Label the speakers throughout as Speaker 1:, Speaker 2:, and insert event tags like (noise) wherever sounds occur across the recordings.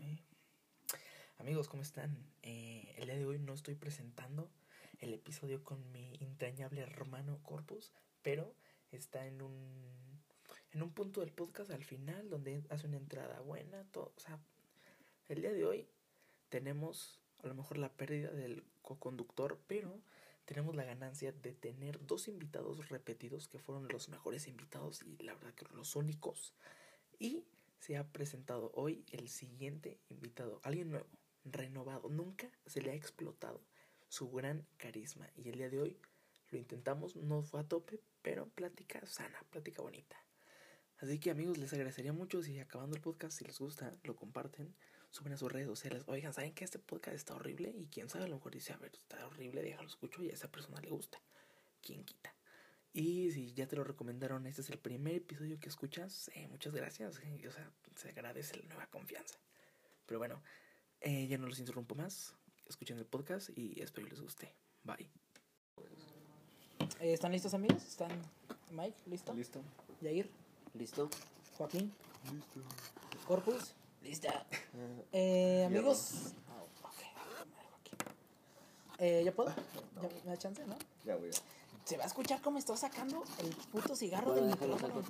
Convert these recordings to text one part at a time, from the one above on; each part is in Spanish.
Speaker 1: ¿eh? Amigos, ¿cómo están? Eh, el día de hoy no estoy presentando el episodio con mi entrañable hermano Corpus, pero está en un, en un punto del podcast al final donde hace una entrada buena. Todo, o sea, el día de hoy tenemos a lo mejor la pérdida del co-conductor, pero tenemos la ganancia de tener dos invitados repetidos que fueron los mejores invitados y la verdad que los únicos. Y se ha presentado hoy el siguiente invitado, alguien nuevo, renovado, nunca se le ha explotado su gran carisma y el día de hoy lo intentamos, no fue a tope, pero plática sana, plática bonita. Así que amigos, les agradecería mucho si acabando el podcast, si les gusta, lo comparten, suben a sus redes sociales. Oigan, ¿saben que este podcast está horrible? Y quién sabe, a lo mejor dice, a ver, está horrible, déjalo escucho y a esa persona le gusta. ¿Quién quita? Y si ya te lo recomendaron, este es el primer episodio que escuchas, eh, muchas gracias. eh, o sea, se agradece la nueva confianza. Pero bueno, eh, ya no los interrumpo más. Escuchen el podcast y espero les guste. Bye.
Speaker 2: Eh, ¿Están listos amigos? ¿Están Mike? ¿Listo?
Speaker 3: ¿Listo?
Speaker 2: Yair,
Speaker 3: ¿Listo?
Speaker 2: Joaquín,
Speaker 3: Listo.
Speaker 2: Corpus,
Speaker 3: (laughs)
Speaker 2: lista. Eh, amigos. Ah, ok, madre, Joaquín. Eh, ¿Ya
Speaker 3: Ah,
Speaker 2: puedo? ¿Ya me da chance, no?
Speaker 3: Ya, güey.
Speaker 2: Se va a escuchar cómo está sacando el puto cigarro del micrófono.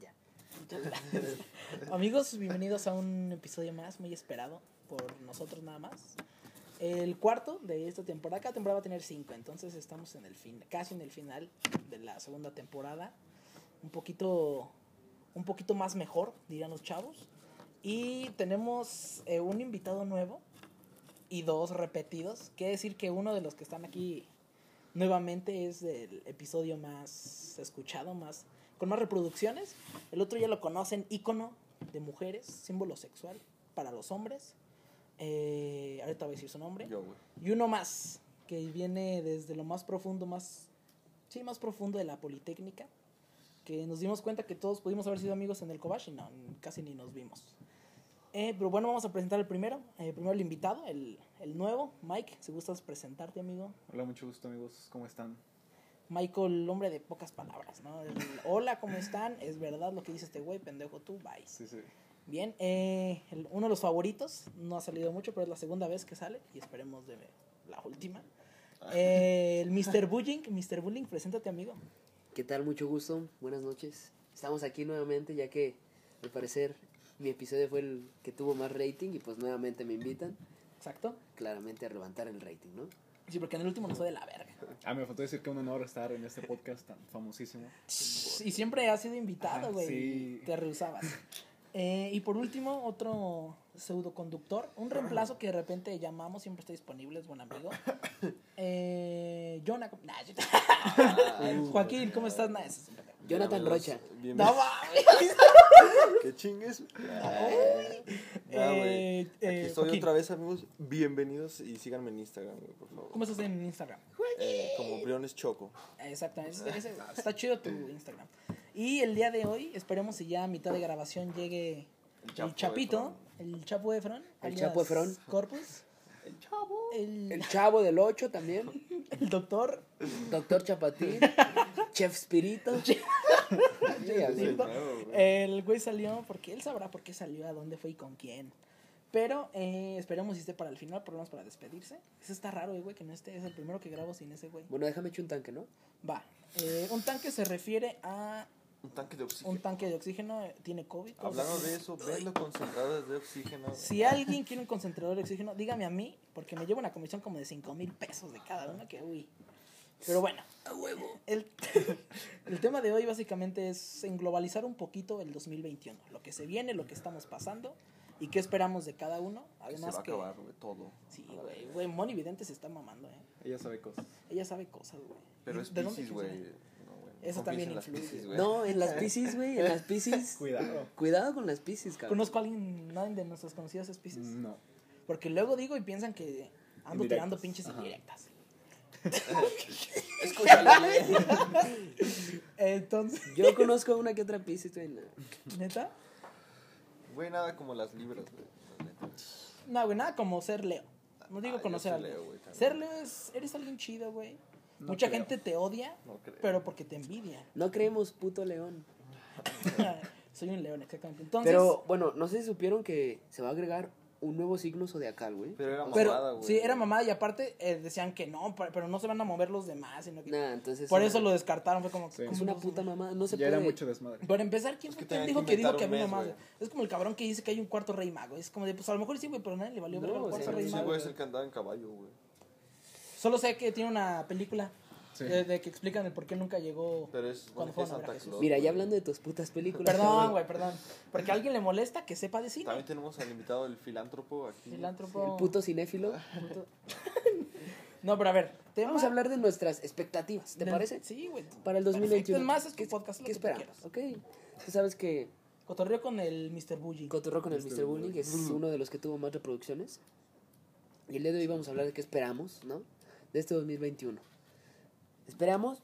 Speaker 2: Ya. Amigos, bienvenidos a un episodio más, muy esperado por nosotros nada más. El cuarto de esta temporada, cada temporada va a tener cinco, entonces estamos en el fin, casi en el final de la segunda temporada. Un poquito, un poquito más mejor, dirán los chavos. Y tenemos eh, un invitado nuevo y dos repetidos. Quiere decir que uno de los que están aquí nuevamente es el episodio más escuchado, más con más reproducciones. El otro ya lo conocen, ícono de mujeres, símbolo sexual para los hombres. Eh, ahorita voy a decir su nombre.
Speaker 3: Yo, güey.
Speaker 2: Y uno más, que viene desde lo más profundo, más. Sí, más profundo de la Politécnica. Que nos dimos cuenta que todos pudimos haber sido amigos en el Kobashi. No, casi ni nos vimos. Eh, pero bueno, vamos a presentar el primero. eh, primero el invitado, el, el nuevo, Mike. Si gustas presentarte, amigo.
Speaker 3: Hola, mucho gusto, amigos. ¿Cómo están?
Speaker 2: Michael, hombre de pocas palabras, ¿no? El, Hola, ¿cómo están? Es verdad lo que dice este güey, pendejo tú, bye.
Speaker 3: Sí, sí.
Speaker 2: Bien, eh, el- uno de los favoritos, no ha salido mucho, pero es la segunda vez que sale y esperemos de la última. Eh, el Mr. Bullying, Mr. Bullying, preséntate amigo.
Speaker 4: ¿Qué tal? Mucho gusto. Buenas noches. Estamos aquí nuevamente ya que al parecer mi episodio fue el que tuvo más rating y pues nuevamente me invitan
Speaker 2: Exacto.
Speaker 4: claramente a levantar el rating, ¿no?
Speaker 2: Sí, porque en el último no fue de la verga.
Speaker 3: Ah, me faltó decir que un honor estar en este podcast tan famosísimo.
Speaker 2: Y siempre ha sido invitado,
Speaker 3: Ajá,
Speaker 2: güey.
Speaker 3: sí.
Speaker 2: Te rehusabas. Eh, y por último, otro pseudoconductor, un reemplazo que de repente llamamos, siempre está disponible, es buen
Speaker 5: (laughs)
Speaker 2: amigo. Eh, Jonah, nah,
Speaker 5: Uh,
Speaker 2: yo- (laughs) Joaquín, ¿cómo estás? Nah, ese es un
Speaker 5: (laughs)
Speaker 2: pendejo.
Speaker 4: Jonathan Rocha.
Speaker 2: No mames.
Speaker 5: Que chingues. (laughs) Ya, güey.
Speaker 2: Eh,
Speaker 5: Aquí
Speaker 2: eh,
Speaker 5: estoy
Speaker 2: Joaquín,
Speaker 5: otra vez, amigos. Bienvenidos y síganme en Instagram, güey, por favor.
Speaker 2: ¿Cómo estás en Instagram?
Speaker 5: Eh, como Briones Choco.
Speaker 2: Exactamente. ese-
Speaker 5: (laughs)
Speaker 2: ese- está chido tu Instagram. Y el día de hoy, esperemos si ya a mitad de grabación llegue el,
Speaker 5: Chapo
Speaker 2: Chapito, el Chapo Efron.
Speaker 4: El
Speaker 2: alias
Speaker 4: Chapo Efron.
Speaker 2: Corpus. El
Speaker 4: El
Speaker 2: Chavo.
Speaker 4: Chavo del 8 también.
Speaker 2: El, doctor.
Speaker 4: Doctor Chapatín. Chef Spirito. Sí, amigo.
Speaker 2: El güey salió porque él sabrá por qué salió, a dónde fue y con quién. Pero eh, esperemos si esté para el final, por lo menos para despedirse. Eso está raro, eh, güey, que no esté. Es el primero que grabo sin ese güey.
Speaker 4: Bueno, déjame echar un tanque, ¿no?
Speaker 2: Va. Eh, un tanque se refiere a
Speaker 5: Un tanque de oxígeno.
Speaker 2: Eh, un tanque de oxígeno. eh, Tiene COVID. todo
Speaker 5: Hablando
Speaker 2: eso.
Speaker 5: de eso, ven los concentrados de oxígeno.
Speaker 2: Si alguien quiere un concentrador de oxígeno, dígame a mí, porque me llevo una comisión como de 5 mil pesos de cada uno, que uy. Pero bueno. El, (laughs) el tema de hoy básicamente es englobalizar un poquito el 2021, lo que se viene, lo que estamos pasando y qué esperamos de cada uno.
Speaker 5: que se
Speaker 2: Además
Speaker 5: va a
Speaker 2: que...
Speaker 5: acabar, güey, todo.
Speaker 2: Sí, güey, güey, Moni Vidente se está mamando, ¿eh?
Speaker 3: Ella sabe cosas.
Speaker 2: Ella sabe cosas, güey.
Speaker 5: Pero es
Speaker 2: ¿De dónde
Speaker 5: Pisces,
Speaker 2: crees,
Speaker 5: güey.
Speaker 2: eh?
Speaker 5: No, güey, no
Speaker 2: Eso
Speaker 5: confíes
Speaker 2: también
Speaker 5: en las
Speaker 2: influye.
Speaker 5: Pisces, güey.
Speaker 4: No, en las piscis, güey. En las piscis.
Speaker 3: Cuidado.
Speaker 4: Cuidado con las piscis, cabrón.
Speaker 2: Conozco a alguien, nadie de nuestras conocidas especies.
Speaker 5: Mm.
Speaker 3: No.
Speaker 2: Porque luego digo y piensan que ando
Speaker 3: Indirectas.
Speaker 2: tirando pinches indirectas.
Speaker 4: (laughs)
Speaker 2: Entonces, (laughs)
Speaker 4: Yo conozco a una que otra piscis, güey. no.
Speaker 2: neta,
Speaker 5: Güey, nada como las libras, güey.
Speaker 2: no, güey, nada como ser Leo. No digo
Speaker 5: Ah, yo
Speaker 2: conocer a
Speaker 5: soy
Speaker 2: Leo.
Speaker 5: Leo, güey, también.
Speaker 2: ser Leo es, eres alguien chido, güey. Mucha gente te odia,
Speaker 5: No creo.
Speaker 2: pero porque te envidia.
Speaker 4: No creemos puto león.
Speaker 2: (laughs) Soy un león, exactamente. Entonces,
Speaker 4: Pero bueno, no sé si supieron que se va a agregar un nuevo signo zodiacal, güey.
Speaker 5: Pero era
Speaker 2: pero
Speaker 5: mamada, güey.
Speaker 2: sí, era mamada y aparte eh, decían que no, pa- pero no se van a mover los demás, sino que
Speaker 4: Nah, entonces.
Speaker 2: por
Speaker 4: era-
Speaker 2: eso lo descartaron, fue como
Speaker 3: Sí.
Speaker 2: como
Speaker 4: Es una
Speaker 2: los-
Speaker 4: puta mamá, no se
Speaker 3: ya
Speaker 4: puede.
Speaker 3: era mucho desmadre.
Speaker 2: Para empezar, ¿quién
Speaker 5: Es
Speaker 2: fue
Speaker 5: que
Speaker 2: el
Speaker 5: tenían
Speaker 2: pendejo
Speaker 5: que
Speaker 2: que dijo
Speaker 5: inventar
Speaker 2: que
Speaker 5: un
Speaker 2: había una
Speaker 5: mes,
Speaker 2: madre?
Speaker 5: güey.
Speaker 2: Es como el cabrón que dice que hay un cuarto rey mago. Es como de, pues a lo mejor sí, güey, pero a nadie le valió
Speaker 4: No,
Speaker 2: verga el
Speaker 4: o
Speaker 2: cuarto
Speaker 4: sea,
Speaker 2: rey
Speaker 5: Ese
Speaker 2: mago.
Speaker 5: güey es el que andaba en caballo, güey.
Speaker 2: Solo sé que tiene una película
Speaker 3: Sí.
Speaker 2: de, de que explican el por qué nunca llegó.
Speaker 5: Pero es
Speaker 2: Cuando
Speaker 5: bueno,
Speaker 2: fueron
Speaker 5: que
Speaker 2: a ver a
Speaker 5: Santa
Speaker 2: Jesús.
Speaker 5: Claus.
Speaker 4: Mira,
Speaker 5: güey.
Speaker 4: ya hablando de tus putas películas.
Speaker 2: Perdón,
Speaker 4: cabrón.
Speaker 2: güey, perdón. Porque a alguien le molesta que sepa de cine.
Speaker 5: También tenemos al invitado del filántropo aquí.
Speaker 2: Filántropo.
Speaker 4: El puto cinéfilo.
Speaker 2: No, pero a ver, te
Speaker 4: Vamos a hablar de nuestras expectativas, ¿te parece?
Speaker 2: Sí, güey.
Speaker 4: Para el 2021.
Speaker 2: Ah. Perfecto, es más, es tu
Speaker 4: ¿Qué,
Speaker 2: podcast, lo
Speaker 4: ¿qué
Speaker 2: que tú
Speaker 4: esperamos? Ok. Tú sabes que
Speaker 2: Cotorreo con el Mr. Bully.
Speaker 4: Cotorro con el Mr. Bullying es uno de los que tuvo más reproducciones. Y el día de hoy vamos a hablar de qué esperamos, ¿no? De este 2021. Esperamos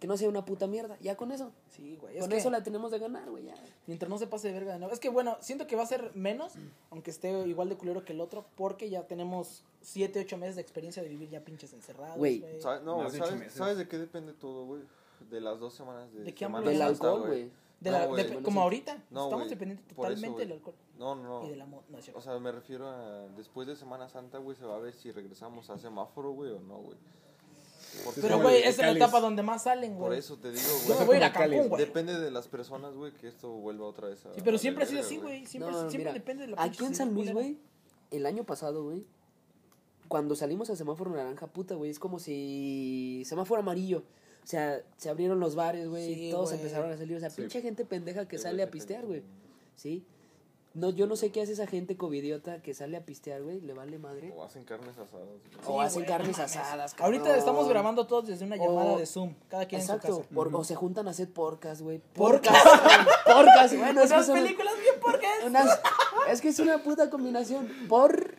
Speaker 4: que no sea una puta mierda. Ya con eso.
Speaker 2: Sí, güey. es
Speaker 4: con
Speaker 2: que
Speaker 4: eso la tenemos de ganar, güey. Ya.
Speaker 2: Mientras no se pase de verga de nuevo. Es que bueno, siento que va a ser menos,
Speaker 4: Mm.
Speaker 2: aunque esté igual de culero que el otro, porque ya tenemos 7, 8 meses de experiencia de vivir ya pinches encerrados.
Speaker 4: Güey.
Speaker 5: ¿Sabes? No,
Speaker 3: Más
Speaker 5: güey,
Speaker 3: de ocho
Speaker 5: ¿sabes,
Speaker 3: meses.
Speaker 5: ¿sabes de qué depende todo, güey? De las dos semanas de.
Speaker 2: ¿De qué
Speaker 5: Semana
Speaker 2: hablas?
Speaker 4: Del
Speaker 5: Santa,
Speaker 4: alcohol, güey.
Speaker 2: De la-
Speaker 5: No, güey.
Speaker 2: de- como ahorita,
Speaker 5: No,
Speaker 2: estamos
Speaker 5: güey,
Speaker 2: dependientes
Speaker 5: por eso,
Speaker 2: totalmente
Speaker 5: güey.
Speaker 2: del alcohol
Speaker 5: No, no,
Speaker 2: y del
Speaker 5: no.
Speaker 2: amor. No, es cierto.
Speaker 5: O sea, me refiero a. Después de Semana Santa, güey, se va a ver si regresamos a semáforo, güey, o no, güey. Porque,
Speaker 2: Pero,
Speaker 3: como
Speaker 2: güey,
Speaker 3: el de
Speaker 2: es la
Speaker 3: Cáliz.
Speaker 2: etapa donde más salen, güey.
Speaker 5: Por eso te digo,
Speaker 2: Yo
Speaker 5: güey.
Speaker 2: me voy a ir a
Speaker 3: Como el
Speaker 2: Cancún,
Speaker 3: Cáliz.
Speaker 2: güey.
Speaker 5: Depende de las personas, güey, que esto vuelva otra vez a.
Speaker 2: Sí, pero
Speaker 5: a
Speaker 2: siempre ha sido
Speaker 5: verga,
Speaker 2: así, güey. Siempre,
Speaker 4: Ah, No,
Speaker 2: siempre
Speaker 4: mira,
Speaker 2: depende de la
Speaker 4: Aquí
Speaker 2: pinche
Speaker 4: en San Luis,
Speaker 2: culera.
Speaker 4: güey, el año pasado, güey, cuando salimos a semáforo naranja, puta, güey, es como si semáforo amarillo. O sea, se abrieron los bares, güey,
Speaker 2: Sí,
Speaker 4: y todos
Speaker 2: güey.
Speaker 4: empezaron a salir. O sea,
Speaker 3: Sí.
Speaker 4: pinche gente pendeja que
Speaker 5: Sí,
Speaker 4: sale
Speaker 5: güey,
Speaker 4: a
Speaker 5: sí,
Speaker 4: pistear,
Speaker 5: sí.
Speaker 4: güey. ¿Sí? No, yo no sé qué hace esa gente covidiota que sale a pistear, güey, le vale madre.
Speaker 5: O hacen carnes asadas. güey.
Speaker 4: O hacen
Speaker 2: güey,
Speaker 4: carnes
Speaker 2: no mames.
Speaker 4: asadas,
Speaker 2: Ahorita
Speaker 4: cabrón.
Speaker 2: estamos grabando todos desde una llamada
Speaker 4: O-
Speaker 2: de Zoom, cada quien en su
Speaker 4: Exacto,
Speaker 2: casa.
Speaker 4: (laughs) por- o se juntan a hacer porcas, güey.
Speaker 2: Porcas.
Speaker 4: porcas, bueno, es que
Speaker 2: Esas
Speaker 4: son-
Speaker 2: películas
Speaker 4: (laughs)
Speaker 2: bien porcas.
Speaker 4: unas- es que es una puta combinación. Por,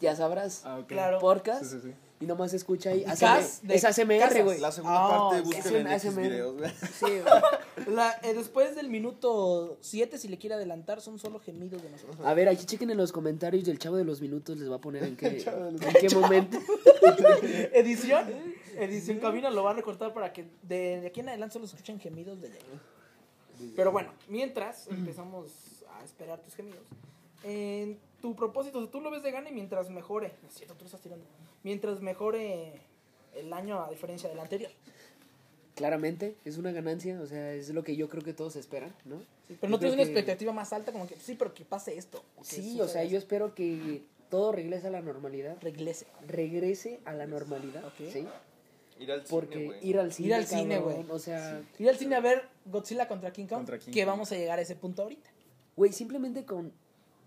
Speaker 4: ya sabrás,
Speaker 3: Ah, ok.
Speaker 2: Claro.
Speaker 4: porcas.
Speaker 3: Sí, sí, sí.
Speaker 4: Y nomás escucha ahí. ACM,
Speaker 2: Cas de
Speaker 4: es ACMR,
Speaker 2: casas.
Speaker 4: güey.
Speaker 5: La segunda
Speaker 2: Ah,
Speaker 5: parte,
Speaker 2: sí,
Speaker 5: búsquenla en
Speaker 4: sí,
Speaker 5: X
Speaker 4: me-
Speaker 5: videos,
Speaker 2: (laughs)
Speaker 5: güey.
Speaker 4: Sí, güey.
Speaker 2: La- eh, después del minuto 7, si le quiere adelantar, son solo gemidos de nosotros.
Speaker 4: A ver, aquí chequen en los comentarios del Chavo de los Minutos. Les va a poner en qué, en qué momento.
Speaker 2: Edición, edición cabina lo va a recortar para que de, de aquí en adelante solo se escuchen gemidos de Yayo. Pero bueno, mientras
Speaker 4: Mm.
Speaker 2: empezamos a esperar tus gemidos, en tu propósito, o sea, tú lo ves de gane mientras mejore. No es cierto, tú lo estás tirando. Mientras mejore el año a diferencia del anterior.
Speaker 4: Claramente, es una ganancia. O sea, es lo que yo creo que todos esperan, ¿no?
Speaker 2: Sí, pero
Speaker 4: Yo
Speaker 2: no
Speaker 4: creo
Speaker 2: tienes una
Speaker 4: que-
Speaker 2: expectativa más alta, como que sí, pero que pase esto. que
Speaker 4: Sí,
Speaker 2: suceda
Speaker 4: o sea,
Speaker 2: esto.
Speaker 4: yo espero que todo regrese a la normalidad.
Speaker 2: Regrese.
Speaker 4: Regrese a la normalidad,
Speaker 2: Ok.
Speaker 4: ¿sí?
Speaker 5: Ir al cine,
Speaker 4: Porque
Speaker 5: güey.
Speaker 4: ir al cine,
Speaker 2: al cine,
Speaker 4: cabrón,
Speaker 2: güey.
Speaker 4: O sea,
Speaker 2: Ir al cine a ver Godzilla contra King Kong,
Speaker 3: Contra King
Speaker 2: que
Speaker 3: Kong.
Speaker 2: vamos a llegar a ese punto ahorita.
Speaker 4: güey, simplemente con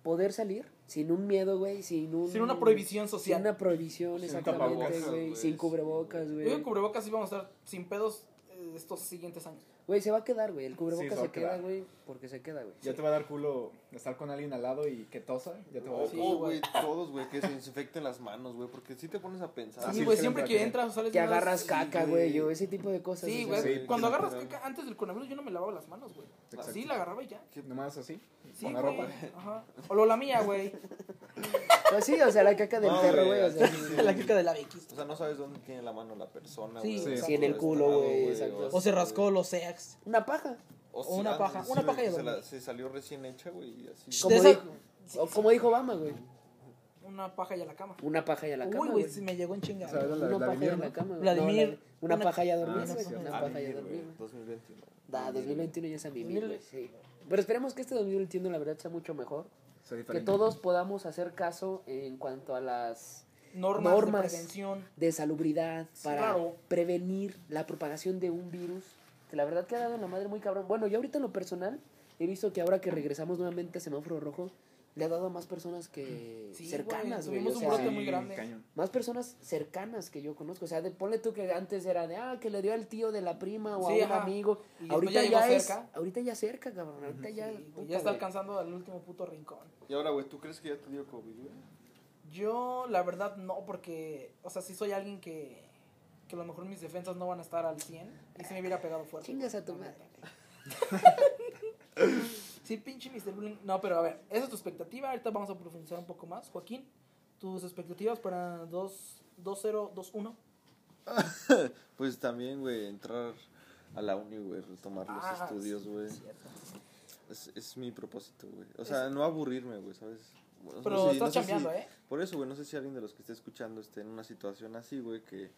Speaker 4: poder salir sin un miedo, güey, sin un...
Speaker 2: Sin una prohibición
Speaker 4: Mm. Sin
Speaker 2: social.
Speaker 4: una prohibición,
Speaker 3: Sin
Speaker 4: exactamente,
Speaker 3: tapabocas,
Speaker 4: güey.
Speaker 5: güey,
Speaker 4: Sin
Speaker 5: sí.
Speaker 4: cubrebocas,
Speaker 2: Yo
Speaker 4: güey.
Speaker 2: digo que cubrebocas sí vamos a estar sin pedos eh, estos siguientes años.
Speaker 4: Güey, se va a quedar, güey. El cubrebocas
Speaker 3: Sí, se va
Speaker 4: se
Speaker 3: a
Speaker 4: queda,
Speaker 3: quedar.
Speaker 4: güey, porque se queda, güey.
Speaker 3: Ya te va a dar culo estar con alguien al lado y que tosa. Ya te va a
Speaker 5: O,
Speaker 3: dar
Speaker 2: Sí,
Speaker 5: o,
Speaker 2: güey.
Speaker 5: Oh, güey, todos, güey, que se desinfecten las manos, güey, porque si te pones a pensar.
Speaker 3: Así
Speaker 2: Sí, güey,
Speaker 3: se
Speaker 2: siempre
Speaker 3: entra
Speaker 2: que
Speaker 3: aquí.
Speaker 2: entras o sales...
Speaker 4: Que
Speaker 2: de una vez-
Speaker 4: agarras caca, güey, yo ese tipo de cosas.
Speaker 2: Sí,
Speaker 4: o sea,
Speaker 2: güey.
Speaker 3: Sí,
Speaker 2: Cuando
Speaker 5: sí,
Speaker 2: agarras
Speaker 5: claro.
Speaker 2: caca, antes del coronavirus yo no me lavaba las manos, güey.
Speaker 3: Exacto.
Speaker 2: Así la agarraba y ya.
Speaker 3: Nomás así,
Speaker 2: Sí,
Speaker 3: con la
Speaker 2: güey.
Speaker 3: ropa.
Speaker 2: Ajá. O lo lamía, güey.
Speaker 4: pues sí, o sea, la caca del
Speaker 5: No,
Speaker 4: perro,
Speaker 5: güey,
Speaker 4: güey. O sea,
Speaker 5: así
Speaker 4: (laughs)
Speaker 5: sí.
Speaker 2: (laughs) la caca de la X.
Speaker 5: O sea, no sabes dónde tiene la mano la persona,
Speaker 2: Sí,
Speaker 5: güey.
Speaker 2: sí.
Speaker 5: o
Speaker 2: Sí,
Speaker 5: está
Speaker 2: en el
Speaker 5: todo
Speaker 4: culo,
Speaker 5: estarado,
Speaker 4: güey, exacto.
Speaker 5: o
Speaker 2: O se
Speaker 5: sea,
Speaker 2: rascó
Speaker 5: güey.
Speaker 2: los sex.
Speaker 4: una paja.
Speaker 5: O
Speaker 2: o una
Speaker 5: sí,
Speaker 2: paja,
Speaker 5: sí,
Speaker 2: una
Speaker 5: güey,
Speaker 2: paja
Speaker 5: que
Speaker 2: y
Speaker 5: se, la-
Speaker 2: dormir.
Speaker 5: se salió recién hecha, güey, y así.
Speaker 4: Como
Speaker 2: esa-
Speaker 4: dijo, o como dijo Obama, güey.
Speaker 2: Una paja y a la cama.
Speaker 4: Una paja y a la
Speaker 2: Uy,
Speaker 4: cama,
Speaker 2: güey,
Speaker 4: güey.
Speaker 2: se me llegó en
Speaker 3: O sea,
Speaker 2: chingada.
Speaker 3: era la,
Speaker 4: Una
Speaker 3: la
Speaker 4: paja y a
Speaker 3: Vladimir,
Speaker 4: la
Speaker 3: ¿no?
Speaker 4: cama, güey.
Speaker 2: Vladimir,
Speaker 4: No, la- Una
Speaker 2: una-
Speaker 4: paja y a
Speaker 5: Ah,
Speaker 4: dormir,
Speaker 5: sí,
Speaker 4: güey.
Speaker 5: sí,
Speaker 4: Una
Speaker 5: a
Speaker 4: paja y a
Speaker 5: vivir,
Speaker 4: dormir,
Speaker 5: güey,
Speaker 4: güey.
Speaker 5: 2021.
Speaker 4: Da, 2021 ya es a vivir,
Speaker 2: 2000.
Speaker 4: güey, sí. Pero esperemos que este 2021, la verdad, sea mucho mejor.
Speaker 3: O sea,
Speaker 4: Que
Speaker 3: diferente.
Speaker 4: todos podamos hacer caso en cuanto a las
Speaker 2: Normas,
Speaker 4: Normas.
Speaker 2: de prevención.
Speaker 4: de salubridad para
Speaker 2: claro.
Speaker 4: prevenir la propagación de un virus que la verdad que ha dado en la madre muy cabrón. Bueno, yo ahorita en lo personal he visto que ahora que regresamos nuevamente a semáforo rojo le ha dado a más personas que
Speaker 2: Sí,
Speaker 4: cercanas,
Speaker 2: güey, tuvimos
Speaker 4: güey, o
Speaker 2: un
Speaker 4: sea,
Speaker 2: brote muy grande.
Speaker 3: cañón.
Speaker 4: más personas cercanas que yo conozco, o sea, de, ponle tú que antes era de ah que le dio al tío de la prima o
Speaker 2: Sí,
Speaker 4: a un
Speaker 2: ajá.
Speaker 4: amigo,
Speaker 2: Y después
Speaker 4: ahorita
Speaker 2: ya
Speaker 4: ya,
Speaker 2: llegó
Speaker 4: es
Speaker 2: cerca.
Speaker 4: ahorita ya cerca, cabrón, ahorita ya
Speaker 2: Sí, güey,
Speaker 4: puta,
Speaker 2: ya está
Speaker 4: güey.
Speaker 2: alcanzando al último puto rincón.
Speaker 5: Y ahora, güey, ¿tú crees que ya te dio COVID, güey?
Speaker 2: Yo, la verdad, no, porque, o sea, sí soy alguien que, que a lo mejor mis defensas no van a estar al 100 y se me hubiera pegado fuerte.
Speaker 4: Chingas a tu madre.
Speaker 2: (laughs) Sí, pinche Mr. Bullying. No, pero a ver, esa es tu expectativa. Ahorita vamos a profundizar un poco más. Joaquín, tus expectativas para 2 2021.
Speaker 5: Pues también, güey, entrar a la uni, güey, retomar los
Speaker 2: Ah,
Speaker 5: estudios,
Speaker 2: sí,
Speaker 5: güey.
Speaker 2: es cierto.
Speaker 5: Es, es mi propósito, güey. O sea, no aburrirme, güey, ¿sabes? Bueno, no
Speaker 2: Pero
Speaker 5: sé-
Speaker 2: estás
Speaker 5: Pues, no sé
Speaker 2: chambeando,
Speaker 5: si-
Speaker 2: ¿eh?
Speaker 5: Por eso, güey, no sé si alguien de los que esté escuchando esté en una situación así, güey, que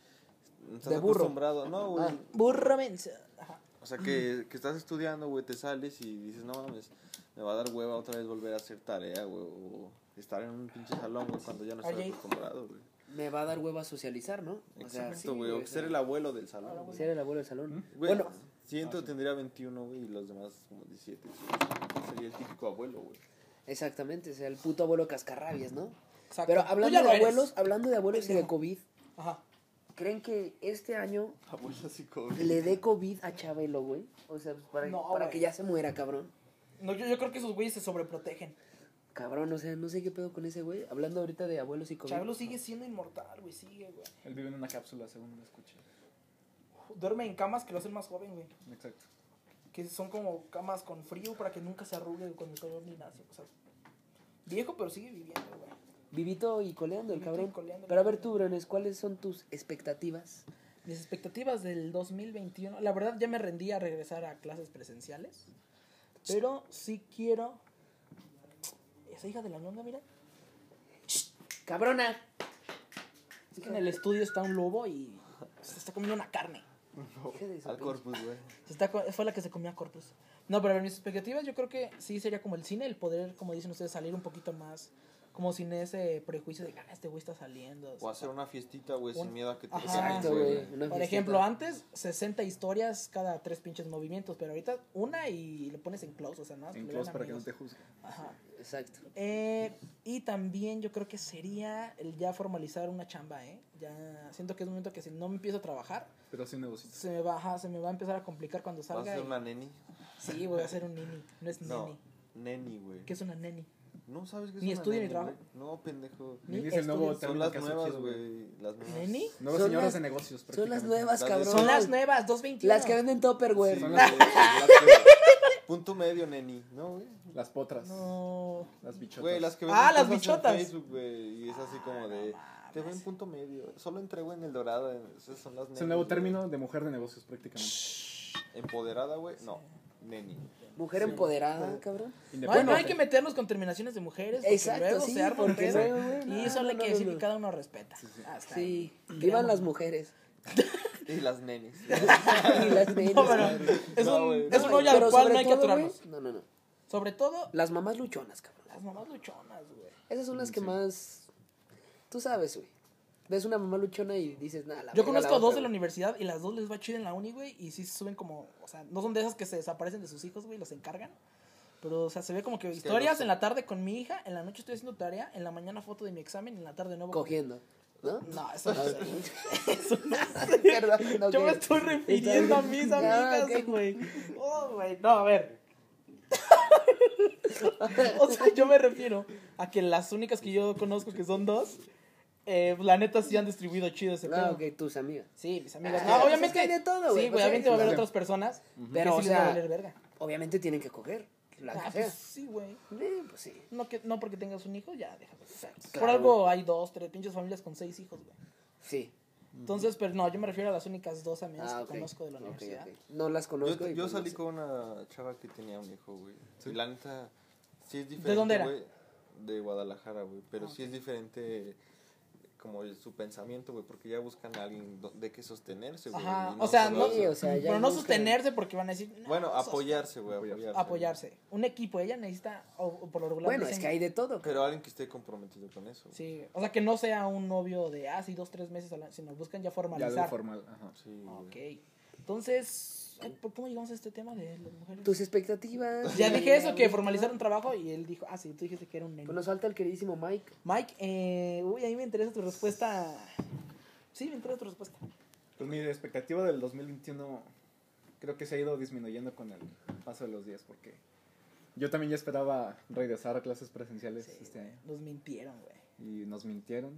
Speaker 5: estás
Speaker 4: De burro.
Speaker 5: acostumbrado. No, güey.
Speaker 4: Ah.
Speaker 2: Burro mensa. Ajá.
Speaker 5: O sea, que, que estás estudiando, güey, te sales y dices, no mames, me va a dar hueva otra vez volver a hacer tarea, güey, o estar en un pinche salón, güey, cuando ya no estoy
Speaker 2: Oye.
Speaker 5: acostumbrado, güey.
Speaker 4: Me va a dar hueva socializar, ¿no? O sea, sí,
Speaker 5: Exacto, güey, o
Speaker 4: güey,
Speaker 5: ser
Speaker 4: o
Speaker 5: el abuelo del salón.
Speaker 4: sea,
Speaker 5: güey.
Speaker 4: ser el abuelo del salón.
Speaker 2: ¿Mm?
Speaker 5: Güey,
Speaker 4: Bueno,
Speaker 5: siento tendría 21, güey, y los demás como 17. güey. Sería el típico abuelo, güey.
Speaker 4: exactamente, o sea, el puto abuelo cascarrabias, ¿no?
Speaker 2: Exacto.
Speaker 4: Pero
Speaker 2: Tú
Speaker 4: hablando
Speaker 2: ya
Speaker 4: de
Speaker 2: lo eres.
Speaker 4: abuelos, hablando de abuelos y de
Speaker 2: Pendejo.
Speaker 4: COVID,
Speaker 2: Ajá.
Speaker 4: ¿creen que este año
Speaker 5: Abuelo así
Speaker 4: le dé COVID a Chabelo, güey? O sea, pues, para,
Speaker 2: No,
Speaker 4: para
Speaker 2: güey.
Speaker 4: que ya se muera, cabrón.
Speaker 2: No, yo, yo creo que esos güeyes se sobreprotegen.
Speaker 4: Cabrón, o sea, no sé qué pedo con ese güey. Hablando ahorita de abuelos y COVID.
Speaker 2: Chabelo sigue siendo inmortal, güey. Sigue, güey.
Speaker 3: Él vive en una cápsula, según lo escuché.
Speaker 2: Duerme en camas que lo hacen más joven, güey.
Speaker 3: Exacto.
Speaker 2: Que son como camas con frío para que nunca se arrugue con el calor ni nada. así, O sea, viejo, pero sigue viviendo, güey.
Speaker 4: Vivito y coleando el
Speaker 2: Vivito y
Speaker 4: cabrón.
Speaker 2: coleando el
Speaker 4: Pero a ver
Speaker 2: cabrón.
Speaker 4: tú, Briones, ¿cuáles son tus expectativas?
Speaker 2: Mis expectativas del 2021, la verdad ya me rendí a regresar a clases presenciales, pero sí quiero... Esa hija de la ñonga, mira.
Speaker 4: ¡Cabrona!
Speaker 2: Es que en el estudio está un lobo y se está comiendo una carne.
Speaker 4: Hija de su
Speaker 5: Al
Speaker 4: pinche-
Speaker 5: corpus, güey.
Speaker 2: Se está, co- fue la que se comía Corpus. No, pero a ver, mis expectativas yo creo que sí sería como el cine, el poder, como dicen ustedes, salir un poquito más, como sin ese prejuicio de, ah, este güey está saliendo.
Speaker 5: O hacer una fiestita, güey, sin
Speaker 2: Un-
Speaker 5: miedo a que te
Speaker 2: Ajá.
Speaker 5: peguen,
Speaker 4: Exacto,
Speaker 5: güey.
Speaker 4: güey. Una
Speaker 2: Ah, Por
Speaker 4: fiestota.
Speaker 2: ejemplo, ah. antes 60 historias cada tres pinches movimientos, pero ahorita una y le pones en close, o sea, nada más que
Speaker 3: En
Speaker 2: lo vean
Speaker 3: close para que no
Speaker 2: Ah, amigos.
Speaker 3: te juzguen.
Speaker 2: Ajá.
Speaker 4: Exacto.
Speaker 2: Eh, y también yo creo que sería el ya formalizar una chamba, ¿eh? Ya siento que es un momento que si no me empiezo a trabajar,
Speaker 3: Pero sin negocios.
Speaker 2: se me va, ajá, se me va a empezar a complicar cuando
Speaker 5: ¿Vas a
Speaker 2: salga.
Speaker 5: ser
Speaker 2: y-
Speaker 5: una neni?
Speaker 2: Sí, voy a hacer un nini, no es
Speaker 5: (laughs) No,
Speaker 2: neni.
Speaker 5: neni, güey.
Speaker 2: ¿Qué es una neni?
Speaker 5: No sabes qué es
Speaker 2: Ni
Speaker 5: una
Speaker 2: estudio ni
Speaker 5: neni,
Speaker 2: trabajo.
Speaker 5: güey? No, pendejo.
Speaker 2: Ni
Speaker 3: dice el nuevo
Speaker 2: estudios.
Speaker 5: Son
Speaker 3: También
Speaker 5: las
Speaker 3: que has
Speaker 5: nuevas,
Speaker 3: surgido,
Speaker 5: güey. Las nuevas.
Speaker 2: ¿Neni?
Speaker 3: Nuevas
Speaker 4: Son
Speaker 3: señoras
Speaker 4: las-
Speaker 3: de negocios.
Speaker 4: Son las
Speaker 3: prácticamente.
Speaker 4: nuevas,
Speaker 5: Las de-
Speaker 4: cabrón.
Speaker 2: Son las nuevas, 221.
Speaker 4: Las que venden Topperware.
Speaker 5: Sí,
Speaker 3: Son (laughs)
Speaker 5: güey,
Speaker 3: las-
Speaker 5: las
Speaker 2: (laughs)
Speaker 5: que- Punto medio, neni. No, güey.
Speaker 3: Las potras.
Speaker 2: No.
Speaker 3: Las bichotas.
Speaker 5: Güey, las que
Speaker 2: Ah,
Speaker 5: venden
Speaker 2: las
Speaker 5: cosas en
Speaker 2: bichotas. Ah,
Speaker 5: Facebook, güey. Y es así como de. Te veo en punto medio. Solo entrego en el dorado. en- Esas son las nenis.
Speaker 3: Es un nuevo
Speaker 5: güey.
Speaker 3: término de mujer de negocios, prácticamente.
Speaker 5: Empoderada, güey. No, neni.
Speaker 4: Mujer empoderada, cabrón.
Speaker 2: No,
Speaker 3: Independiente.
Speaker 2: no hay que meternos con terminaciones de mujeres. Porque
Speaker 4: Exacto,
Speaker 2: luego
Speaker 4: sí,
Speaker 2: se arma un
Speaker 4: porque
Speaker 2: pedo.
Speaker 4: luego, güey, no,
Speaker 2: y eso
Speaker 4: no,
Speaker 2: hay
Speaker 4: no,
Speaker 2: que
Speaker 4: no,
Speaker 2: decir
Speaker 4: no.
Speaker 2: que cada uno respeta. Hasta ahí.
Speaker 4: Sí. Vivan las mujeres.
Speaker 5: Y las nenis.
Speaker 2: (laughs)
Speaker 4: (laughs) y las
Speaker 2: (laughs)
Speaker 4: nenas.
Speaker 2: No, pero
Speaker 4: cabrón.
Speaker 2: es
Speaker 5: No,
Speaker 2: un,
Speaker 5: güey.
Speaker 2: es un hoyo
Speaker 4: Pero
Speaker 2: al cual
Speaker 4: sobre
Speaker 2: no hay que
Speaker 4: todo, güey,
Speaker 2: aturarnos.
Speaker 4: No, no, no.
Speaker 2: Sobre todo,
Speaker 4: Las mamás luchonas, cabrón.
Speaker 2: las mamás luchonas, güey.
Speaker 4: Esas son las que más. Tú sabes, güey. Ves una mamá luchona y dices, nada, la
Speaker 2: Yo
Speaker 4: verga la
Speaker 2: conozco a dos
Speaker 4: otra,
Speaker 2: de la
Speaker 4: güey".
Speaker 2: universidad y las dos les va chido en la uni, güey. Y sí se suben como. O sea, no son de esas que se desaparecen de sus hijos, güey, los encargan. Pero, o sea, se ve como que
Speaker 5: que
Speaker 2: historias
Speaker 5: los-
Speaker 2: en la tarde con mi hija, en la noche estoy haciendo tarea, en la mañana foto de mi examen, en la tarde nuevo. (laughs)
Speaker 4: Cogiendo. ¿No?
Speaker 2: No, eso no
Speaker 4: (laughs)
Speaker 2: sé.
Speaker 4: Perdón, no,
Speaker 2: Yo me
Speaker 4: que-
Speaker 2: estoy refiriendo a mis
Speaker 4: Ah,
Speaker 2: amigas,
Speaker 4: ok.
Speaker 2: güey. Oh, güey. No, a
Speaker 4: (laughs)
Speaker 2: ver. o sea, yo me refiero a que las únicas que yo conozco, que son dos, eh, la neta sí han distribuido chido (laughs) ese
Speaker 4: Ah,
Speaker 2: pedo.
Speaker 4: ok, tus amigas.
Speaker 2: Sí, mis amigas.
Speaker 4: Ah,
Speaker 2: No,
Speaker 4: pues
Speaker 2: obviamente.
Speaker 4: es que hay de todo, güey,
Speaker 2: Sí,
Speaker 4: pues
Speaker 2: güey,
Speaker 4: hay-
Speaker 2: obviamente va a haber
Speaker 3: Claro.
Speaker 2: otras personas.
Speaker 4: Pero,
Speaker 2: Pero,
Speaker 4: o
Speaker 2: sí les va a
Speaker 4: sea,
Speaker 2: valer verga.
Speaker 4: Obviamente tienen que coger. La
Speaker 2: Ah,
Speaker 4: que sea.
Speaker 2: pues sí, güey.
Speaker 4: Eh, pues sí.
Speaker 2: No, que, no porque tengas un hijo, ya, déjame. Por
Speaker 4: Claro.
Speaker 2: algo hay dos, tres pinches familias con seis hijos, güey.
Speaker 4: Sí.
Speaker 2: Entonces, pero no, yo me refiero a las únicas dos amigas
Speaker 4: Ah,
Speaker 2: que
Speaker 4: ok.
Speaker 2: conozco de la
Speaker 4: Ok,
Speaker 2: universidad.
Speaker 4: ok. No las
Speaker 5: Yo,
Speaker 4: conozco. y
Speaker 5: yo
Speaker 4: pues
Speaker 5: salí
Speaker 4: no sé.
Speaker 5: con una chava que tenía un hijo, güey. Y la neta, sí es diferente.
Speaker 2: dónde era? Ah,
Speaker 5: güey, de Guadalajara, güey. Pero sí es diferente como el- su pensamiento, güey. Porque ya buscan a alguien do- de qué sostenerse, güey.
Speaker 2: Ajá,
Speaker 5: y
Speaker 2: o sea,
Speaker 5: solo-
Speaker 2: no,
Speaker 4: Sí, o sea, ya
Speaker 2: pero no
Speaker 4: busca-
Speaker 2: sostenerse porque van a decir. "No,
Speaker 5: Bueno,
Speaker 2: sos-".
Speaker 5: apoyarse, güey. Apoyarse.
Speaker 2: Apoyarse. Un equipo, ella necesita, o, o por lo regular.
Speaker 4: Bueno,
Speaker 2: dicen-
Speaker 4: es que hay de todo. cabrón.
Speaker 5: Pero alguien que esté comprometido con eso. güey.
Speaker 2: Sí, o sea, que no sea un novio de, ah, sí, dos, tres meses, al año, sino buscan ya
Speaker 3: Ya
Speaker 2: formalizar.
Speaker 3: algo formal. Ajá.
Speaker 5: Sí, güey.
Speaker 2: Ah, Ok. Entonces, ay, ¿por cómo llegamos a este tema de las mujeres?
Speaker 4: Tus expectativas.
Speaker 2: Ya
Speaker 4: de-
Speaker 2: dije eso, que formalizar un trabajo y él dijo, ah, sí, tú dijiste que era un nene.
Speaker 4: Pues nos falta el queridísimo Mike.
Speaker 2: Mike, eh, uy, a mí me interesa tu respuesta. Sí, me interesa tu respuesta.
Speaker 3: Pues mi expectativa del 2021 creo que se ha ido disminuyendo con el paso de los días porque yo también ya esperaba regresar a clases presenciales
Speaker 2: Sí,
Speaker 3: este año
Speaker 2: Nos mintieron, güey.
Speaker 3: y nos mintieron.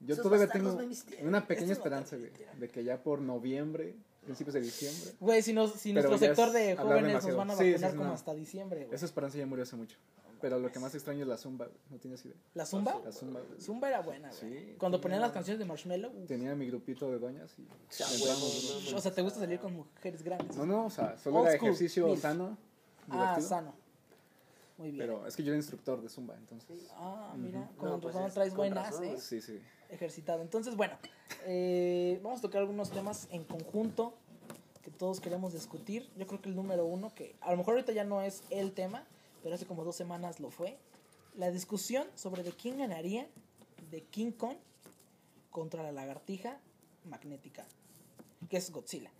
Speaker 3: Yo
Speaker 4: Esos
Speaker 3: todavía
Speaker 4: bastardos
Speaker 3: tengo
Speaker 4: me mintieron.
Speaker 3: una pequeña
Speaker 2: Estos bastardos
Speaker 3: esperanza
Speaker 2: me
Speaker 3: güey,
Speaker 2: mintieron.
Speaker 3: de que ya por noviembre, principios de diciembre,
Speaker 2: Güey, si, nos, si
Speaker 3: Pero
Speaker 2: nuestro
Speaker 3: ya es
Speaker 2: sector de
Speaker 3: hablar
Speaker 2: jóvenes nos
Speaker 3: demasiado.
Speaker 2: van a
Speaker 3: Sí, sí,
Speaker 2: vacunar
Speaker 3: sí,
Speaker 2: como
Speaker 3: no.
Speaker 2: hasta diciembre, güey.
Speaker 3: esa esperanza ya murió hace mucho. Pero lo que más extraño es la zumba, güey, no tienes idea.
Speaker 2: ¿La zumba?
Speaker 3: La zumba. güey.
Speaker 2: Zumba era buena, güey.
Speaker 3: Sí,
Speaker 2: Cuando
Speaker 3: tenía-
Speaker 2: ponían las canciones de Marshmello, uf.
Speaker 3: Tenía mi grupito de doñas y
Speaker 4: sea,
Speaker 3: le
Speaker 4: huevo,
Speaker 3: entramos, güey.
Speaker 2: o sea, te gusta salir con mujeres grandes.
Speaker 3: No, no, o sea, solo
Speaker 2: Old
Speaker 3: era
Speaker 2: school,
Speaker 3: ejercicio
Speaker 2: milf.
Speaker 3: sano.
Speaker 2: ah,
Speaker 3: divertido.
Speaker 2: sano. Muy bien.
Speaker 3: Pero es que yo era instructor de Zumba, entonces.
Speaker 2: Ah,
Speaker 3: Ujú.
Speaker 2: mira,
Speaker 3: No,
Speaker 2: con
Speaker 4: pues
Speaker 2: razón
Speaker 4: es-
Speaker 2: traes
Speaker 4: con
Speaker 2: buenas,
Speaker 4: razón,
Speaker 2: ¿eh?
Speaker 4: es-
Speaker 3: Sí, sí.
Speaker 2: Ejercitado. Entonces, bueno, eh, vamos a tocar algunos temas en conjunto que todos queremos discutir. Yo creo que el número uno, que a lo mejor ahorita ya no es el tema, pero hace como dos semanas lo fue, la discusión sobre de quién ganaría de King Kong contra la lagartija magnética, que es Godzilla.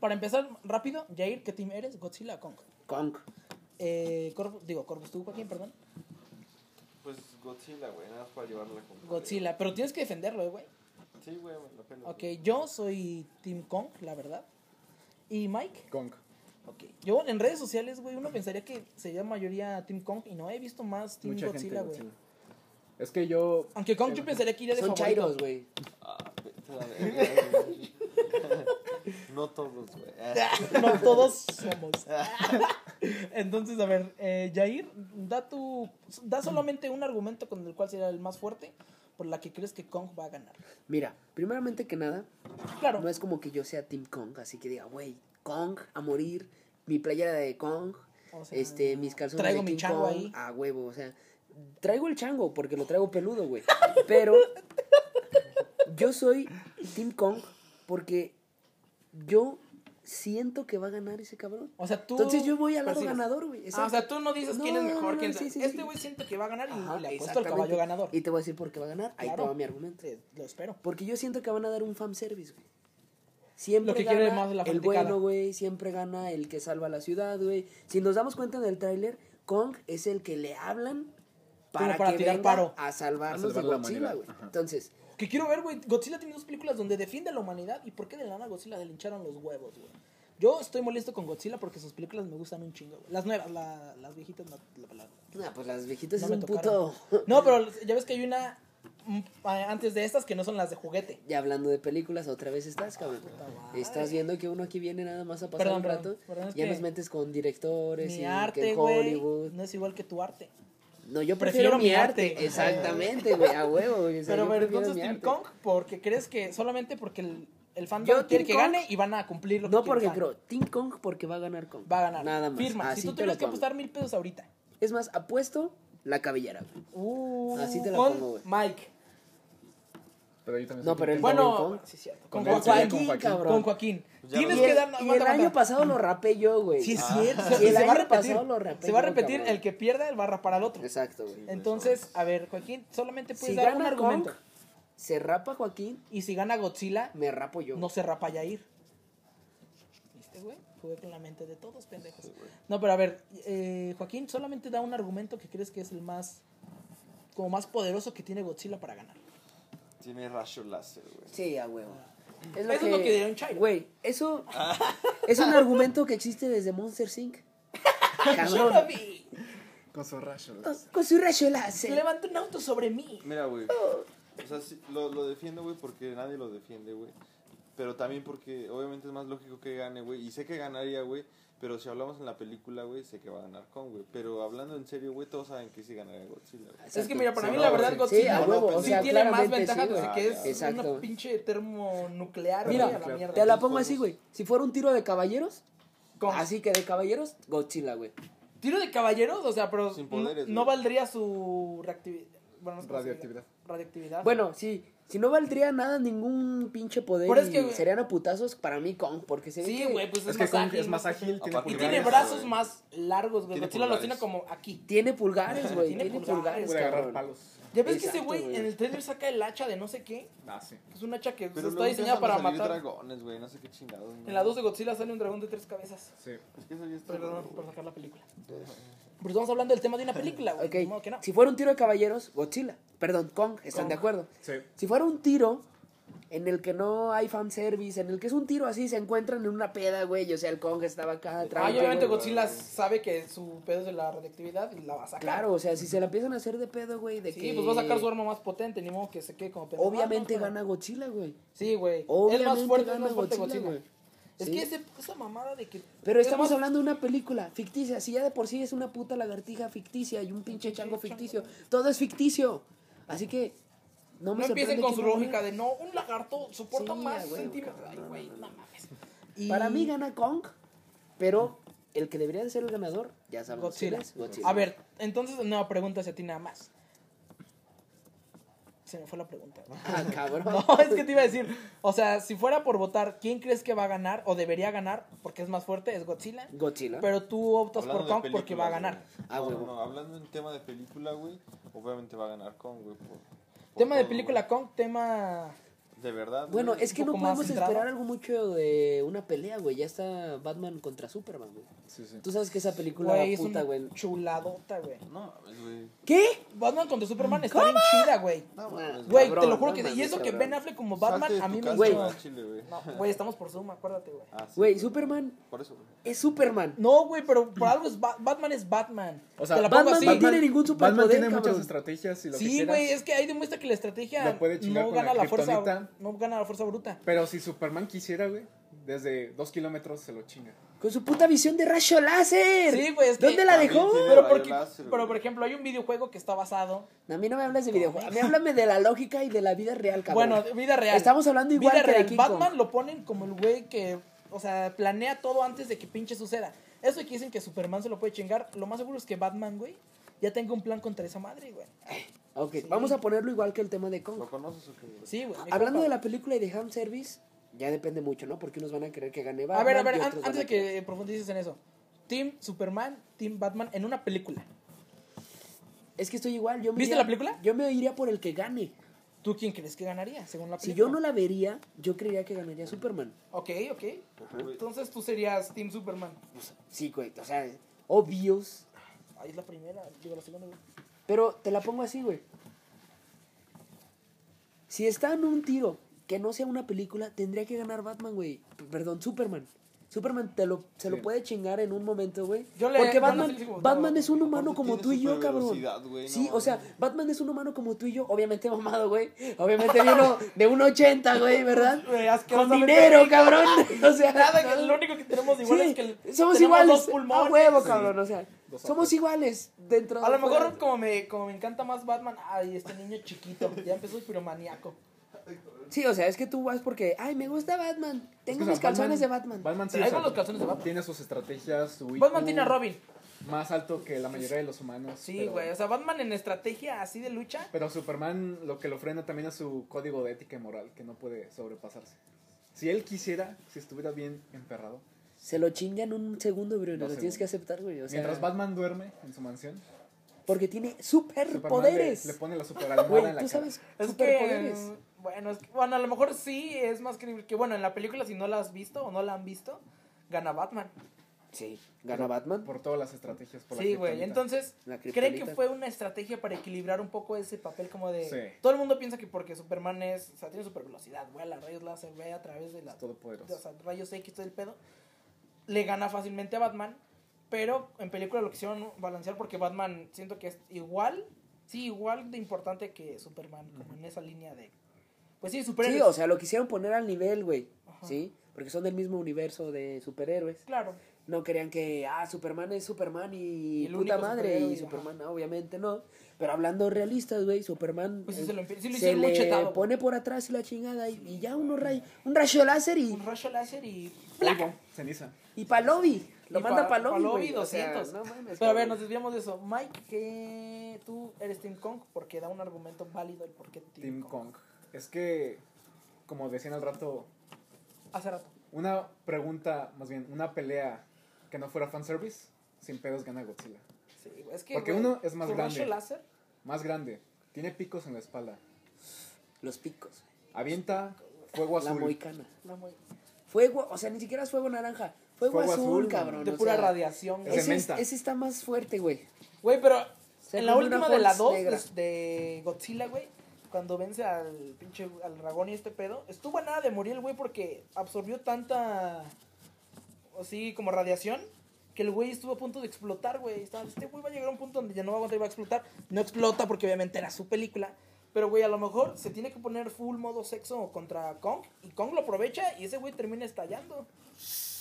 Speaker 2: Para empezar rápido, Jair, ¿qué team eres? ¿Godzilla o Kong?
Speaker 4: Kong.
Speaker 2: Eh, Corvus- digo, Corvus, ¿tú, Joaquín, perdón?
Speaker 5: Pues Godzilla, güey, nada más para llevarla con.
Speaker 2: Godzilla, pero tienes que defenderlo, eh, güey.
Speaker 5: Sí, güey, me la pela.
Speaker 2: Ok, yo soy Team Kong, la verdad. ¿Y Mike?
Speaker 3: Kong.
Speaker 2: Ok. Yo en redes sociales, güey, uno pensaría que sería mayoría Team Kong y no he visto más Team
Speaker 3: Mucha
Speaker 2: Godzilla,
Speaker 3: gente.
Speaker 2: güey.
Speaker 3: Godzilla. Es que yo.
Speaker 2: Aunque Kong yo
Speaker 3: Eh,
Speaker 2: pensaría que iría de
Speaker 4: Son
Speaker 2: favorito.
Speaker 4: chairos, güey.
Speaker 5: Ah, (laughs) vete a la verga, güey. (laughs) No todos, güey.
Speaker 2: (laughs)
Speaker 5: Ah,
Speaker 2: (laughs) No todos somos. (laughs) Entonces, a ver, eh, Jair, da tu da solamente un argumento con el cual será el más fuerte por la que crees que Kong va a ganar.
Speaker 4: Mira, primeramente que nada,
Speaker 2: Claro.
Speaker 4: no es como que yo sea Team Kong, así que diga, güey, Kong a morir, mi playera de Kong,
Speaker 2: o sea,
Speaker 4: este, mis calzones
Speaker 2: Traigo
Speaker 4: de
Speaker 2: mi
Speaker 4: King
Speaker 2: chango
Speaker 4: Kong,
Speaker 2: ahí.
Speaker 4: a huevo, o sea, traigo el chango porque lo traigo peludo, güey, (laughs) pero yo soy Team Kong porque yo siento que va a ganar ese cabrón.
Speaker 2: O sea, tú
Speaker 4: Entonces yo voy al lado
Speaker 2: persigues.
Speaker 4: ganador, güey.
Speaker 2: Ah, o
Speaker 4: exacto.
Speaker 2: sea, tú no dices
Speaker 4: No,
Speaker 2: quién es
Speaker 4: no,
Speaker 2: mejor,
Speaker 4: no,
Speaker 2: quién
Speaker 4: sí,
Speaker 2: sabe.
Speaker 4: sí,
Speaker 2: Este
Speaker 4: sí.
Speaker 2: güey siento que va a ganar y
Speaker 4: Ajá,
Speaker 2: le apuesto al
Speaker 4: exactamente.
Speaker 2: caballo ganador.
Speaker 4: Y te voy a decir por qué va a ganar, ahí
Speaker 2: Claro.
Speaker 4: te va mi argumento.
Speaker 2: Sí, lo espero.
Speaker 4: Porque yo siento que van a dar un fanservice, güey. Siempre
Speaker 2: Lo que
Speaker 4: gana
Speaker 2: quiere más la
Speaker 4: el
Speaker 2: fanaticada.
Speaker 4: bueno, güey. Siempre gana el que salva la ciudad, güey. Si nos damos cuenta en el tráiler, Kong es el que le hablan para,
Speaker 2: para
Speaker 4: que
Speaker 2: tirar
Speaker 4: venga
Speaker 2: paro.
Speaker 4: a salvarnos
Speaker 3: A salvar
Speaker 4: de
Speaker 3: la
Speaker 4: Godzilla,
Speaker 3: humanidad,
Speaker 4: güey.
Speaker 3: ajá.
Speaker 4: Entonces,
Speaker 2: Que quiero ver, güey. Godzilla tiene dos películas donde defiende a la humanidad. ¿Y por qué de la nada Godzilla le hincharon los huevos, güey? Yo estoy molesto con Godzilla porque sus películas me gustan un chingo, güey. Las nuevas, la- las viejitas no. la- la-
Speaker 4: nah, pues las viejitas
Speaker 2: no
Speaker 4: es
Speaker 2: me
Speaker 4: un
Speaker 2: tocaron.
Speaker 4: puto... (laughs)
Speaker 2: No, pero ya ves que hay una mm, a- antes de estas que no son las de juguete.
Speaker 4: Ya hablando de películas, otra vez estás, cabrón.
Speaker 2: puta madre.
Speaker 4: Estás viendo que uno aquí viene nada más a pasar
Speaker 2: Perdón,
Speaker 4: un
Speaker 2: perdón,
Speaker 4: rato.
Speaker 2: perdón, es
Speaker 4: ya
Speaker 2: que
Speaker 4: nos metes con directores
Speaker 2: Mi
Speaker 4: y que
Speaker 2: arte,
Speaker 4: en
Speaker 2: güey.
Speaker 4: Hollywood.
Speaker 2: No es igual que tu arte.
Speaker 4: No, yo prefiero, mi arte.
Speaker 2: güey.
Speaker 4: Exactamente, güey, a huevo. güey, o sea,
Speaker 2: Pero, pero
Speaker 4: yo prefiero
Speaker 2: entonces
Speaker 4: mi
Speaker 2: Team
Speaker 4: arte.
Speaker 2: Kong, porque crees que solamente porque el, el fandom
Speaker 4: Yo,
Speaker 2: quiere
Speaker 4: Team
Speaker 2: que
Speaker 4: Kong,
Speaker 2: gane y van a cumplir lo que
Speaker 4: No
Speaker 2: quiere el
Speaker 4: porque
Speaker 2: fan.
Speaker 4: creo, Team Kong porque va a ganar Kong.
Speaker 2: Va a ganar.
Speaker 4: Nada más.
Speaker 2: Firma.
Speaker 4: Así
Speaker 2: si tú
Speaker 4: te lo
Speaker 2: tuvieras que
Speaker 4: pongo.
Speaker 2: apostar mil pesos ahorita.
Speaker 4: Es más, apuesto la cabellera, güey.
Speaker 2: Uh,
Speaker 4: Así te la
Speaker 2: con
Speaker 4: pongo, güey.
Speaker 2: Mike.
Speaker 3: Pero yo también
Speaker 4: No,
Speaker 3: soy
Speaker 4: pero
Speaker 3: Kong.
Speaker 4: él
Speaker 2: Bueno,
Speaker 4: Kong?
Speaker 2: sí, cierto.
Speaker 3: Con
Speaker 2: Con,
Speaker 3: él sería
Speaker 2: Joaquín.
Speaker 3: con Joaquín.
Speaker 4: cabrón.
Speaker 2: Con Pues Joaquín.
Speaker 5: Ya
Speaker 2: Tienes
Speaker 5: ves.
Speaker 4: Y
Speaker 2: que
Speaker 4: el-
Speaker 2: dar.
Speaker 4: y el año pasado lo rapé yo, güey.
Speaker 2: Sí, es cierto.
Speaker 4: Y el
Speaker 2: se va a
Speaker 4: año
Speaker 2: repetir.
Speaker 4: pasado lo rapé
Speaker 2: Se va a
Speaker 4: yo,
Speaker 2: repetir.
Speaker 4: cabrón.
Speaker 2: El que pierda, él va a rapar al otro.
Speaker 4: Exacto, güey.
Speaker 2: Entonces, a ver, Joaquín, solamente puedes
Speaker 4: Si
Speaker 2: dar Pues un
Speaker 4: gana
Speaker 2: argumento.
Speaker 4: Kong, se rapa Joaquín,
Speaker 2: Y si gana Godzilla,
Speaker 4: me rapo yo.
Speaker 2: no se rapa Yair. ¿Viste, güey? Jugué con la mente de todos, pendejos. No, pero a ver, eh, Joaquín, solamente da un argumento que crees que es el más. Como más poderoso que tiene Godzilla para ganar.
Speaker 5: Tiene rayo láser, güey.
Speaker 4: Sí, a huevo.
Speaker 2: Eso es lo que diría un Ah. chairo.
Speaker 4: Güey, eso es un argumento que existe desde Monster Inc.
Speaker 2: (laughs)
Speaker 4: Cabrón.
Speaker 3: Con su rayo.
Speaker 4: Con su rayo
Speaker 2: Se
Speaker 4: láser.
Speaker 2: levanta un auto sobre mí.
Speaker 5: Mira, güey. O sea, sí, lo, lo defiendo, güey, porque nadie lo defiende, güey. Pero también porque obviamente es más lógico que gane, güey. Y sé que ganaría, güey. Pero si hablamos en la película, güey, sé que va a ganar con, güey. Pero hablando en serio, güey, todos saben que sí ganaría Godzilla, güey.
Speaker 4: Exacto.
Speaker 2: Es que mira, para
Speaker 5: Sí,
Speaker 2: mí
Speaker 5: no,
Speaker 2: la verdad
Speaker 5: sí.
Speaker 4: Sí,
Speaker 2: Godzilla
Speaker 4: a
Speaker 5: no lo
Speaker 4: huevo. O
Speaker 5: pensé.
Speaker 4: sea,
Speaker 2: sí tiene más
Speaker 4: claramente
Speaker 2: ventaja
Speaker 4: sí, güey.
Speaker 2: desde que es
Speaker 4: Exacto.
Speaker 2: una pinche termonuclear.
Speaker 4: Mira,
Speaker 2: güey, a la
Speaker 3: claro.
Speaker 2: mierda.
Speaker 4: Te la pongo así, güey. Si fuera un tiro de caballeros,
Speaker 2: Con-
Speaker 4: así que de caballeros, Godzilla, güey.
Speaker 2: Tiro de caballeros, o sea, pero
Speaker 5: Sin poderes,
Speaker 2: no, no
Speaker 5: güey.
Speaker 2: valdría su reactividad. Bueno, no sé cómo se diga.
Speaker 3: Radioactividad.
Speaker 2: Radioactividad.
Speaker 4: Bueno, sí. Si no valdría nada ningún pinche poder
Speaker 2: Pero es
Speaker 4: y
Speaker 2: que, güey-
Speaker 4: serían a putazos para mí Kong, porque se ve
Speaker 2: sí,
Speaker 4: que
Speaker 2: güey, pues es,
Speaker 3: Es que
Speaker 2: más
Speaker 3: Kong
Speaker 2: ágil,
Speaker 3: es más
Speaker 2: ¿no?
Speaker 3: ágil, tiene
Speaker 5: Aparte
Speaker 2: Y
Speaker 3: pulgares.
Speaker 2: tiene brazos más largos, güey.
Speaker 5: Tiene
Speaker 2: Godzilla los tiene
Speaker 5: pulgares.
Speaker 2: como aquí. (laughs)
Speaker 4: tiene pulgares, güey.
Speaker 2: Tiene
Speaker 4: Tiene,
Speaker 2: pulgares,
Speaker 4: pulgares,
Speaker 3: Puede agarrar
Speaker 4: cabrón.
Speaker 3: palos.
Speaker 2: Ya ves que ese
Speaker 4: Exacto,
Speaker 2: güey
Speaker 4: güey.
Speaker 2: en el trailer saca el hacha de no sé qué.
Speaker 3: Ah, sí.
Speaker 2: que Es un hacha que
Speaker 5: Pero
Speaker 2: está diseñada para matar.
Speaker 5: dragones, güey, no sé qué chingados. ¿no?
Speaker 2: En la 2 de Godzilla sale un dragón de tres cabezas.
Speaker 3: Sí.
Speaker 5: Es que eso ya está.
Speaker 2: Perdón por
Speaker 5: güey.
Speaker 2: sacar la película. Pero estamos hablando del tema de una película, güey.
Speaker 4: Ok.
Speaker 2: de modo que no.
Speaker 4: Si fuera un tiro de caballeros, Godzilla. Perdón, Kong, están
Speaker 2: Kong.
Speaker 4: de acuerdo.
Speaker 3: Sí.
Speaker 4: Si fuera un tiro en el que no hay fanservice, en el que es un tiro así, se encuentran en una peda, güey. O sea, el Kong estaba acá
Speaker 5: Ah,
Speaker 2: Ah,
Speaker 4: atrás.
Speaker 2: y
Speaker 5: Tranquilo,
Speaker 2: obviamente
Speaker 5: güey.
Speaker 2: Godzilla sabe que su pedo es de la radioactividad y la va a sacar.
Speaker 4: Claro, o sea, si se la empiezan a hacer de pedo, güey, de
Speaker 2: Sí,
Speaker 4: que...
Speaker 2: pues va a sacar su arma más potente, ni modo que se quede como pendejo.
Speaker 4: Obviamente
Speaker 2: Ah, no, pero-
Speaker 4: gana Godzilla, güey.
Speaker 2: Sí, güey. Es
Speaker 4: Obviamente
Speaker 2: más fuerte, es
Speaker 4: gana
Speaker 2: más fuerte
Speaker 4: Godzilla,
Speaker 2: Godzilla.
Speaker 4: güey.
Speaker 2: Es
Speaker 4: Sí.
Speaker 2: que ese- esa mamada de que.
Speaker 4: Pero
Speaker 2: es
Speaker 4: estamos
Speaker 2: más-
Speaker 4: hablando de una película ficticia. Si ya de por sí es una puta lagartija ficticia y un pinche chango ficticio. Todo es ficticio. Así que no me
Speaker 2: No empiecen
Speaker 4: sorprende
Speaker 2: con
Speaker 4: que
Speaker 2: su
Speaker 4: no gane.
Speaker 2: lógica de no, un lagarto soporta
Speaker 4: Sí,
Speaker 2: más
Speaker 4: güey,
Speaker 2: centímetros.
Speaker 4: cabrón,
Speaker 2: Ay, güey, no mames.
Speaker 4: Para mí gana Kong, pero el que debería de ser el ganador, ya sabemos
Speaker 2: Godzilla.
Speaker 4: quién es, Godzilla.
Speaker 2: A ver, entonces, no, pregunta hacia ti nada más. Se me fue la pregunta.
Speaker 4: (laughs) Ah, cabrón.
Speaker 2: (laughs) No, es que te iba a decir, o sea, si fuera por votar, ¿quién crees que va a ganar o debería ganar porque es más fuerte? Es Godzilla.
Speaker 4: Godzilla.
Speaker 2: Pero tú optas
Speaker 5: Hablando
Speaker 2: por
Speaker 5: de
Speaker 2: Kong porque va a
Speaker 5: películas, eh,
Speaker 2: ganar.
Speaker 5: güey.
Speaker 4: Ah,
Speaker 5: No,
Speaker 4: huevo.
Speaker 5: no, no, hablando en tema de película, güey, obviamente va a ganar Kong, güey. por- por
Speaker 2: Tema de
Speaker 5: todo,
Speaker 2: película
Speaker 5: güey.
Speaker 2: Kong, tema...
Speaker 5: De verdad.
Speaker 4: Bueno,
Speaker 5: güey.
Speaker 4: es que no
Speaker 2: poco más
Speaker 4: podemos
Speaker 2: centrado.
Speaker 4: esperar algo mucho de una pelea, güey. Ya está Batman contra Superman, güey.
Speaker 3: Sí, sí.
Speaker 4: Tú sabes que esa película,
Speaker 2: Güey, es
Speaker 4: puta,
Speaker 2: una
Speaker 4: güey.
Speaker 2: chuladota, güey.
Speaker 5: No, mames, güey.
Speaker 4: ¿Qué?
Speaker 2: Batman contra
Speaker 4: Mm,
Speaker 2: Superman está bien chida, güey.
Speaker 5: No, mames,
Speaker 2: Güey,
Speaker 4: Cabrón,
Speaker 2: te lo juro
Speaker 4: no
Speaker 2: que sí. Y
Speaker 4: mames,
Speaker 2: eso que
Speaker 4: cabrón.
Speaker 2: Ben Affleck como
Speaker 5: Salte
Speaker 2: Batman
Speaker 5: de
Speaker 2: a
Speaker 5: tu
Speaker 2: mí me
Speaker 5: casa,
Speaker 4: Güey.
Speaker 5: al Chile, güey.
Speaker 2: No, güey, estamos por Zoom, acuérdate, güey.
Speaker 5: Ah, sí,
Speaker 4: Güey, Superman
Speaker 5: Por eso, güey.
Speaker 4: es Superman.
Speaker 2: No, güey, pero por algo es Ba- Batman es Batman.
Speaker 3: O sea,
Speaker 2: Te la pongo
Speaker 4: Batman
Speaker 2: así.
Speaker 4: no tiene ningún
Speaker 3: Batman
Speaker 4: superpoder,
Speaker 3: tiene
Speaker 4: cabrón.
Speaker 3: muchas estrategias y lo que
Speaker 2: Sí,
Speaker 3: quieras.
Speaker 2: güey, es que ahí demuestra que la estrategia
Speaker 3: La puede chingar
Speaker 2: no
Speaker 3: con
Speaker 2: gana
Speaker 3: la
Speaker 2: la fuerza
Speaker 3: kriptonita.
Speaker 2: no gana la fuerza bruta.
Speaker 3: Pero si Superman quisiera, güey, desde dos kilómetros se lo chinga.
Speaker 4: Con su puta visión de rayo láser.
Speaker 2: Sí, güey, es que- pues.
Speaker 4: ¿Dónde la
Speaker 5: También
Speaker 4: dejó?
Speaker 5: tiene
Speaker 2: Pero,
Speaker 5: rayo
Speaker 2: porque,
Speaker 5: láser,
Speaker 2: pero
Speaker 5: güey.
Speaker 2: por ejemplo, hay un videojuego que está basado.
Speaker 4: A mí no me hables de videojuegos. A mí háblame de la lógica y de la vida real, cabrón.
Speaker 2: Bueno, de vida real.
Speaker 4: Estamos hablando igual
Speaker 2: vida
Speaker 4: que de
Speaker 2: real.
Speaker 4: King
Speaker 2: Batman
Speaker 4: Kong.
Speaker 2: lo ponen como el güey que, o sea, planea todo antes de que pinche suceda. Eso que dicen que Superman se lo puede chingar, lo más seguro es que Batman, güey, ya tenga un plan contra esa madre, güey.
Speaker 4: Ok, vamos a ponerlo igual que el tema de Kong.
Speaker 5: ¿Lo conoces o qué, güey?
Speaker 2: Sí, güey. mi
Speaker 4: Hablando
Speaker 2: compa.
Speaker 4: de la película y de Ham Service, ya depende mucho, ¿no? Porque unos van a querer que gane Batman.
Speaker 2: a ver, a ver,
Speaker 4: y
Speaker 2: an-
Speaker 4: otros van
Speaker 2: antes de
Speaker 4: a querer-
Speaker 2: que profundices en eso. Team Superman, Team Batman en una película.
Speaker 4: Es que estoy igual. Yo me
Speaker 2: ¿Viste
Speaker 4: iría-
Speaker 2: la película?
Speaker 4: Yo me iría por el que gane.
Speaker 2: ¿Tú quién crees que ganaría según la
Speaker 4: Si
Speaker 2: película?
Speaker 4: yo no la vería, yo creería que ganaría Superman.
Speaker 2: Ok, ok. Entonces tú serías Team Superman.
Speaker 4: Sí, güey, o sea, obvios.
Speaker 2: Ahí es la primera, digo la segunda. güey.
Speaker 4: Pero te la pongo así, güey. Si está en un tiro que no sea una película, tendría que ganar Batman, güey. P- Perdón, Superman. Superman te lo, se lo
Speaker 3: Sí.
Speaker 4: puede chingar en un momento, güey.
Speaker 2: Yo le-
Speaker 4: Porque
Speaker 2: yo no
Speaker 4: Batman,
Speaker 2: sé si como-
Speaker 4: Batman es un
Speaker 5: Aparte
Speaker 4: humano como
Speaker 5: tiene
Speaker 4: tú y yo, cabrón.
Speaker 5: supervelocidad, güey, no
Speaker 4: sí, o
Speaker 5: mames.
Speaker 4: sea, Batman es un humano como tú y yo. Obviamente mamado, güey. Obviamente de uno de un 80, güey, ¿verdad?
Speaker 2: Güey,
Speaker 4: Con
Speaker 2: asquerosamente
Speaker 4: dinero, cabrón. (laughs) O sea,
Speaker 2: Nada, que lo único que tenemos igual
Speaker 4: Sí,
Speaker 2: es que el-
Speaker 4: somos
Speaker 2: tenemos
Speaker 4: iguales. Ah,
Speaker 2: dos pulmones.
Speaker 4: A huevo, cabrón. O sea,
Speaker 3: Dos
Speaker 4: somos
Speaker 3: ojos.
Speaker 4: iguales dentro.
Speaker 2: A lo
Speaker 4: de- fuera.
Speaker 2: mejor como me, como me encanta más Batman, ay, este niño chiquito, ya empezó el piromaníaco.
Speaker 4: Sí, o sea, es que tú vas porque, ay, me gusta Batman.
Speaker 3: Es
Speaker 4: Tengo
Speaker 3: que, o
Speaker 4: mis
Speaker 3: sea,
Speaker 4: calzones de Batman.
Speaker 3: Batman sí, o
Speaker 2: Traigo
Speaker 3: sea,
Speaker 2: los calzones de Batman.
Speaker 3: tiene sus estrategias, su IQ
Speaker 2: Batman tiene a Robin.
Speaker 3: más alto que la mayoría de los humanos.
Speaker 2: Sí,
Speaker 3: pero-
Speaker 2: güey, o sea, Batman en estrategia así de lucha.
Speaker 3: Pero Superman lo que lo frena también es su código de ética y moral, que no puede sobrepasarse. Si él quisiera, si estuviera bien emperrado.
Speaker 4: Se lo chinga en un segundo, Bruno.
Speaker 3: Dos
Speaker 4: lo tienes
Speaker 3: segundos.
Speaker 4: que aceptar, güey. O sea,
Speaker 3: Mientras Batman duerme en su mansión,
Speaker 4: Porque tiene
Speaker 3: Superman le,
Speaker 4: superpoderes.
Speaker 3: le pone la super
Speaker 4: Güey,
Speaker 3: en la cara.
Speaker 4: tú sabes,
Speaker 2: Es que,
Speaker 4: superpoderes.
Speaker 2: bueno, es que- bueno, a lo mejor sí es más creíble que, bueno, en la película si no la has visto o no la han visto, gana Batman.
Speaker 4: Sí, gana Batman.
Speaker 3: Por todas las estrategias. Por la
Speaker 2: Sí, güey.
Speaker 3: kriptonita.
Speaker 2: Entonces,
Speaker 4: La
Speaker 2: ¿creen
Speaker 4: kriptonita.
Speaker 2: que fue una estrategia para equilibrar un poco ese papel como de...
Speaker 3: Sí.
Speaker 2: Todo el mundo piensa que porque Superman es... O sea, tiene super velocidad, vuela, rayos láser, ve a través de las...
Speaker 3: Es todopoderoso.
Speaker 2: o sea, rayos X, todo el pedo. Le gana fácilmente a Batman. Pero en película lo quisieron balancear porque Batman siento que es igual... Sí, igual de importante que Superman, como en esa línea de... Pues sí, superhéroes.
Speaker 4: Sí, o sea, lo quisieron poner al nivel, güey.
Speaker 2: Ajá.
Speaker 4: ¿Sí? Porque son del mismo universo de superhéroes.
Speaker 2: Claro.
Speaker 4: No querían que, ah, Superman es Superman y,
Speaker 2: Y el
Speaker 4: puta
Speaker 2: único
Speaker 4: madre.
Speaker 2: superhéroe,
Speaker 4: Y
Speaker 2: ajá.
Speaker 4: Superman, obviamente no. Pero hablando realistas, güey, Superman.
Speaker 2: Pues sí,
Speaker 4: eh,
Speaker 2: se lo, empie- sí lo
Speaker 4: se
Speaker 2: hicieron muy pues.
Speaker 4: le
Speaker 2: chetado. güey.
Speaker 4: pone por atrás y la chingada y, y ya uno ray, un rayo láser y,
Speaker 2: Un rayo láser y... pues,
Speaker 3: Polvo, ceniza.
Speaker 4: y pa' lobby. Lo
Speaker 2: Y
Speaker 4: manda
Speaker 2: pa-
Speaker 4: pa' lobby,
Speaker 2: pa' lobby
Speaker 4: güey, o sea,
Speaker 2: 200.
Speaker 4: no mames,
Speaker 2: Pero a ver,
Speaker 4: cabrón.
Speaker 2: nos desviamos de eso. Mike, que tú eres Team Kong porque da un argumento válido el por qué Team,
Speaker 3: Team
Speaker 2: Kong.
Speaker 3: Kong. Es que, como decían al rato,
Speaker 2: Hace rato.
Speaker 3: una pregunta, más bien, una pelea que no fuera fanservice, sin pedos gana Godzilla.
Speaker 2: Sí, güey, es que,
Speaker 3: Porque
Speaker 2: güey,
Speaker 3: uno es más
Speaker 2: su
Speaker 3: grande.
Speaker 2: rayo láser,
Speaker 3: Más grande, tiene picos en la espalda,
Speaker 4: Los picos.
Speaker 3: avienta fuego
Speaker 4: La
Speaker 3: azul.
Speaker 4: moicana.
Speaker 2: la muy-
Speaker 4: Fuego, o sea, ni siquiera es fuego naranja. Fuego,
Speaker 3: Fuego
Speaker 4: azul,
Speaker 3: azul,
Speaker 4: cabrón.
Speaker 2: de
Speaker 4: o
Speaker 2: pura
Speaker 4: sea,
Speaker 2: radiación.
Speaker 3: Es de
Speaker 4: Ese, es-
Speaker 3: menta.
Speaker 4: ese está más fuerte, güey.
Speaker 2: Güey, pero
Speaker 4: Se
Speaker 2: en la
Speaker 4: come una
Speaker 2: última de la
Speaker 4: Hulk
Speaker 2: 2
Speaker 4: negra.
Speaker 2: de, de Godzilla, güey, cuando vence al pinche al dragón y este pedo, estuvo a nada de morir el güey porque absorbió tanta así como radiación que el güey estuvo a punto de explotar, güey. Estaba, Este güey va a llegar a un punto donde ya no va a aguantar y va a explotar. No explota porque obviamente era su película. Pero, güey, a lo mejor se tiene que poner full modo sexo contra Kong. Y Kong lo aprovecha y ese güey termina estallando.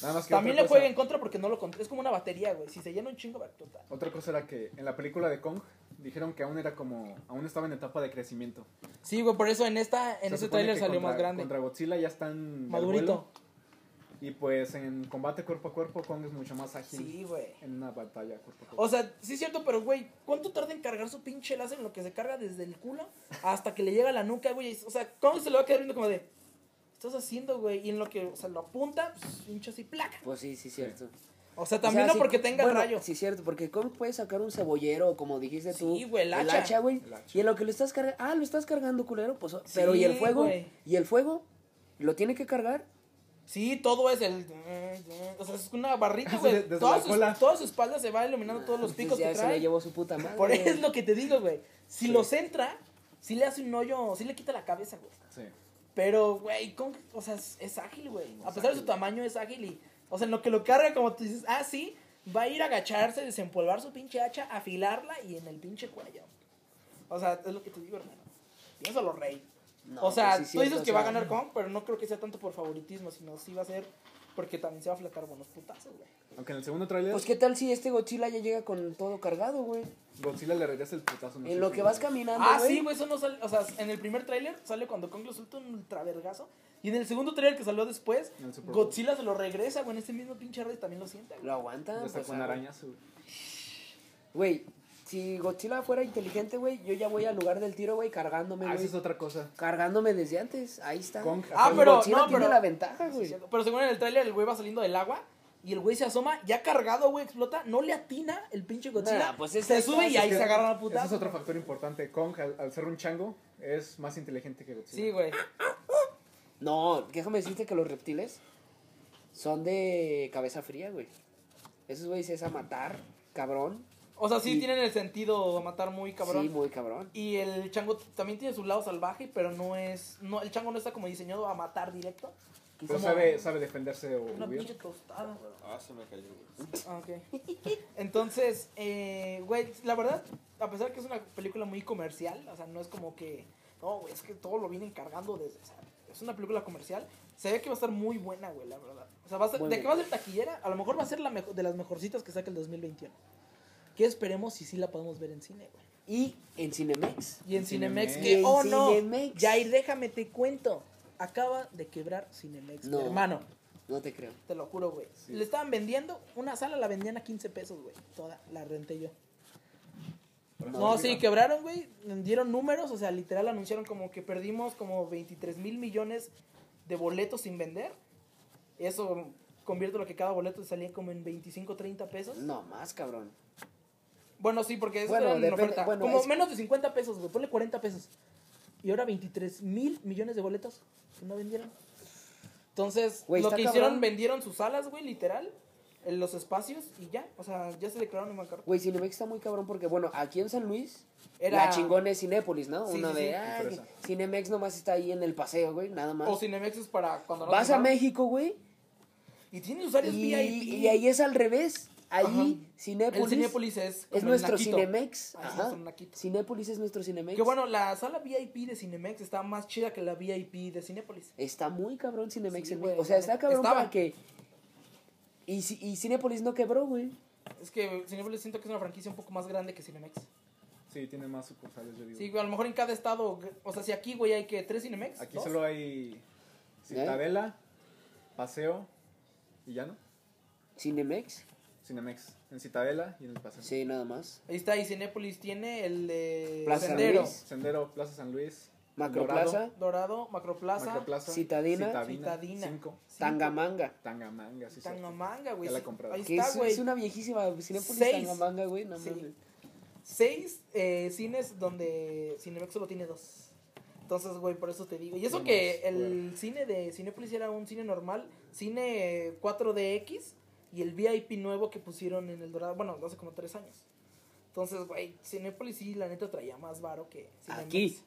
Speaker 3: Nada más que
Speaker 2: También
Speaker 3: otra
Speaker 2: le
Speaker 3: cosa-
Speaker 2: juega en contra porque no lo controla. Es como una batería, güey. Si se llena un chingo, va a explotar.
Speaker 3: Otra cosa era que en la película de Kong dijeron que aún era como, aún estaba en etapa de crecimiento.
Speaker 2: Sí, güey, por eso en esta, en
Speaker 3: Se
Speaker 2: ese
Speaker 3: supone
Speaker 2: tráiler
Speaker 3: que
Speaker 2: salió
Speaker 3: contra-
Speaker 2: más grande.
Speaker 3: Contra Godzilla ya están al
Speaker 2: Madurito.
Speaker 3: vuelo, Y pues en combate cuerpo a cuerpo, Kong es mucho más ágil
Speaker 2: Sí, güey.
Speaker 3: en una batalla cuerpo a cuerpo.
Speaker 2: O sea, sí es cierto, pero güey, ¿cuánto tarda en cargar su pinche láser en lo que se carga desde el culo hasta que le llega a la nuca, güey? O sea, ¿cómo se lo va a quedar viendo como de, "¿Qué estás haciendo, güey? Y en lo que, o sea, lo apunta, pues, pinche así, placa.
Speaker 4: Pues sí, sí, cierto.
Speaker 2: O sea,
Speaker 4: O
Speaker 2: también
Speaker 4: sea,
Speaker 2: no
Speaker 4: sí-
Speaker 2: porque tenga
Speaker 4: bueno,
Speaker 2: rayo.
Speaker 4: Sí, cierto, porque Kong puede sacar un cebollero, o como dijiste tú.
Speaker 2: Sí, güey, el hacha.
Speaker 4: güey.
Speaker 3: El hacha.
Speaker 4: Y en lo que lo estás cargando. Ah, lo estás cargando, culero. Pues,
Speaker 2: Sí,
Speaker 4: pero ¿y el fuego?
Speaker 2: güey.
Speaker 4: ¿Y el fuego? ¿Lo tiene que cargar?
Speaker 2: Sí, todo es el... O sea, es una barrita,
Speaker 3: (laughs) Desde-
Speaker 2: güey.
Speaker 3: desde la
Speaker 2: Toda, su-
Speaker 3: cola.
Speaker 2: toda su espalda se va iluminando todos los picos
Speaker 4: Entonces Ah, ya
Speaker 2: que
Speaker 4: se lo
Speaker 2: trae.
Speaker 4: llevó su puta madre.
Speaker 2: Por eso es lo que te digo, güey. Si los entra, si le hace un hoyo, si le quita la cabeza, güey.
Speaker 3: Sí.
Speaker 2: Pero, güey, Kong, o sea, es, es ágil, güey. A pesar de su tamaño, es ágil y, o sea, en lo que lo carga, como tú dices, ah, sí, va a ir a agacharse, desempolvar su pinche hacha, afilarla y en el pinche cuello. O sea, es lo que te digo, hermano. Piénsalo, rey.
Speaker 4: No,
Speaker 2: o sea,
Speaker 4: pues sí,
Speaker 2: tú
Speaker 4: cierto,
Speaker 2: dices
Speaker 4: o
Speaker 2: que va a
Speaker 4: sea,
Speaker 2: ganar Kong, pero no creo que sea tanto por favoritismo, sino sí va a ser porque también se va a flatar buenos putazos, güey.
Speaker 3: Aunque en el segundo tráiler
Speaker 4: Pues qué tal si este Godzilla ya llega con todo cargado, güey.
Speaker 3: Godzilla le regresa el putazo. no sé
Speaker 4: En lo
Speaker 3: si-
Speaker 4: que vas caminando,
Speaker 2: Ah, sí, güey, eso no sale. O sea, en el primer tráiler sale cuando Kong lo suelta un ultravergazo. Y en el segundo tráiler que salió después,
Speaker 3: En el Super Bowl.
Speaker 2: Godzilla se lo regresa, güey. En este mismo pinche rey también lo sienta, güey.
Speaker 4: Lo aguanta.
Speaker 3: Ya está
Speaker 4: pues,
Speaker 3: con
Speaker 4: ah,
Speaker 3: arañas. güey.
Speaker 4: Güey, si Godzilla fuera inteligente, güey, yo ya voy al lugar del tiro, güey, cargándome,
Speaker 3: Ah, esa
Speaker 4: güey.
Speaker 3: es otra cosa.
Speaker 4: Cargándome desde antes. Ahí está.
Speaker 3: Kong-
Speaker 2: Ah,
Speaker 4: Pues
Speaker 2: pero
Speaker 4: Godzilla
Speaker 2: no,
Speaker 4: tiene
Speaker 2: pero.
Speaker 4: la ventaja,
Speaker 2: Sí,
Speaker 4: güey.
Speaker 2: cierto. pero según en el tráiler, el güey va saliendo del agua. Y el güey se asoma, ya cargado, güey, explota. No le atina el pinche Godzilla.
Speaker 4: Nah, pues
Speaker 2: se
Speaker 4: ese-
Speaker 2: sube y
Speaker 4: es
Speaker 2: ahí
Speaker 3: que
Speaker 2: se agarra la puta.
Speaker 3: Ese es otro factor importante. Kong, al, al ser un chango, es más inteligente que Godzilla.
Speaker 2: Sí, güey.
Speaker 4: No, déjame decirte que los reptiles son de cabeza fría, güey. Esos güeyes es a matar, cabrón.
Speaker 2: O sea, sí
Speaker 4: Y-
Speaker 2: tienen el sentido matar muy cabrón.
Speaker 4: Sí, muy cabrón.
Speaker 2: Y el chango t- también tiene su lado salvaje, pero no es. No, el chango no está como diseñado a matar directo.
Speaker 3: Pero
Speaker 2: Como-
Speaker 3: sabe, sabe defenderse o
Speaker 2: Una
Speaker 3: huir.
Speaker 2: pinche tostada, güey.
Speaker 5: Ah, se me cayó, güey.
Speaker 2: Ah, ok. (laughs) Entonces, eh, güey, la verdad, a pesar que es una película muy comercial, o sea, no es como que. No, güey, es que todo lo vienen cargando desde. o sea, es una película comercial. Se ve que va a estar muy buena, güey, la verdad. O sea, va a ser,
Speaker 4: Muy
Speaker 2: de que va
Speaker 4: buena.
Speaker 2: a ser taquillera, a lo mejor va a ser la mejo- de las mejorcitas que saca el 2021. Que esperemos si sí la podemos ver en cine, güey.
Speaker 4: Y en Cinemex.
Speaker 2: Y en Cinemex,
Speaker 3: En Cinemex.
Speaker 2: que,
Speaker 4: Y en
Speaker 2: oh no,
Speaker 4: Cinemex.
Speaker 2: Jair, déjame te cuento. Acaba de quebrar Cinemex,
Speaker 4: No.
Speaker 2: hermano.
Speaker 4: No te creo.
Speaker 2: Te lo juro, güey.
Speaker 3: Sí.
Speaker 2: Le estaban vendiendo, una sala la vendían a 15 pesos, güey. Toda, la renté yo. No, sí, quebraron, güey. Dieron números, o sea, literal anunciaron como que perdimos como 23 mil millones de boletos sin vender. Eso convierte lo que cada boleto salía como en 25, 30 pesos.
Speaker 4: No más, cabrón.
Speaker 2: Bueno, sí, porque eso
Speaker 4: Bueno,
Speaker 2: era en
Speaker 4: depende-
Speaker 2: oferta.
Speaker 4: bueno,
Speaker 2: como
Speaker 4: es-
Speaker 2: menos de 50 pesos, güey. Ponle 40 pesos. Y ahora 23 mil millones de boletos que no vendieron. Entonces,
Speaker 4: Güey,
Speaker 2: lo
Speaker 4: está
Speaker 2: que hicieron,
Speaker 4: cabrón.
Speaker 2: vendieron sus salas, güey, literal. en los espacios y ya. O sea, ya se declararon en bancarrota.
Speaker 4: Güey, Cinemex está muy cabrón porque, bueno, aquí en San Luis,
Speaker 2: Era-
Speaker 4: la chingona es Cinépolis, ¿no?
Speaker 2: Sí,
Speaker 4: Una
Speaker 2: sí,
Speaker 4: de.
Speaker 2: sí.
Speaker 4: ay,
Speaker 3: Impresa.
Speaker 4: Cinemex nomás está ahí en el paseo, güey, nada más.
Speaker 2: O Cinemex es para cuando no
Speaker 4: Vas a
Speaker 2: cerraron.
Speaker 4: México, güey,
Speaker 2: Y tiene usuarios
Speaker 4: y,
Speaker 2: VIP.
Speaker 4: y ahí es al revés. Ahí,
Speaker 2: Ajá.
Speaker 4: Cinépolis.
Speaker 2: El Cinépolis es. como
Speaker 4: Es
Speaker 2: el
Speaker 4: nuestro
Speaker 2: naquito.
Speaker 4: Cinemex.
Speaker 2: Ah, es
Speaker 4: Ajá.
Speaker 2: nuestro naquito.
Speaker 4: Cinépolis es nuestro Cinemex.
Speaker 2: Que bueno, la sala VIP de Cinemex está más chida que la VIP de Cinépolis.
Speaker 4: Está muy cabrón Cinemex.
Speaker 2: Sí,
Speaker 4: en-
Speaker 2: güey,
Speaker 4: o sea, está cabrón
Speaker 2: estaba.
Speaker 4: para que... Y, ci- y Cinépolis no quebró, güey.
Speaker 2: Es que Cinépolis siento que es una franquicia un poco más grande que Cinemex.
Speaker 3: Sí, tiene más sucursales, yo digo.
Speaker 2: Sí, güey, a lo mejor en cada estado, o sea, si aquí, güey, hay que tres Cinemex.
Speaker 3: Aquí
Speaker 2: dos.
Speaker 3: solo hay Citadela, Paseo y ya no.
Speaker 4: Cinemex.
Speaker 3: Cinemex. En Citadela y en el Paseo.
Speaker 4: Sí, nada más.
Speaker 2: Ahí está, y Cinépolis tiene el de
Speaker 4: Plaza San
Speaker 2: Sendero,
Speaker 4: Luis.
Speaker 3: Sendero, Plaza San Luis.
Speaker 4: Macroplaza,
Speaker 2: Dorado, Macroplaza,
Speaker 3: Macroplaza.
Speaker 4: Citadina.
Speaker 2: Citadina,
Speaker 3: Cinco.
Speaker 2: Cinco,
Speaker 4: Tangamanga.
Speaker 3: Tangamanga, sí, cierto.
Speaker 2: Tangamanga, güey.
Speaker 3: Ya la
Speaker 2: sí,
Speaker 3: compraron.
Speaker 2: Ahí
Speaker 4: Que
Speaker 2: está,
Speaker 4: es,
Speaker 2: güey.
Speaker 4: es una viejísima Cinépolis
Speaker 2: Seis.
Speaker 4: Tangamanga, güey. No
Speaker 2: Sí.
Speaker 4: mames.
Speaker 2: Seis eh, cines donde Cinemex solo tiene dos. Entonces, güey, por eso te digo. Y eso
Speaker 3: No
Speaker 2: que
Speaker 3: más,
Speaker 2: el cine de Cinépolis era un cine normal, cine eh, 4DX y el VIP nuevo que pusieron en el Dorado, bueno, hace como tres años. Entonces, güey, Cinépolis sí, la neta traía más varo que Cinemex.
Speaker 4: Aquí.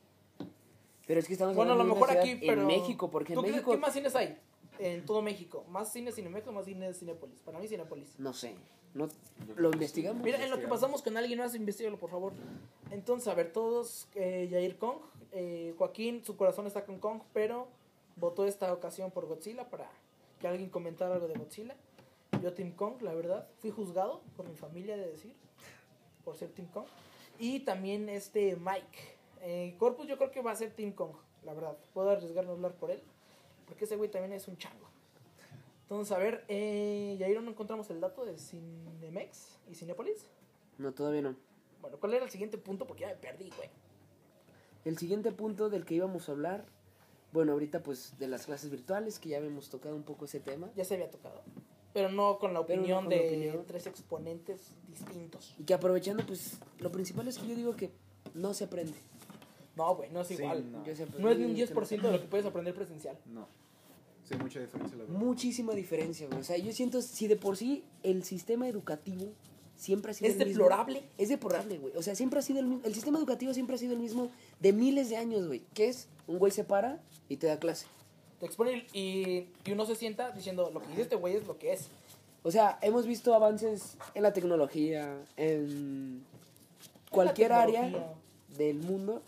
Speaker 4: Pero es que estamos
Speaker 2: Bueno, a lo
Speaker 4: hablando de
Speaker 2: mejor
Speaker 4: una
Speaker 2: aquí,
Speaker 4: ciudad
Speaker 2: pero.
Speaker 4: en México, porque
Speaker 2: ¿Tú
Speaker 4: en
Speaker 2: crees-
Speaker 4: México...
Speaker 2: ¿Qué más cines hay? En todo México. ¿Más cines Cinemex o más cines Cinépolis? Para mí, Cinépolis.
Speaker 4: No sé. No, lo investigamos.
Speaker 2: Mira, en lo que pasamos con alguien más, investigalo, por favor. Entonces, a ver, todos, eh, Jair Kong, eh, Joaquín, su corazón está con Kong, pero votó esta ocasión por Godzilla para que alguien comentara algo de Godzilla. Yo, Team Kong, la verdad, fui juzgado por mi familia, de decir, por ser Team Kong. Y también este Mike. Eh, Corpus yo creo que va a ser Team Kong, la verdad. Puedo arriesgarme a hablar por él, porque ese güey también es un chango. Entonces, a ver, eh, Yair, no encontramos el dato de Cinemex y Cinépolis.
Speaker 4: No, todavía no.
Speaker 2: Bueno, ¿cuál era el siguiente punto? Porque ya me perdí, güey.
Speaker 4: El siguiente punto del que íbamos a hablar, bueno, ahorita pues de las clases virtuales, que ya habíamos tocado un poco ese tema.
Speaker 2: Ya se había tocado. Pero no con la
Speaker 4: Pero no
Speaker 2: opinión
Speaker 4: con
Speaker 2: de
Speaker 4: la opinión.
Speaker 2: tres exponentes distintos.
Speaker 4: Y que aprovechando, pues, lo principal es que yo digo que no se aprende.
Speaker 2: No, güey, no es
Speaker 3: Sí,
Speaker 2: igual.
Speaker 3: no.
Speaker 4: Yo sí
Speaker 2: No es ni un
Speaker 4: aprendí,
Speaker 2: 10% de lo que puedes aprender presencial.
Speaker 3: No. Sí, hay mucha diferencia, la verdad.
Speaker 4: Muchísima diferencia, güey. O sea, yo siento, si de por sí el sistema educativo siempre ha sido
Speaker 2: Es
Speaker 4: el mismo.
Speaker 2: deplorable.
Speaker 4: Es deplorable, güey. O sea, siempre ha sido el mismo. El sistema educativo siempre ha sido el mismo de miles de años, güey. Que es, un güey se para y te da clase.
Speaker 2: Te exponen y, y uno se sienta diciendo, lo que dice este güey es lo que es.
Speaker 4: O sea, hemos visto avances en la tecnología, en cualquier área
Speaker 2: tecnología.
Speaker 4: del mundo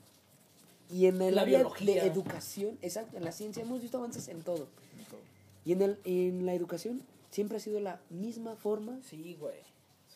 Speaker 4: y en el
Speaker 2: La
Speaker 4: área
Speaker 2: biología.
Speaker 4: de educación, exacto, en la ciencia hemos visto avances en todo.
Speaker 3: en todo.
Speaker 4: Y en, el, en la educación siempre ha sido la misma forma.
Speaker 2: Sí, güey.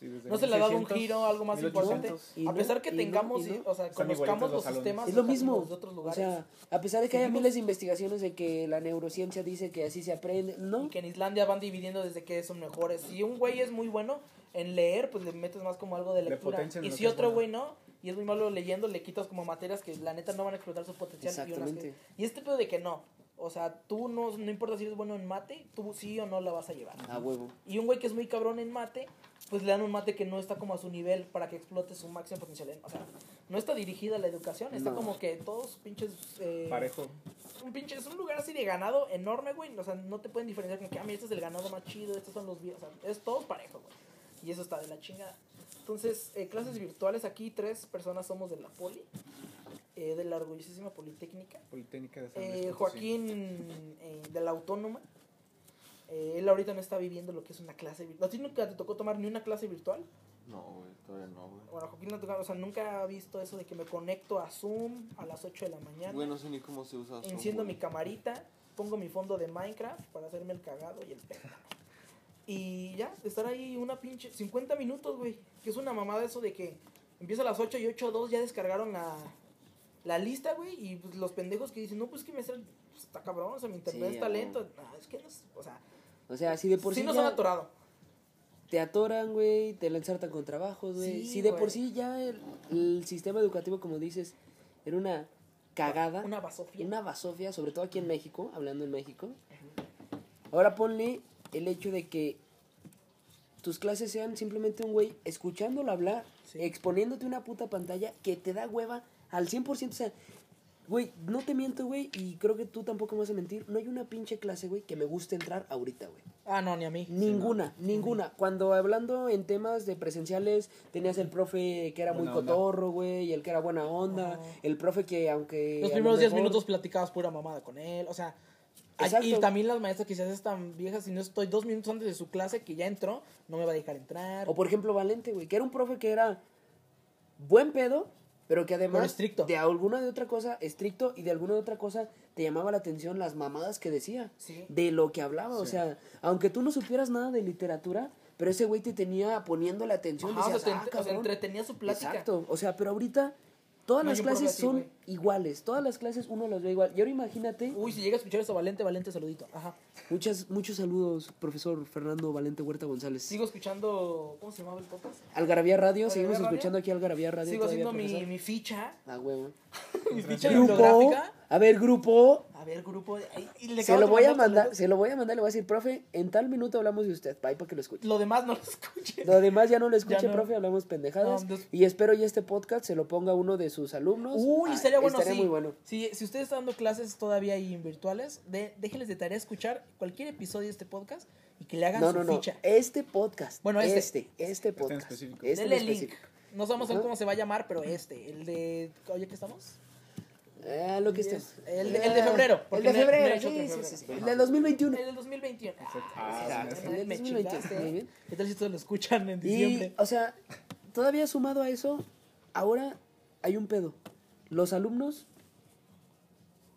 Speaker 3: Sí, desde
Speaker 2: No se le ha dado un
Speaker 3: 1600,
Speaker 2: giro, algo más importante.
Speaker 3: 1800.
Speaker 4: Y
Speaker 2: a
Speaker 4: no,
Speaker 2: pesar que
Speaker 4: y no,
Speaker 2: tengamos,
Speaker 4: y no.
Speaker 2: o sea,
Speaker 3: Están igualitos
Speaker 2: conozcamos
Speaker 3: los
Speaker 2: los
Speaker 3: salones.
Speaker 2: sistemas
Speaker 4: Es lo
Speaker 2: educativos
Speaker 4: mismo.
Speaker 2: de otros
Speaker 4: O
Speaker 2: lugares.
Speaker 4: sea, a pesar de que haya
Speaker 2: Seguimos-
Speaker 4: miles de investigaciones de que la neurociencia dice que así se aprende, no.
Speaker 2: Y que en Islandia van dividiendo desde que son mejores. Si un güey es muy bueno en leer, pues le metes más como algo de
Speaker 3: Le
Speaker 2: lectura.
Speaker 3: potencian
Speaker 2: Y
Speaker 3: lo
Speaker 2: si
Speaker 3: que es
Speaker 2: otro
Speaker 3: bueno.
Speaker 2: güey no, y es muy malo leyendo, le quitas como materias que la neta no van a explotar su potencial. Y, unas que-
Speaker 4: Exactamente.
Speaker 2: y este pedo de que no. O sea, tú no, no importa si eres bueno en mate, tú sí o no la vas a llevar.
Speaker 4: A huevo.
Speaker 2: Y un güey que es muy cabrón en mate, pues le dan un mate que no está como a su nivel para que explote su máximo potencial. O sea, no está dirigida a la educación, está
Speaker 4: No.
Speaker 2: como que todos pinches... eh,
Speaker 3: Parejo.
Speaker 2: un pinche, es un lugar así de ganado enorme, güey. O sea, no te pueden diferenciar como que, ah, mira, este es el ganado más chido, estos son los viejos. O sea, es todo parejo, güey. Y eso está de la chingada. Entonces, eh, clases virtuales, aquí tres personas somos de la poli, eh, de la orgullosísima Politécnica.
Speaker 3: Politécnica de San Luis
Speaker 2: Eh,
Speaker 3: Potosí.
Speaker 2: Joaquín, eh, de la Autónoma. Eh, él ahorita no está viviendo lo que es una clase virtual. ¿A ti nunca te tocó tomar ni una clase virtual?
Speaker 5: No, güey, todavía no, güey.
Speaker 2: Bueno, a Joaquín no tocó, o sea, nunca ha visto eso de que me conecto a Zoom a las 8 de la mañana.
Speaker 5: Güey, no sé ni cómo se usa Zoom,
Speaker 2: Enciendo
Speaker 5: güey.
Speaker 2: mi camarita, pongo mi fondo de Minecraft para hacerme el cagado y el pendejo. Y ya, estar ahí una pinche 50 minutos, güey. Que es una mamada eso de que empieza a las 8 y 8 2 ya descargaron la, la lista, güey. Y pues, los pendejos que dicen, no, pues que me hacer, está cabrón, o sea, mi internet
Speaker 4: Sí,
Speaker 2: está
Speaker 4: a
Speaker 2: lento. No, es que no, es- o sea,
Speaker 4: O sea, si de por
Speaker 2: sí,
Speaker 4: sí,
Speaker 2: nos
Speaker 4: ya
Speaker 2: han atorado.
Speaker 4: te atoran, güey, te lanzartan con trabajos, güey.
Speaker 2: Sí,
Speaker 4: si de
Speaker 2: güey.
Speaker 4: por sí ya el, el sistema educativo, como dices, era una cagada.
Speaker 2: Una basofia.
Speaker 4: una basofia, sobre todo aquí en México, hablando en México. Ahora ponle el hecho de que tus clases sean simplemente un güey escuchándolo hablar,
Speaker 2: Sí.
Speaker 4: exponiéndote una puta pantalla que te da hueva al 100%. O sea, güey, no te miento, güey, y creo que tú tampoco me vas a mentir. No hay una pinche clase, güey, que me guste entrar ahorita, güey.
Speaker 2: Ah, no, ni a mí.
Speaker 4: Ninguna, ninguna. Cuando hablando en temas de presenciales, tenías el profe que era
Speaker 3: Buena
Speaker 4: muy
Speaker 3: onda.
Speaker 4: cotorro, güey, y el que era buena onda,
Speaker 2: Ajá.
Speaker 4: el profe que aunque...
Speaker 2: Los
Speaker 4: a lo
Speaker 2: primeros 10
Speaker 4: mejor-
Speaker 2: minutos platicabas pura mamada con él, o sea. ay- Y
Speaker 4: Exacto.
Speaker 2: también las maestras quizás están viejas, si no estoy dos minutos antes de su clase que ya entró, no me va a dejar entrar.
Speaker 4: O por ejemplo Valente, güey, que era un profe que era buen pedo, pero que además
Speaker 2: Pero estricto.
Speaker 4: de alguna de otra cosa estricto y de alguna de otra cosa te llamaba la atención las mamadas que decía,
Speaker 2: Sí.
Speaker 4: de lo que hablaba, o
Speaker 3: Sí.
Speaker 4: sea, aunque tú no supieras nada de literatura, pero ese güey te tenía poniendo la atención,
Speaker 2: Ajá, o sea,
Speaker 4: decías,
Speaker 2: te
Speaker 4: "Ah,
Speaker 2: ent- o sea,
Speaker 4: cabrón".
Speaker 2: entretenía su plática.
Speaker 4: Exacto, o sea, pero ahorita todas
Speaker 2: No hay
Speaker 4: las
Speaker 2: un profe
Speaker 4: clases
Speaker 2: así,
Speaker 4: son
Speaker 2: güey.
Speaker 4: iguales, todas las clases uno las ve igual. Y ahora imagínate,
Speaker 2: Uy, si llega a escuchar eso, Valente, Valente, saludito. Ajá.
Speaker 4: muchas muchos saludos, profesor Fernando Valente Huerta González.
Speaker 2: Sigo escuchando, ¿cómo se llamaba el podcast?
Speaker 4: Algarabía Radio,
Speaker 2: ¿Algarabía
Speaker 4: seguimos
Speaker 2: Radio?
Speaker 4: escuchando aquí Algarabía Radio.
Speaker 2: Sigo
Speaker 4: todavía,
Speaker 2: haciendo mi,
Speaker 4: profesor.
Speaker 2: mi ficha,
Speaker 4: Ah, huevo.
Speaker 2: mi ficha
Speaker 4: Grupo.
Speaker 2: bibliográfica.
Speaker 4: A ver, grupo.
Speaker 2: A ver, grupo. de- ay, y le
Speaker 4: Se
Speaker 2: acabo
Speaker 4: lo
Speaker 2: de
Speaker 4: voy a
Speaker 2: mandar-
Speaker 4: mandar, se lo voy a mandar, le voy a decir, profe, en tal minuto hablamos de usted, bye, para que lo escuche.
Speaker 2: Lo demás no lo escuché.
Speaker 4: Lo demás ya no lo escuche,
Speaker 2: no.
Speaker 4: profe, hablamos pendejadas.
Speaker 2: No, pues des-
Speaker 4: Y espero ya este podcast se lo ponga uno de sus alumnos.
Speaker 2: Uy,
Speaker 4: Ah,
Speaker 2: estaría bueno,
Speaker 4: estaría
Speaker 2: sí.
Speaker 4: muy bueno.
Speaker 2: Sí, si usted está dando clases todavía y virtuales, de, déjenles de tarea escuchar cualquier episodio de este podcast y que le hagan
Speaker 4: No,
Speaker 2: su
Speaker 4: no, no.
Speaker 2: ficha.
Speaker 4: Este podcast.
Speaker 2: Bueno, este.
Speaker 4: este. Este,
Speaker 3: en
Speaker 4: podcast.
Speaker 3: específico.
Speaker 4: Este en
Speaker 2: Denle el link.
Speaker 4: específico.
Speaker 2: No vamos a ver
Speaker 4: Ajá.
Speaker 2: cómo se va a llamar, pero este, el de... Oye, ¿qué estamos?
Speaker 4: Ah, lo que esté.
Speaker 2: El de- el de febrero,
Speaker 4: El
Speaker 2: porque
Speaker 4: de
Speaker 2: no he- no he
Speaker 4: febrero,
Speaker 2: hecho
Speaker 4: sí,
Speaker 2: otro en
Speaker 4: sí,
Speaker 2: febrero.
Speaker 4: sí, sí. El de 2021.
Speaker 2: El del 2021.
Speaker 3: Ah,
Speaker 2: Ah,
Speaker 3: sí,
Speaker 2: sí,
Speaker 3: sí,
Speaker 2: me-
Speaker 4: sí.
Speaker 2: me
Speaker 4: 2021,
Speaker 2: chingaste.
Speaker 4: muy bien.
Speaker 2: ¿Qué tal si todos lo escuchan en
Speaker 4: Y,
Speaker 2: diciembre?
Speaker 4: o sea, todavía sumado a eso, ahora hay un pedo. Los alumnos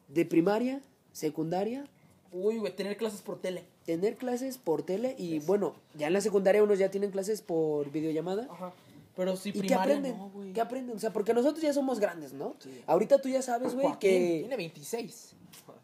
Speaker 4: de primaria, secundaria,
Speaker 2: Uy, güey, tener clases por tele.
Speaker 4: tener clases por tele y bueno, ya en la secundaria unos ya tienen clases por videollamada.
Speaker 2: Ajá. Pero si
Speaker 4: ¿Y qué
Speaker 2: primaria
Speaker 4: aprenden?
Speaker 2: no, güey.
Speaker 4: ¿Qué aprenden? O sea, porque nosotros ya somos grandes, ¿no?
Speaker 2: Sí.
Speaker 4: Ahorita tú ya sabes, güey,
Speaker 2: Joaquín
Speaker 4: que
Speaker 2: tiene 26.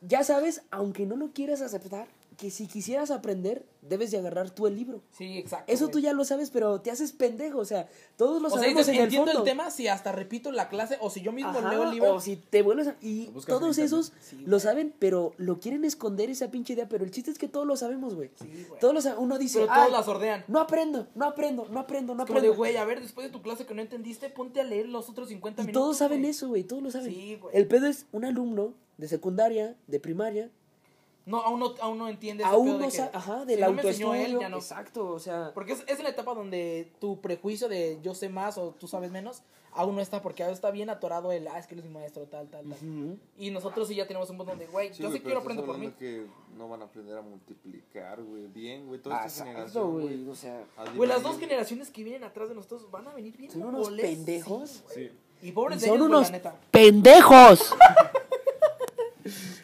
Speaker 4: ya sabes, aunque no lo quieras aceptar, que si quisieras aprender, debes de agarrar tú el libro.
Speaker 2: Sí, exacto.
Speaker 4: Eso
Speaker 2: güey.
Speaker 4: tú ya lo sabes, pero te haces pendejo. O sea, todos lo
Speaker 2: O sea,
Speaker 4: sabemos
Speaker 2: dices,
Speaker 4: en el
Speaker 2: entiendo
Speaker 4: fondo.
Speaker 2: el, tema si hasta repito la clase o si yo mismo
Speaker 4: Ajá,
Speaker 2: leo el libro.
Speaker 4: O si te vuelves a- Y
Speaker 3: Lo buscas en
Speaker 4: todos
Speaker 3: internet.
Speaker 4: esos
Speaker 2: Sí,
Speaker 4: lo
Speaker 2: güey.
Speaker 4: saben, pero lo quieren esconder esa pinche idea. Pero el chiste es que todos lo sabemos, güey.
Speaker 2: Sí, güey.
Speaker 4: todos lo sa- Uno dice,
Speaker 2: Pero todos
Speaker 4: "Ay,
Speaker 2: las ordean.
Speaker 4: no aprendo, no aprendo, no aprendo, no
Speaker 2: Es como de,
Speaker 4: aprendo.
Speaker 2: güey, a ver, después de tu clase que no entendiste, ponte a leer los otros 50
Speaker 4: y
Speaker 2: minutos.
Speaker 4: todos saben
Speaker 2: güey.
Speaker 4: eso, güey. Todos lo saben.
Speaker 2: Sí, güey.
Speaker 4: el pedo es un alumno de secundaria, de primaria,
Speaker 2: No, aún no, aún no entiendes. ese
Speaker 4: aún
Speaker 2: pedo
Speaker 4: no
Speaker 2: de que,
Speaker 4: sabe. Ajá,
Speaker 2: si
Speaker 4: del
Speaker 2: no me enseñó
Speaker 4: autoestudio.
Speaker 2: él, ya no.
Speaker 4: Exacto, o sea.
Speaker 2: Porque es, es la etapa donde tu prejuicio de yo sé más o tú sabes menos aún no está, porque aún está bien atorado el, ah, es que él es mi maestro, tal, tal, tal.
Speaker 4: ujú.
Speaker 2: Y nosotros sí ya tenemos un montón de, güey,
Speaker 5: Sí,
Speaker 2: yo
Speaker 5: güey,
Speaker 2: sí quiero
Speaker 5: pero estás
Speaker 2: aprender por mí.
Speaker 5: hablando que no van a aprender a multiplicar, güey. Bien, güey. Toda esta
Speaker 4: Ah, Exacto,
Speaker 5: generación,
Speaker 4: güey.
Speaker 5: güey.
Speaker 4: O sea,
Speaker 5: a
Speaker 2: Güey, las
Speaker 5: dividir,
Speaker 2: dos
Speaker 5: güey.
Speaker 2: generaciones que vienen atrás de nosotros van a venir bien
Speaker 4: son unos
Speaker 2: moles, sí.
Speaker 4: pendejos.
Speaker 3: Sí.
Speaker 2: Y pobres de
Speaker 4: Son
Speaker 2: ellos, güey,
Speaker 4: unos
Speaker 2: la neta.
Speaker 4: pendejos.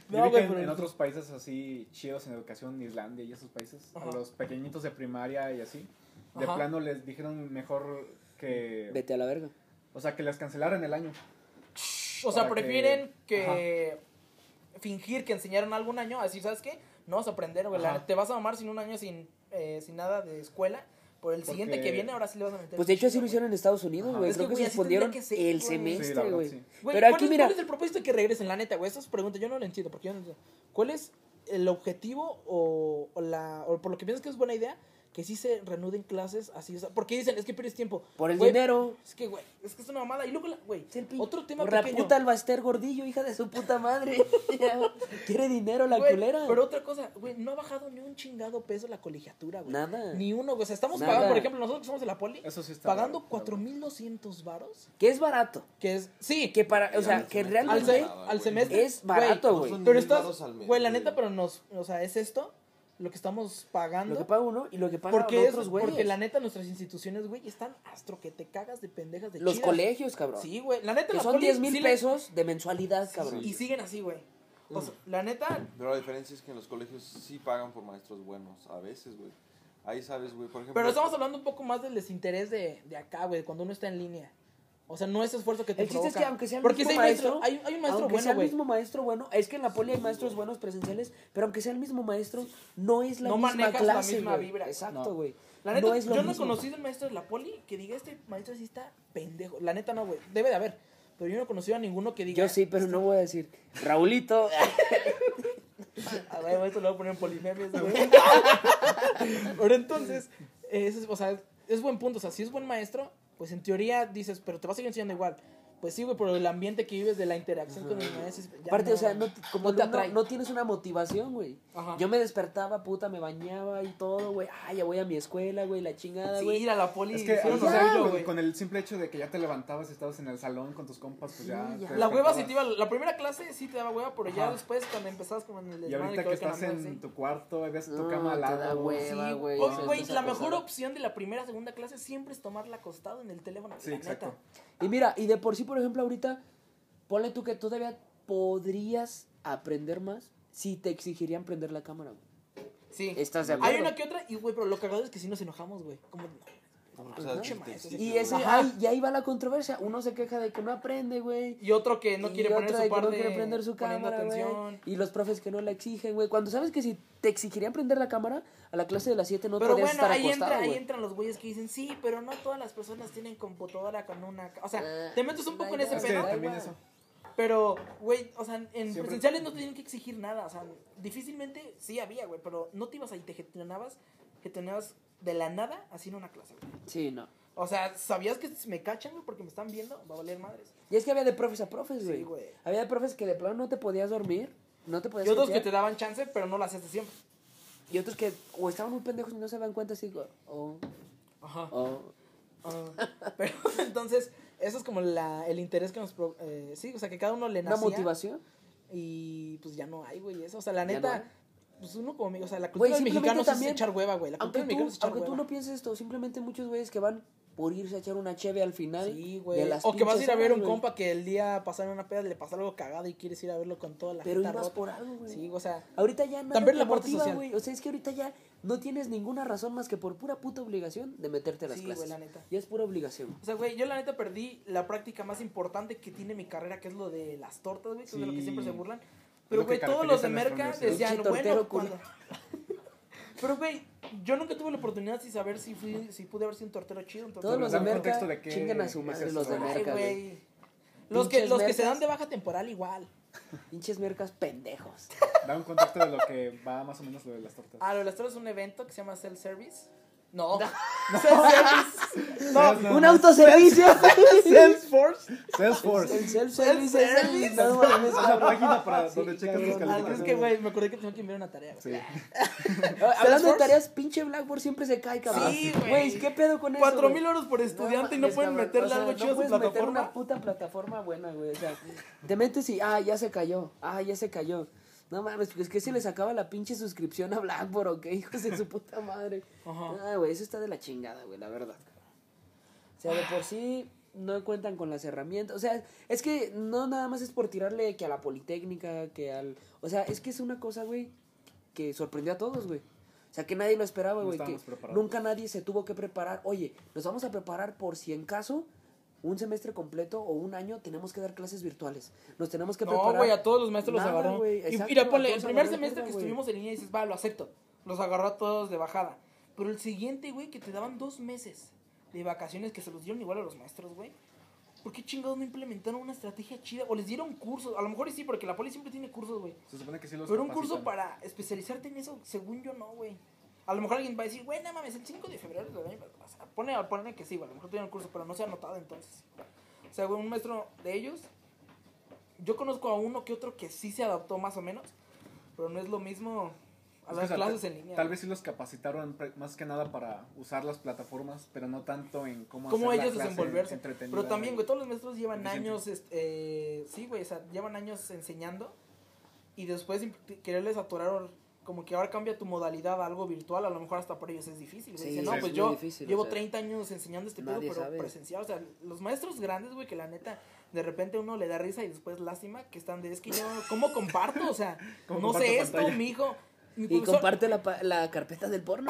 Speaker 3: Yo
Speaker 2: No,
Speaker 3: vi
Speaker 2: güey,
Speaker 3: que en,
Speaker 2: pero-
Speaker 3: en otros países así chidos en educación, Islandia y esos países, a
Speaker 2: Ajá.
Speaker 3: los pequeñitos de primaria y así, de
Speaker 2: Ajá.
Speaker 3: plano les dijeron mejor que...
Speaker 4: Vete a la verga.
Speaker 3: O sea, que les cancelaran el año.
Speaker 2: O sea,
Speaker 3: Para que-
Speaker 2: prefieren que fingir que enseñaron algo un año, así, ¿sabes qué? No vas a aprender, güey. la-
Speaker 3: Ajá.
Speaker 2: Te vas a mamar sin un año, sin, eh, sin nada de escuela. Por el siguiente que
Speaker 3: Porque-
Speaker 2: viene, ahora sí le vas a meter.
Speaker 4: Pues de hecho
Speaker 2: chido,
Speaker 4: así lo
Speaker 2: güey.
Speaker 4: hicieron en Estados Unidos,
Speaker 3: Ajá.
Speaker 4: güey.
Speaker 2: Es
Speaker 4: Creo
Speaker 2: que,
Speaker 4: que,
Speaker 2: güey, así
Speaker 4: suspendieron
Speaker 2: tendría que ser,
Speaker 4: el
Speaker 2: güey.
Speaker 3: Sí, la
Speaker 4: semestre,
Speaker 3: verdad,
Speaker 4: güey.
Speaker 3: sí.
Speaker 2: Güey,
Speaker 4: Pero
Speaker 2: ¿cuál
Speaker 4: aquí,
Speaker 2: es-
Speaker 4: mira.
Speaker 2: ¿Cuál es el propósito que regresen? La neta, güey, esas preguntas yo no lo entiendo, porque yo no lo entiendo. ¿Cuál es el objetivo o, o la, o por lo que piensas que es buena idea que sí se reanuden clases así? O sea, porque dicen, es que pierdes tiempo.
Speaker 4: Por el
Speaker 2: Güey,
Speaker 4: dinero.
Speaker 2: Es que, güey, es que es una mamada. Y luego, la- güey,
Speaker 4: Es el pin-
Speaker 2: otro tema
Speaker 4: Por la
Speaker 2: pequeño.
Speaker 4: puta Albaster Gordillo, hija de su
Speaker 2: (laughs)
Speaker 4: puta madre. Quiere dinero la
Speaker 2: Güey,
Speaker 4: culera.
Speaker 2: Pero otra cosa, güey, no ha bajado ni un chingado peso la colegiatura, güey.
Speaker 4: Nada.
Speaker 2: Ni uno, güey. O sea, estamos
Speaker 4: Nada.
Speaker 2: pagando, por ejemplo, nosotros que somos de la poli,
Speaker 3: Eso sí está
Speaker 2: pagando
Speaker 3: raro, la
Speaker 2: 4.200 varos,
Speaker 4: Que es barato.
Speaker 2: que es... Sí,
Speaker 4: Que para, o sea, que
Speaker 2: al,
Speaker 4: realmente
Speaker 2: se-
Speaker 5: nada,
Speaker 2: al
Speaker 5: güey.
Speaker 2: semestre...
Speaker 4: es barato,
Speaker 5: No
Speaker 4: güey.
Speaker 5: son ni
Speaker 2: Pero
Speaker 5: mil varos
Speaker 2: estás,
Speaker 5: al mes,
Speaker 2: güey, la neta, pero nos, o sea, es esto lo que estamos pagando.
Speaker 4: Lo que paga uno y lo que pagan
Speaker 2: porque, es-
Speaker 4: otros
Speaker 2: porque
Speaker 4: güeyes.
Speaker 2: la neta, nuestras instituciones, güey, están astro que te cagas de pendejas de
Speaker 4: Los
Speaker 2: chidas.
Speaker 4: colegios, cabrón.
Speaker 2: Sí, güey, la neta,
Speaker 4: que
Speaker 2: la
Speaker 4: son
Speaker 2: poli
Speaker 4: 10
Speaker 2: sí
Speaker 4: mil
Speaker 2: le-
Speaker 4: pesos de mensualidad, cabrón.
Speaker 2: Y siguen así, güey. O sea,
Speaker 5: Mm.
Speaker 2: la neta,
Speaker 5: Pero la diferencia es que en los colegios sí pagan por maestros buenos. A veces, güey. Ahí sabes, güey. Por ejemplo.
Speaker 2: Pero estamos hablando un poco más del desinterés de, de acá, güey, cuando uno está en línea. O sea, no es esfuerzo que te
Speaker 4: El chiste es
Speaker 2: provoca.
Speaker 4: que aunque sea el
Speaker 2: Porque
Speaker 4: mismo
Speaker 2: si hay
Speaker 4: maestro,
Speaker 2: maestro, hay, hay un maestro
Speaker 4: aunque sea
Speaker 2: bueno,
Speaker 4: el
Speaker 2: güey.
Speaker 4: mismo maestro bueno, es que en la poli hay maestros buenos presenciales, pero aunque sea el mismo maestro, no es la
Speaker 2: No
Speaker 4: misma
Speaker 2: manejas la
Speaker 4: clase,
Speaker 2: misma
Speaker 4: güey.
Speaker 2: vibra.
Speaker 4: Exacto,
Speaker 3: No.
Speaker 4: güey.
Speaker 2: La neta,
Speaker 4: no es lo
Speaker 2: yo no he
Speaker 4: mismo.
Speaker 2: conocido un maestro de la poli que diga, este maestro sí está pendejo. La neta no, güey. Debe de haber. Pero yo no he conocido a ninguno que diga.
Speaker 4: Yo sí, pero no voy a decir.
Speaker 2: (laughs)
Speaker 4: Raulito.
Speaker 2: A ver, esto lo voy a poner en
Speaker 4: (laughs)
Speaker 2: polimemes, güey. pero entonces, eh, eso es, o sea, es buen punto. O sea, si es buen maestro, pues en teoría dices, pero te vas a seguir enseñando igual. Pues sí, güey, pero el ambiente que vives de la interacción con el maestro. es- ya
Speaker 4: Aparte,
Speaker 2: no,
Speaker 4: o sea,
Speaker 2: güey.
Speaker 4: no, t- como
Speaker 2: No te
Speaker 4: alumno,
Speaker 2: atrae.
Speaker 4: no tienes una motivación, güey.
Speaker 2: Ajá.
Speaker 4: Yo me despertaba, puta, me bañaba y todo, güey. Ah, ya voy a mi escuela, güey, la chingada,
Speaker 2: Sí,
Speaker 4: güey.
Speaker 2: ir a la poli.
Speaker 3: Es que,
Speaker 2: hicieron
Speaker 3: o sea,
Speaker 2: horrible,
Speaker 3: con,
Speaker 2: güey.
Speaker 3: con el simple hecho de que ya te levantabas y estabas en el salón con tus compas, pues ya...
Speaker 4: Sí, ya.
Speaker 3: te
Speaker 2: La hueva
Speaker 3: despertabas.
Speaker 2: sí te iba, la primera clase sí te daba hueva, pero ya
Speaker 3: Ajá.
Speaker 2: después cuando empezabas como en el
Speaker 3: Y
Speaker 2: desmadre
Speaker 3: ahorita
Speaker 2: todo
Speaker 3: que
Speaker 2: la
Speaker 3: estás
Speaker 2: madre, sí.
Speaker 3: en tu cuarto, ves tu
Speaker 4: No,
Speaker 3: cama al
Speaker 4: te da
Speaker 3: lado.
Speaker 4: hueva.
Speaker 2: Sí,
Speaker 4: Ah, güey,
Speaker 2: o-
Speaker 4: eso
Speaker 2: güey,
Speaker 4: es
Speaker 2: la
Speaker 4: otra
Speaker 2: mejor
Speaker 4: cosa.
Speaker 2: opción de la primera segunda clase siempre es tomarla acostado en el teléfono.
Speaker 3: Sí,
Speaker 2: la
Speaker 3: exacto.
Speaker 2: neta.
Speaker 4: Y mira, y de por sí, por ejemplo, ahorita, ponle tú que todavía podrías aprender más si te exigirían prender la cámara, güey.
Speaker 2: Sí.
Speaker 4: ¿Estás de acuerdo?
Speaker 2: Hay una que otra y güey, pero lo cagado es que sí nos enojamos, güey. Como no,
Speaker 5: O sea,
Speaker 4: Ajá.
Speaker 5: sí te
Speaker 2: Maestro.
Speaker 5: exige,
Speaker 4: Y,
Speaker 5: güey.
Speaker 4: ese,
Speaker 2: Ajá.
Speaker 4: ay, y ahí va la controversia. Uno se queja de que no aprende, güey.
Speaker 2: Y otro que no
Speaker 4: Y
Speaker 2: quiere poner
Speaker 4: otra
Speaker 2: su
Speaker 4: de que
Speaker 2: par
Speaker 4: no
Speaker 2: de
Speaker 4: quiere prender su
Speaker 2: poniendo
Speaker 4: cámara, güey.
Speaker 2: atención.
Speaker 4: Y los profes que no la exigen, güey. Cuando sabes que si te exigirían prender la cámara, a la clase de las 7 no
Speaker 2: pero
Speaker 4: podrías
Speaker 2: bueno,
Speaker 4: estar
Speaker 2: ahí,
Speaker 4: acostado,
Speaker 2: entra, ahí
Speaker 4: güey.
Speaker 2: entran los güeyes que dicen, sí, pero no todas las personas tienen computadora con una... ca-". O sea,
Speaker 4: Ah,
Speaker 2: te metes un poco en ese
Speaker 3: Es que
Speaker 2: pedo.
Speaker 3: también
Speaker 4: güey.
Speaker 3: eso.
Speaker 2: Pero, güey, o sea, en
Speaker 3: Siempre-
Speaker 2: presenciales no te tienen que exigir nada. O sea, difícilmente sí había, güey, pero no te ibas ahí, te gestionabas, gestionabas de la nada así en una clase, güey.
Speaker 4: Sí, no.
Speaker 2: O sea, sabías que si me cachan, güey, porque me están viendo, va a valer madres.
Speaker 4: Y es que había de profes a profes, güey.
Speaker 2: Sí, güey.
Speaker 4: había de profes que de plano no te podías dormir, no te podías
Speaker 2: Y otros que
Speaker 4: confiar,
Speaker 2: te daban chance, pero no lo hacías de siempre.
Speaker 4: y otros que o estaban muy pendejos y no se dan cuenta así, o...
Speaker 2: Ajá.
Speaker 4: o-
Speaker 2: Ah. (laughs) pero entonces, eso es como la, el interés que nos... pro- eh, sí, o sea, que cada uno le
Speaker 4: una
Speaker 2: nacía.
Speaker 4: motivación.
Speaker 2: Y pues ya no hay, güey, eso. O sea, la
Speaker 4: Ya
Speaker 2: neta,
Speaker 4: no
Speaker 2: pues uno como amigo, o sea, la
Speaker 4: Güey,
Speaker 2: cultura del
Speaker 4: simplemente
Speaker 2: mexicano sí
Speaker 4: también-
Speaker 2: es echar hueva, güey. La
Speaker 4: Aunque,
Speaker 2: cultura del
Speaker 4: tú,
Speaker 2: mexicano es echar
Speaker 4: aunque tú
Speaker 2: hueva.
Speaker 4: no pienses esto, simplemente muchos güeyes que van por irse a echar una cheve al final.
Speaker 2: Sí,
Speaker 4: de
Speaker 2: güey.
Speaker 4: las
Speaker 2: O que vas a
Speaker 4: pinches
Speaker 2: ir a ver a
Speaker 4: horas,
Speaker 2: un
Speaker 4: güey.
Speaker 2: compa que el día pasado en una peda le pasa algo cagado y quieres ir a verlo con toda la
Speaker 4: Pero
Speaker 2: jeta
Speaker 4: ibas
Speaker 2: rota.
Speaker 4: por algo, güey.
Speaker 2: Sí, o sea,
Speaker 4: Ahorita ya nada
Speaker 2: También
Speaker 4: te
Speaker 2: la parte
Speaker 4: motiva,
Speaker 2: social.
Speaker 4: güey. O sea, es que ahorita ya no tienes ninguna razón más que por pura puta obligación de meterte a las
Speaker 2: Sí, güey,
Speaker 4: clases.
Speaker 2: la neta.
Speaker 4: Ya es pura obligación.
Speaker 2: o sea, güey, yo la neta perdí la práctica más importante que tiene mi carrera, que es lo de las tortas, güey, que es de lo que
Speaker 3: Sí.
Speaker 2: siempre se burlan. Pero,
Speaker 3: Lo que
Speaker 2: güey, todos los de
Speaker 3: caracteriza a nuestra
Speaker 2: Merca
Speaker 3: universidad.
Speaker 2: decían,
Speaker 4: Pinche
Speaker 2: bueno,
Speaker 4: tortero culo".
Speaker 2: cuando... Pero, güey, yo nunca tuve la oportunidad de saber si, fui, si pude haber sido un tortero chido. Un tortero
Speaker 4: Todos los de
Speaker 3: Dar un
Speaker 2: malo.
Speaker 4: merca
Speaker 3: contexto de qué
Speaker 4: chingan a su
Speaker 3: es
Speaker 4: madre
Speaker 3: eso.
Speaker 4: los de
Speaker 2: Ay,
Speaker 4: merca, güey.
Speaker 2: güey. Los, que,
Speaker 4: Pinches
Speaker 2: los que se
Speaker 4: mercas.
Speaker 2: dan de baja temporal igual.
Speaker 4: Pinches mercas pendejos.
Speaker 3: Da un contexto de lo que va más o menos lo de las tortas.
Speaker 2: Ah, lo de las torres es un evento que se llama Self Service. No.
Speaker 4: (laughs)
Speaker 2: Self-service. No.
Speaker 3: Sales-
Speaker 2: (laughs)
Speaker 4: Un autoservicio.
Speaker 2: Salesforce.
Speaker 3: Salesforce.
Speaker 4: El self-service.
Speaker 2: Self-service.
Speaker 4: es el- No mames,
Speaker 3: Es la
Speaker 4: cabrón.
Speaker 3: página para donde
Speaker 4: Sí,
Speaker 3: checas
Speaker 4: cabrón.
Speaker 2: Ah,
Speaker 3: las
Speaker 2: es
Speaker 3: calificaciones.
Speaker 2: que, güey, me acordé que tengo que enviar una tarea. güey.
Speaker 3: Sí.
Speaker 4: (laughs) Hablando de
Speaker 2: Salesforce.
Speaker 4: tareas, pinche Blackboard siempre se cae, cabrón.
Speaker 2: Sí, güey.
Speaker 4: Güey, ¿qué pedo con eso?
Speaker 2: Cuatro
Speaker 4: güey?
Speaker 2: mil horas por estudiante y no
Speaker 4: mames,
Speaker 2: pueden
Speaker 4: cabrón.
Speaker 2: meterle
Speaker 4: O sea,
Speaker 2: algo chido
Speaker 4: no
Speaker 2: a su
Speaker 4: puedes meter
Speaker 2: plataforma.
Speaker 4: una puta plataforma buena, güey. O sea, te metes y, ah, ya se cayó. Ah, ya se cayó. No mames, pues, es que se les acaba la pinche suscripción a Blackboard, ¿ok? (laughs) Hijos de su puta madre.
Speaker 2: Ajá.
Speaker 4: Ah, güey, eso está de la chingada, güey, la verdad. O sea, de por sí no cuentan con las herramientas. O sea, es que no nada más es por tirarle que a la Politécnica, que al... O sea, es que es una cosa, güey, que sorprendió a todos, güey. O sea, que nadie lo esperaba,
Speaker 3: No
Speaker 4: güey. que
Speaker 3: estábamos preparados.
Speaker 4: nunca nadie se tuvo que preparar. Oye, nos vamos a preparar por si en caso un semestre completo o un año tenemos que dar clases virtuales. Nos tenemos que
Speaker 2: No,
Speaker 4: preparar.
Speaker 2: güey, a todos los maestros
Speaker 4: Nada,
Speaker 2: los agarró.
Speaker 4: güey,
Speaker 2: Y-
Speaker 4: exacto,
Speaker 2: y mira,
Speaker 4: a
Speaker 2: ponle,
Speaker 4: todos
Speaker 2: el primer
Speaker 4: agarró
Speaker 2: semestre
Speaker 4: curva,
Speaker 2: que
Speaker 4: güey.
Speaker 2: estuvimos en línea dices, va, lo acepto. Los agarró a todos de bajada. Pero el siguiente, güey, que te daban dos meses de vacaciones que se los dieron igual a los maestros, güey. ¿Por qué chingados no implementaron una estrategia chida? O les dieron cursos. A lo mejor y sí, porque la poli siempre tiene cursos, güey.
Speaker 3: Se supone que sí los
Speaker 2: Pero un curso
Speaker 3: capacitan.
Speaker 2: para especializarte en eso, según yo no, güey. A lo mejor alguien va a decir, güey, no mames, el 5 de febrero del año pasado. Pone, pone que sí, güey, a lo mejor tuvieron curso, pero no se ha notado entonces. O sea, güey, un maestro de ellos, yo conozco a uno que otro que sí se adaptó más o menos, pero no es lo mismo a las
Speaker 3: Es que, o sea,
Speaker 2: clases
Speaker 3: ta-
Speaker 2: en línea.
Speaker 3: Tal
Speaker 2: güey.
Speaker 3: vez sí los capacitaron pre- más que nada para usar las plataformas, pero no tanto en cómo,
Speaker 2: Como
Speaker 3: hacer la
Speaker 2: ellos
Speaker 3: clase
Speaker 2: desenvolverse.
Speaker 3: entretenida,
Speaker 2: Pero también, güey, todos los maestros llevan
Speaker 3: Eficiente.
Speaker 2: años, este, eh, sí, güey, o sea, llevan años enseñando y después imp- quererles aturar, como que ahora cambia tu modalidad a algo virtual, a lo mejor hasta para ellos es difícil. güey.
Speaker 4: Sí,
Speaker 2: Dicen, no,
Speaker 4: es
Speaker 2: pues
Speaker 4: muy
Speaker 2: yo
Speaker 4: difícil, o
Speaker 2: llevo
Speaker 4: sea,
Speaker 2: 30 años enseñando este pedo,
Speaker 4: nadie
Speaker 2: pero
Speaker 4: sabe.
Speaker 2: presencial, o sea, los maestros grandes, güey, que la neta... De repente uno le da risa y después lástima que están de es que yo cómo comparto, o sea, no
Speaker 3: ¿Cómo
Speaker 2: sé
Speaker 3: comparto
Speaker 2: esto,
Speaker 3: pantalla?
Speaker 2: mi hijo, mi
Speaker 4: Y
Speaker 2: profesor-
Speaker 4: comparte la, pa- la carpeta
Speaker 2: (laughs)
Speaker 4: del porno.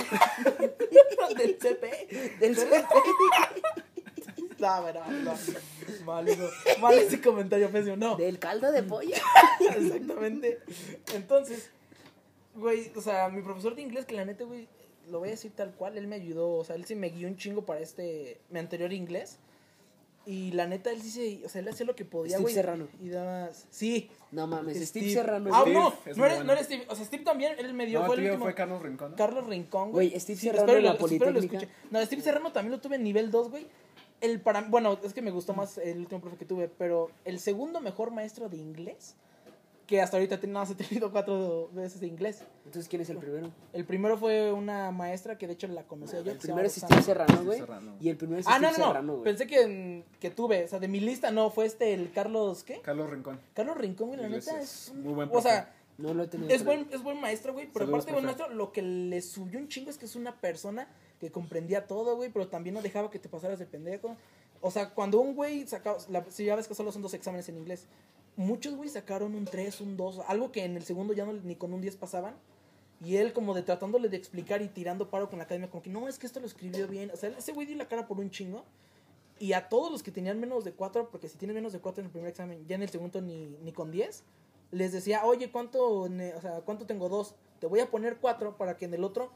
Speaker 2: del CP.
Speaker 4: Del
Speaker 2: No, pero no. Válido. Mal ese comentario, Fesio. No.
Speaker 4: Del caldo de pollo.
Speaker 3: (laughs)
Speaker 2: Exactamente. Entonces, güey, o sea, mi profesor de inglés, que la neta, güey, lo voy a decir tal cual, él me ayudó, o sea, él sí me guió un chingo para este, mi anterior inglés. Y la neta, él sí se, o sea, él hacía lo que podía,
Speaker 4: Steve
Speaker 2: güey.
Speaker 4: Serrano.
Speaker 2: Y daba, sí.
Speaker 4: No mames, Steve,
Speaker 2: Steve.
Speaker 4: Serrano.
Speaker 2: Ah,
Speaker 4: güey.
Speaker 2: no,
Speaker 3: Steve Pues, es
Speaker 2: no
Speaker 3: muy
Speaker 2: era,
Speaker 3: bueno.
Speaker 2: no era Steve, o sea, Steve también, él me dio,
Speaker 3: No,
Speaker 2: fue
Speaker 3: el
Speaker 2: el
Speaker 3: tío
Speaker 2: último.
Speaker 3: fue Carlos Rincón. ¿no?
Speaker 2: Carlos Rincón,
Speaker 4: Güey, Steve
Speaker 2: Sí,
Speaker 4: Serrano
Speaker 2: espero
Speaker 4: en la
Speaker 2: lo- espero lo
Speaker 4: Politécnica.
Speaker 2: escuche. No, Steve Serrano también lo tuve en nivel 2, güey. El para, bueno, es que me gustó más el último profe que tuve, pero el segundo mejor maestro de inglés, que hasta ahorita te- nada más he tenido (laughs) cuatro veces de inglés.
Speaker 4: Entonces, ¿quién es el primero?
Speaker 2: El primero fue una maestra que de hecho la conocí yo.
Speaker 4: El
Speaker 2: que se llama
Speaker 4: primero es Steve
Speaker 2: Roxana.
Speaker 4: Serrano,
Speaker 3: Steve
Speaker 4: güey.
Speaker 3: Serrano.
Speaker 4: Y el primero es
Speaker 2: Ah, no,
Speaker 4: Steve
Speaker 2: no, no.
Speaker 4: Serrano, güey.
Speaker 2: Pensé que, mm, que tuve, o sea, de mi lista no, fue este, el Carlos, ¿qué?
Speaker 3: Carlos Rincón.
Speaker 2: Carlos Rincón, güey, la
Speaker 3: Iglesias.
Speaker 2: neta es un-
Speaker 3: Muy buen
Speaker 2: O sea,
Speaker 3: profe.
Speaker 4: No lo he tenido.
Speaker 2: Es buen, es buen maestro, güey, pero
Speaker 3: Saludos,
Speaker 2: aparte de buen
Speaker 3: profe.
Speaker 2: maestro, lo que le subió un chingo es que es una persona que comprendía todo, güey, pero también no dejaba que te pasaras de pendejo. O sea, cuando un güey sacaba, la- si ya ves que solo son dos exámenes en inglés, muchos güey sacaron un 3, un 2, algo que en el segundo ya no, ni con un 10 pasaban. Y él como de tratándole de explicar y tirando paro con la academia, como que no, es que esto lo escribió bien. O sea, ese güey dio la cara por un chingo. Y a todos los que tenían menos de 4, porque si tienen menos de 4 en el primer examen, ya en el segundo ni, ni con 10, les decía, oye, ¿cuánto, ne- o sea, ¿cuánto tengo dos? Te voy a poner cuatro para que en el otro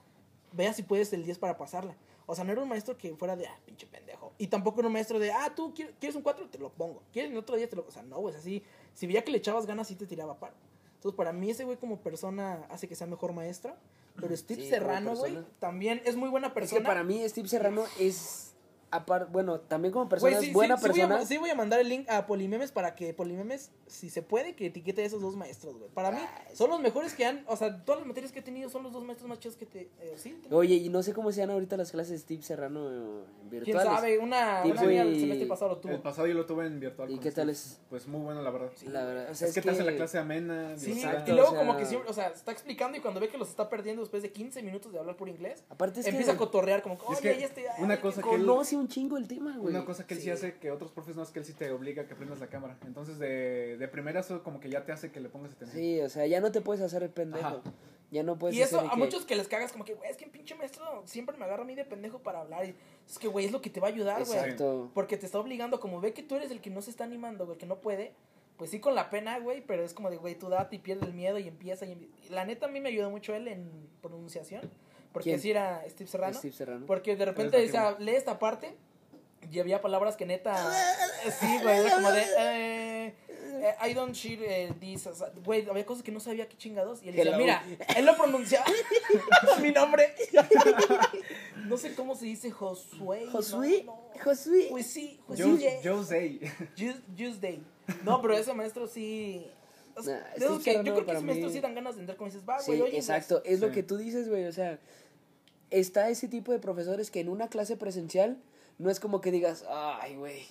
Speaker 2: veas si puedes el 10 para pasarla. O sea, no era un maestro que fuera de, ah, pinche pendejo. Y tampoco era un maestro de, ah, tú quier- quieres un 4, te lo pongo. ¿Quieres el otro día? Te lo... O sea, no, güey, es así. Si veía que le echabas ganas, sí te tiraba paro. Entonces, para mí ese güey como persona hace que sea mejor maestro. Pero Steve
Speaker 4: Sí, como
Speaker 2: Serrano, güey,
Speaker 4: persona.
Speaker 2: también es muy buena
Speaker 4: Es
Speaker 2: persona.
Speaker 4: que para mí Steve Serrano es... apar- bueno, también como
Speaker 2: Güey,
Speaker 4: persona
Speaker 2: Pues sí,
Speaker 4: es buena
Speaker 2: sí, sí voy a-
Speaker 4: persona.
Speaker 2: Sí voy, a, mandar el link a Polimemes para que Polimemes, si se puede, que etiquete a esos dos maestros, güey. Para mí, son los mejores que han. O sea, todas las materias que he tenido son los dos maestros más chidos que te. eh, sí, te-
Speaker 4: Oye, y no sé cómo sean ahorita las clases de Steve Serrano eh, virtuales.
Speaker 2: quién sabe, una,
Speaker 4: Tipo
Speaker 2: una mía el
Speaker 4: y-
Speaker 2: semestre pasado lo
Speaker 3: El
Speaker 2: tuvo.
Speaker 3: pasado yo lo tuve en virtual.
Speaker 4: ¿Y
Speaker 3: con
Speaker 4: qué tal
Speaker 3: Steve.
Speaker 4: es?
Speaker 3: Pues muy bueno, la verdad.
Speaker 4: La verdad, o sea,
Speaker 3: es, que te hace la clase amena.
Speaker 2: Sí,
Speaker 3: divertida.
Speaker 4: Exacto,
Speaker 2: y luego
Speaker 4: o sea-
Speaker 2: como que siempre, o sea, está explicando y cuando ve que los está perdiendo después de 15 minutos de hablar por inglés,
Speaker 4: Aparte es
Speaker 2: empieza a
Speaker 4: que
Speaker 2: cotorrear como,
Speaker 3: es
Speaker 2: oye,
Speaker 3: que
Speaker 2: ya estoy...
Speaker 3: una cosa que él-
Speaker 4: conoce un chingo el tema, güey.
Speaker 3: Una cosa que él sí.
Speaker 2: Sí.
Speaker 3: hace que otros profes no es que él sí te obliga a que prendas la cámara. Entonces, de, de primera, eso como que ya te hace que le pongas atención.
Speaker 4: Sí, o sea, ya no te puedes hacer el pendejo.
Speaker 3: Ajá.
Speaker 4: Ya no puedes
Speaker 2: y eso
Speaker 4: hacer el
Speaker 2: a
Speaker 4: que-
Speaker 2: muchos que les cagas como que, güey, es que un pinche maestro siempre me agarra a mí de pendejo para hablar. Y es que, güey, es lo que te va a ayudar, güey.
Speaker 4: Exacto.
Speaker 2: Porque te está obligando, como ve que tú eres el que no se está animando, güey, el que no puede, pues sí con la pena, güey, pero es como de, güey, tú date y pierde el miedo y empieza. Y... empie- La neta a mí me ayudó mucho él en pronunciación, porque
Speaker 4: ¿Quién?
Speaker 2: sí era Steve Serrano.
Speaker 4: Steve Serrano.
Speaker 2: Porque de repente
Speaker 3: Es la
Speaker 2: decía, lee esta parte y había palabras que
Speaker 4: (laughs)
Speaker 2: neta. sí, güey, era como de. eh, eh, I don't share eh, this. o sea, Güey, había cosas que no sabía qué chingados. Y él decía,
Speaker 4: Hello.
Speaker 2: mira, él lo (laughs) pronunciaba. mi
Speaker 4: (laughs)
Speaker 2: nombre. no sé cómo se dice Josué. ¿no?
Speaker 4: Josué,
Speaker 2: No.
Speaker 4: Josué.
Speaker 2: Pues sí, pues
Speaker 3: Yo,
Speaker 2: sí,
Speaker 3: yo sé.
Speaker 2: Jus- Tuesday. No, pero ese maestro sí. es-
Speaker 4: Nah,
Speaker 2: de
Speaker 4: Steve
Speaker 2: esos que, yo
Speaker 4: Serrano
Speaker 2: creo que
Speaker 4: para
Speaker 2: esos maestros
Speaker 4: mí-
Speaker 2: sí dan ganas de entrar como dices, va, Ah,
Speaker 4: Sí,
Speaker 2: güey, oye. pues,
Speaker 4: exacto. Es lo
Speaker 3: Sí.
Speaker 4: que tú dices, güey. O sea, está ese tipo de profesores que en una clase presencial no es como que digas, ay, güey,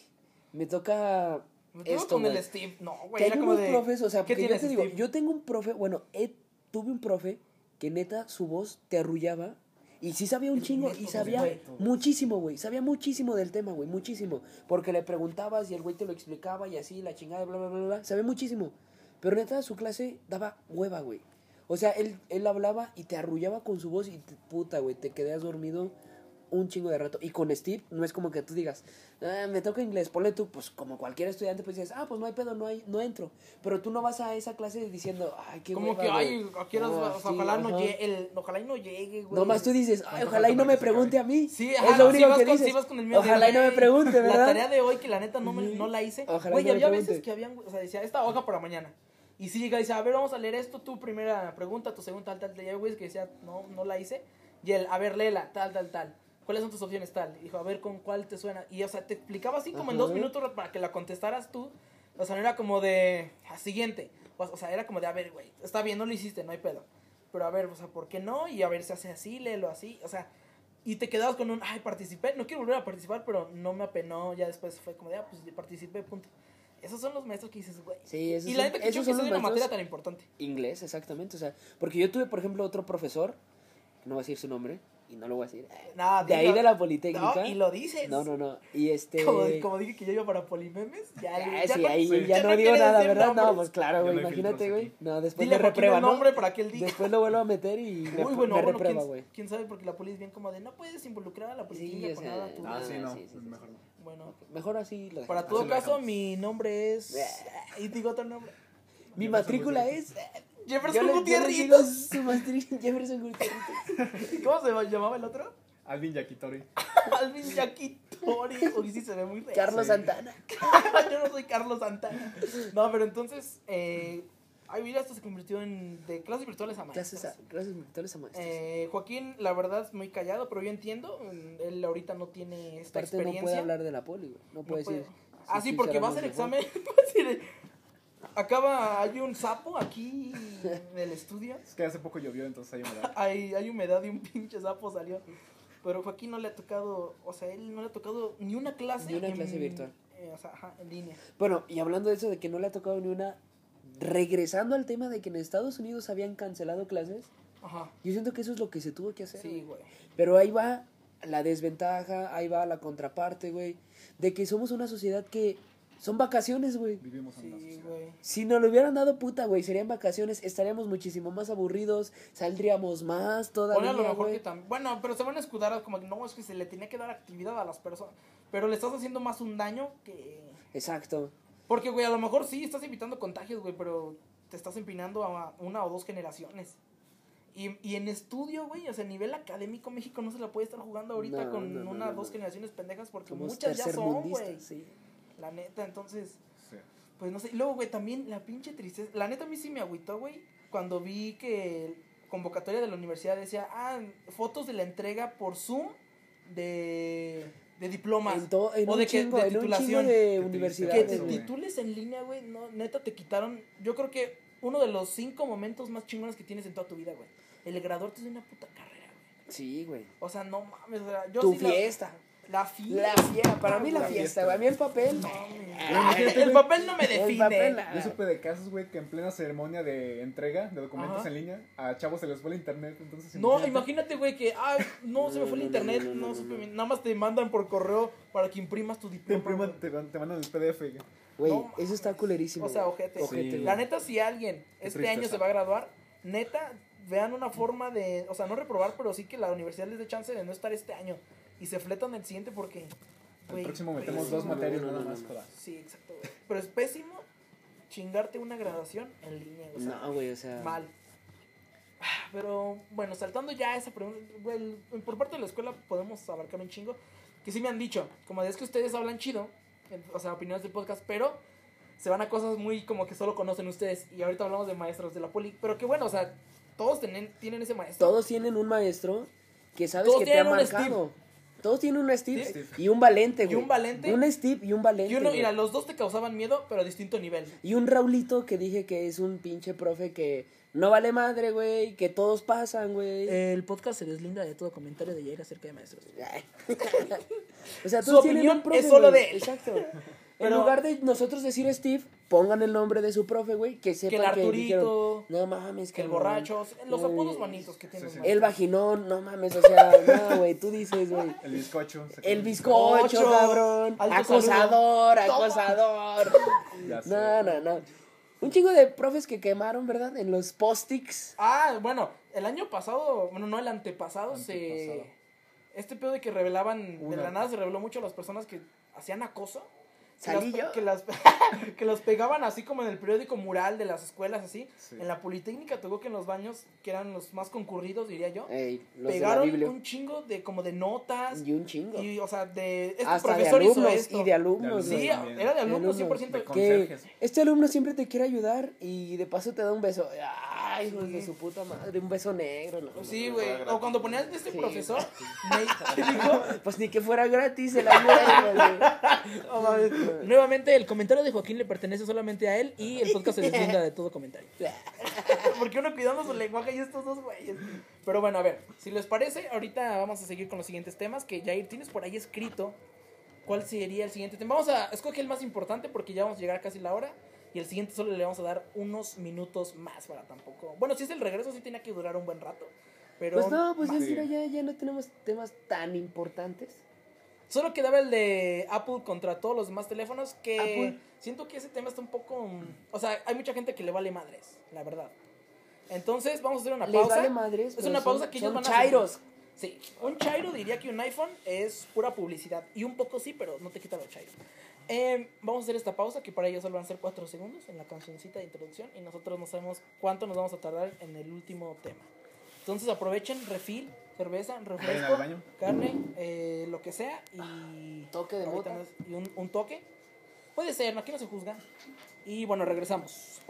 Speaker 4: me toca
Speaker 2: Me tengo
Speaker 4: esto,
Speaker 2: con
Speaker 4: güey.
Speaker 2: el Steve. No, güey,
Speaker 4: Que hay
Speaker 2: era como
Speaker 4: unos
Speaker 2: de.
Speaker 4: profes, o sea,
Speaker 2: ¿qué
Speaker 4: porque yo
Speaker 2: tienes,
Speaker 4: te digo,
Speaker 2: Steve?
Speaker 4: yo tengo un profe, bueno, he- tuve un profe que neta su voz te arrullaba y sí sabía un
Speaker 2: Es
Speaker 4: chingo
Speaker 2: neto,
Speaker 4: y
Speaker 2: güey,
Speaker 4: sabía
Speaker 2: güey.
Speaker 4: muchísimo, güey, sabía muchísimo del tema, güey, muchísimo, porque le preguntabas y el güey te lo explicaba y así, la chingada, bla, bla, bla, bla, sabía muchísimo, pero neta su clase daba hueva, güey. O sea, él, él hablaba y te arrullaba con su voz y te- puta, güey, te quedabas dormido un chingo de rato. Y con Steve no es como que tú digas, "Ah, me toca inglés, ponle tú, pues como cualquier estudiante, pues dices, ah, pues no hay pedo, no, hay, no entro. Pero tú no vas a esa clase diciendo, ay, qué
Speaker 2: Como
Speaker 4: hueva,
Speaker 2: que,
Speaker 4: güey".
Speaker 2: ay, quiero,
Speaker 4: Ah,
Speaker 2: o sea,
Speaker 4: sí,
Speaker 2: ojalá,
Speaker 4: ajá.
Speaker 2: no llegue, el, ojalá y no llegue, güey.
Speaker 4: Nomás tú dices, ay,
Speaker 3: ¿Cuánto
Speaker 4: ojalá y
Speaker 3: falta para que
Speaker 4: no me
Speaker 3: se acabe?
Speaker 4: pregunte a mí.
Speaker 2: Sí,
Speaker 4: es
Speaker 2: ajá,
Speaker 4: lo
Speaker 2: sí
Speaker 4: único
Speaker 2: vas
Speaker 4: que
Speaker 2: con-
Speaker 4: dices.
Speaker 2: sí vas con el miedo de,
Speaker 4: ojalá y no me
Speaker 2: "Güey,
Speaker 4: pregunte, ¿verdad?
Speaker 2: La tarea de hoy, que la neta no, me, no la hice.
Speaker 4: Ojalá y
Speaker 2: Güey,
Speaker 4: no me
Speaker 2: había
Speaker 4: pregunte.
Speaker 2: veces que habían, o sea, decía, esta hoja para mañana. Y sí llega y dice, a ver, vamos a leer esto, tu primera pregunta, tu segunda, tal, tal, tal. Y hay güeyes que decía, no, no la hice. Y él, a ver, léela, tal, tal, tal. ¿Cuáles son tus opciones, tal? Y dijo, a ver, ¿con cuál te suena? Y, o sea, te explicaba así como en
Speaker 4: Ajá.
Speaker 2: dos minutos para que la contestaras tú. O sea, no era como de, "Ah, siguiente. O o sea, era como de, a ver, güey, está bien, no lo hiciste, no hay pedo. Pero a ver, o sea, ¿por qué no? Y a ver, se hace así, léelo así. O sea, y te quedabas con un, ay, participé, no quiero volver a participar, pero no me apenó, ya después fue como de, ah, pues participé, punto. Esos son los maestros que dices, güey.
Speaker 4: Sí, esos
Speaker 2: y la
Speaker 4: son-
Speaker 2: neta que yo
Speaker 4: esos
Speaker 2: que
Speaker 4: son los
Speaker 2: estudie una
Speaker 4: maestros-
Speaker 2: materia tan importante.
Speaker 4: Inglés, exactamente. O sea, porque yo tuve, por ejemplo, otro profesor, no voy a decir su nombre, y no lo voy a decir.
Speaker 2: Nada,
Speaker 4: De ahí
Speaker 2: dilo.
Speaker 4: de la Politécnica.
Speaker 2: No, y lo dices.
Speaker 4: No, no, no. Y este.
Speaker 2: Como, como dije que yo iba para polimemes, ya,
Speaker 4: Ah,
Speaker 2: ya
Speaker 4: sí,
Speaker 2: no- (laughs)
Speaker 4: ahí
Speaker 3: sí.
Speaker 4: ya
Speaker 2: ya
Speaker 4: no,
Speaker 2: no
Speaker 4: digo
Speaker 2: quiere
Speaker 4: nada,
Speaker 2: decir
Speaker 4: ¿verdad? No,
Speaker 2: nombres.
Speaker 4: pues claro,
Speaker 3: Ya
Speaker 4: güey,
Speaker 3: no hay
Speaker 4: imagínate,
Speaker 3: filtros
Speaker 4: güey.
Speaker 3: aquí.
Speaker 4: No, después
Speaker 2: Dile
Speaker 4: me
Speaker 2: Joaquín
Speaker 4: reprueba,
Speaker 2: el
Speaker 4: ¿no?
Speaker 2: nombre para que él diga.
Speaker 4: Después lo vuelvo a meter y me,
Speaker 2: Uy, bueno,
Speaker 4: me
Speaker 2: bueno,
Speaker 4: reprueba,
Speaker 2: quién,
Speaker 4: güey.
Speaker 2: quién sabe, porque la poli es bien como de, no puedes involucrar a la politécnica
Speaker 4: Sí, o
Speaker 2: con
Speaker 4: sea,
Speaker 2: nada. tú".
Speaker 4: no,
Speaker 3: Ah, sí, no.
Speaker 4: sí, sí, sí.
Speaker 3: Mejor no.
Speaker 2: Bueno,
Speaker 4: Mejor así lo
Speaker 2: para
Speaker 4: dejamos.
Speaker 2: todo
Speaker 3: Así lo
Speaker 2: caso,
Speaker 3: dejamos.
Speaker 2: mi nombre es... Y digo otro nombre.
Speaker 4: Mi matrícula es.
Speaker 2: Jefferson
Speaker 4: le-
Speaker 2: Gutiérrez.
Speaker 4: le digo su matrícula (laughs) Jefferson Gutiérrez.
Speaker 2: ¿Cómo se llamaba el otro?
Speaker 3: (laughs) Alvin Yakitori.
Speaker 2: Alvin Yakitori. Uy, sí se ve muy real.
Speaker 4: Carlos
Speaker 3: Sí.
Speaker 4: Santana.
Speaker 2: (laughs) Yo no soy Carlos Santana. No, pero entonces, eh, ay, mira, esto se convirtió en de clases virtuales a maestras.
Speaker 4: Clases a, clases virtuales a maestros.
Speaker 2: Eh, Joaquín, la verdad, muy callado, pero yo entiendo. mm, Él ahorita no tiene esta
Speaker 4: Aparte, no
Speaker 2: experiencia.
Speaker 4: puede hablar de la poli, güey. No
Speaker 2: No
Speaker 4: puede
Speaker 2: puede.
Speaker 4: decir.
Speaker 2: Ah, sí, porque va a hacer
Speaker 4: ser
Speaker 2: examen. (laughs) va a hacer- Acaba, hay un sapo aquí en el estudio.
Speaker 3: Es que hace poco llovió, entonces hay humedad.
Speaker 2: Hay, hay humedad y un pinche sapo salió. Pero Joaquín no le ha tocado, o sea, él no le ha tocado ni una clase.
Speaker 4: Ni una clase virtual.
Speaker 2: eh, o sea, ajá, en línea.
Speaker 4: Bueno, y hablando de eso de que no le ha tocado ni una. Regresando al tema de que en Estados Unidos habían cancelado clases,
Speaker 2: Ajá.
Speaker 4: yo siento que eso es lo que se tuvo que hacer.
Speaker 2: Sí,
Speaker 4: güey.
Speaker 2: güey.
Speaker 4: Pero ahí va la desventaja, ahí va la contraparte, güey. De que somos una sociedad que son vacaciones, güey.
Speaker 3: Vivimos en una
Speaker 2: Sí,
Speaker 3: sociedad.
Speaker 2: güey.
Speaker 4: Si nos lo hubieran dado puta, güey, serían vacaciones, estaríamos muchísimo más aburridos, saldríamos más
Speaker 2: Bueno,
Speaker 4: todavía,
Speaker 2: a lo mejor
Speaker 4: güey.
Speaker 2: que tam- Bueno, pero se van a escudar como que no, es que se le tenía que dar actividad a las personas. Pero le estás haciendo más un daño que.
Speaker 4: Exacto.
Speaker 2: Porque, güey, a lo mejor sí estás evitando contagios, güey, pero te estás empinando a una o dos generaciones. Y, y en estudio, güey, o sea, a nivel académico, México no se la puede estar jugando ahorita
Speaker 4: No,
Speaker 2: con
Speaker 4: no, no,
Speaker 2: una o
Speaker 4: no,
Speaker 2: dos
Speaker 4: no.
Speaker 2: generaciones pendejas porque
Speaker 4: Somos
Speaker 2: muchas ya son, güey.
Speaker 4: tercermundistas, sí.
Speaker 2: La neta, entonces,
Speaker 3: Sí.
Speaker 2: pues no sé. Y luego, güey, también la pinche tristeza. La neta a mí sí me agüitó, güey, cuando vi que convocatoria de la universidad decía, ah, fotos de la entrega por Zoom de, de diplomas.
Speaker 4: En, to- en
Speaker 2: o
Speaker 4: un
Speaker 2: de que-
Speaker 4: chingo,
Speaker 2: de
Speaker 4: en un chingo
Speaker 2: titulación.
Speaker 4: de
Speaker 3: triste,
Speaker 2: Que
Speaker 4: universidades,
Speaker 2: te
Speaker 3: Claro,
Speaker 4: güey.
Speaker 3: güey.
Speaker 2: titules en línea, güey, no, neta te quitaron. Yo creo que uno de los cinco momentos más chingones que tienes en toda tu vida, güey. El graduarte de una puta carrera, güey.
Speaker 4: Sí, güey.
Speaker 2: O sea, no mames, o sea, yo
Speaker 4: Tu
Speaker 2: sí la-
Speaker 4: fiesta.
Speaker 2: La,
Speaker 4: La
Speaker 2: fiesta.
Speaker 4: fiesta, para mí la,
Speaker 3: La
Speaker 4: fiesta,
Speaker 3: fiesta.
Speaker 4: güey. A mí el papel. no.
Speaker 2: el papel no me
Speaker 4: El
Speaker 2: define.
Speaker 4: papel,
Speaker 3: Yo
Speaker 4: ah.
Speaker 3: supe de casos, güey, que en plena ceremonia de entrega de documentos
Speaker 2: Ajá.
Speaker 3: en línea, a chavos se les fue el internet, entonces...
Speaker 2: No, imagínate, güey, que, ah, no, se me fue el
Speaker 4: No, no,
Speaker 2: internet,
Speaker 4: no,
Speaker 2: no,
Speaker 4: no, no,
Speaker 2: supe
Speaker 4: no.
Speaker 2: bien. nada más te mandan por correo para que imprimas tu
Speaker 3: Te,
Speaker 2: diploma.
Speaker 3: impriman,
Speaker 2: güey.
Speaker 3: te, van- te mandan el PDF, güey.
Speaker 4: Güey,
Speaker 2: No
Speaker 4: eso está culerísimo.
Speaker 2: O sea,
Speaker 4: güey.
Speaker 2: ojete.
Speaker 3: Sí.
Speaker 4: güey.
Speaker 2: La neta, si alguien
Speaker 3: Qué
Speaker 2: este
Speaker 3: tristeza.
Speaker 2: año se va a graduar, neta, vean una forma de, o sea, no reprobar, pero sí que la universidad les dé chance de no estar este año. Y se fletan el siguiente porque...
Speaker 3: El
Speaker 2: güey,
Speaker 3: próximo
Speaker 2: güey,
Speaker 3: metemos
Speaker 2: sí,
Speaker 3: dos
Speaker 2: güey.
Speaker 3: materias
Speaker 4: no,
Speaker 3: nada
Speaker 4: no,
Speaker 3: más
Speaker 4: no.
Speaker 3: para...
Speaker 2: Sí, exacto. güey. Pero es pésimo chingarte una graduación en línea, o sea,
Speaker 4: No, güey, o sea.
Speaker 2: mal. Ah, Pero bueno, saltando ya esa pregunta, güey, por parte de la escuela podemos abarcar un chingo. Que sí me han dicho, como de, es que ustedes hablan chido, en- o sea, opiniones del podcast, pero se van a cosas muy como que solo conocen ustedes. Y ahorita hablamos de maestros de la poli, pero que bueno, o sea, todos tienen, tienen ese maestro.
Speaker 4: Todos tienen un maestro que sabes
Speaker 2: Todos
Speaker 4: que te ha
Speaker 2: tienen un
Speaker 4: marcado. Todos tienen un Steve,
Speaker 2: Steve.
Speaker 4: y un valente,
Speaker 2: Y
Speaker 4: güey.
Speaker 2: un valente.
Speaker 4: Un Steve y un valente.
Speaker 2: Y uno,
Speaker 4: güey.
Speaker 2: mira, los dos te causaban miedo, pero a distinto nivel.
Speaker 4: Y un Raulito que dije que es un pinche profe que no vale madre, güey, que todos pasan, güey.
Speaker 2: El podcast se deslinda de todo comentario de Jair acerca de maestros.
Speaker 4: Ay. (laughs) o sea,
Speaker 2: Su
Speaker 4: todos tienen
Speaker 2: opinión
Speaker 4: un profe,
Speaker 2: es solo
Speaker 4: güey.
Speaker 2: de él. (laughs)
Speaker 4: Exacto.
Speaker 2: Pero-
Speaker 4: En lugar de nosotros decir Steve, pongan el nombre de su profe, güey, que sepa
Speaker 2: Que el Arturito,
Speaker 4: no mames,
Speaker 2: que el
Speaker 4: cabrón.
Speaker 2: borracho, los
Speaker 4: Ay,
Speaker 2: apodos bonitos que tienen.
Speaker 3: sí.
Speaker 2: los
Speaker 4: El
Speaker 2: maestros.
Speaker 4: vaginón, no mames, o sea, (laughs) no, güey, tú dices, güey.
Speaker 3: El bizcocho. se
Speaker 4: El
Speaker 3: come.
Speaker 4: bizcocho,
Speaker 2: Ocho.
Speaker 4: cabrón.
Speaker 2: Alto (laughs)
Speaker 4: acosador, acosador.
Speaker 3: Ya sé.
Speaker 4: No, no, no. Un chingo de profes que quemaron, ¿verdad? En los post-its.
Speaker 2: Ah, bueno, el año pasado, bueno, no, el antepasado,
Speaker 3: Antepasado.
Speaker 2: se... Este pedo de que revelaban, de
Speaker 3: Una.
Speaker 2: la nada se reveló mucho a las personas que hacían acoso. Que las,
Speaker 4: ¿Salí
Speaker 2: pe-
Speaker 4: yo?
Speaker 2: Que las, (laughs) que las pegaban así como en el periódico mural de las escuelas, así.
Speaker 3: Sí.
Speaker 2: En la Politécnica tocó que en los baños, que eran los más concurridos, diría yo,
Speaker 4: Ey, Eh, los
Speaker 2: pegaron
Speaker 4: de la Biblia.
Speaker 2: un chingo de como de notas.
Speaker 4: Y un chingo.
Speaker 2: Y, o sea, de. Este
Speaker 4: Hasta de
Speaker 2: profesor hizo
Speaker 4: alumnos
Speaker 2: esto.
Speaker 4: y de alumnos,
Speaker 2: Sí,
Speaker 4: güey.
Speaker 3: alumnos también.
Speaker 2: era de
Speaker 4: De
Speaker 2: alumnos
Speaker 4: alumnos,
Speaker 2: 100%.
Speaker 3: de con-
Speaker 4: que
Speaker 3: Conserjes.
Speaker 4: este alumno siempre te quiere ayudar y de paso te da un beso. Ay, hijos de su puta madre, un beso negro. No, no,
Speaker 2: Sí,
Speaker 4: no.
Speaker 2: güey. O cuando ponías de este
Speaker 4: Sí, (laughs)
Speaker 2: profesor, me- dijo,
Speaker 4: Pues ni que fuera gratis el amor.
Speaker 2: Oh, Nuevamente, el comentario de Joaquín le pertenece solamente a él y el podcast se deslinda de todo comentario. (laughs) Porque uno cuidando su lenguaje y estos dos güeyes. Pero bueno, a ver, si les parece, ahorita vamos a seguir con los siguientes temas. Que Jair, tienes por ahí escrito cuál sería el siguiente tema. Vamos a escoger el más importante porque ya vamos a llegar a casi la hora. Y el siguiente solo le vamos a dar unos minutos más para tampoco. Bueno, si es el regreso, sí tenía que durar un buen rato. (laughs) Pero
Speaker 4: Pues no, pues ya,
Speaker 3: Sí.
Speaker 4: mira, ya, ya no tenemos temas tan importantes.
Speaker 2: Solo quedaba el de Apple contra todos los demás teléfonos que
Speaker 4: Apple.
Speaker 2: siento que ese tema está un poco... mm, O sea, hay mucha gente que le vale madres, la verdad. Entonces vamos a hacer una
Speaker 4: Les
Speaker 2: pausa.
Speaker 4: vale madres.
Speaker 2: es
Speaker 4: pero
Speaker 2: una
Speaker 4: son-
Speaker 2: pausa que ellos
Speaker 4: son
Speaker 2: van a...
Speaker 4: chairos.
Speaker 2: Sí, un chairo diría que un iPhone es pura publicidad. Y un poco sí, pero no te quita lo chairo. Eh, vamos a hacer esta pausa que para ellos solo van a ser 4 segundos en la cancioncita de introducción y nosotros no sabemos cuánto nos vamos a tardar en el último tema. Entonces aprovechen, refil, cerveza,
Speaker 3: Vayan
Speaker 2: refresco,
Speaker 3: al baño.
Speaker 2: carne, eh, lo que sea y
Speaker 4: Toque de
Speaker 2: ahorita
Speaker 4: mota.
Speaker 2: nos- y un, un toque. Puede ser, aquí no se juzga. Y bueno, regresamos.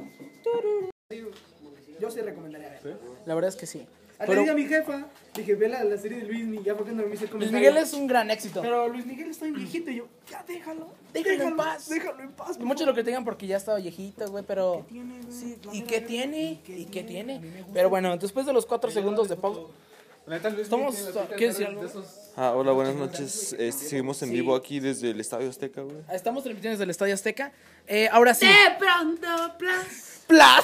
Speaker 6: Yo sí recomendaría ver.
Speaker 2: La verdad es que sí.
Speaker 6: Le dije a mi jefa, dije, ve la, la serie de Luis Miguel, ya porque no me hice el
Speaker 2: Luis
Speaker 6: comentario.
Speaker 2: Miguel es un gran éxito.
Speaker 6: Pero Luis Miguel está bien viejito y yo, ya déjalo.
Speaker 2: Déjalo en paz.
Speaker 6: Déjalo en paz.
Speaker 2: Muchos lo critican porque ya estaba viejito, güey, pero...
Speaker 6: tiene, güey?
Speaker 2: Sí,
Speaker 6: La
Speaker 2: ¿y
Speaker 6: mera
Speaker 2: qué
Speaker 6: verga.
Speaker 2: tiene?
Speaker 6: ¿Y qué
Speaker 2: ¿Y qué
Speaker 6: tiene? A mí me
Speaker 2: tiene?
Speaker 6: gusta.
Speaker 2: Pero bueno, después de los 4 segundos de pausa...
Speaker 3: La neta, Luis
Speaker 2: Estamos-
Speaker 3: tiene la pinta de
Speaker 2: ¿quieres
Speaker 3: ser
Speaker 2: decir
Speaker 3: de
Speaker 2: algo?
Speaker 3: esos-
Speaker 5: Ah, hola, buenas noches. Este, seguimos en
Speaker 2: Sí.
Speaker 5: vivo aquí desde el Estadio Azteca, güey.
Speaker 2: Estamos transmitiendo desde el Estadio Azteca. Eh, ahora sí.
Speaker 4: pronto, plus.
Speaker 6: (laughs)
Speaker 2: ¡Flash!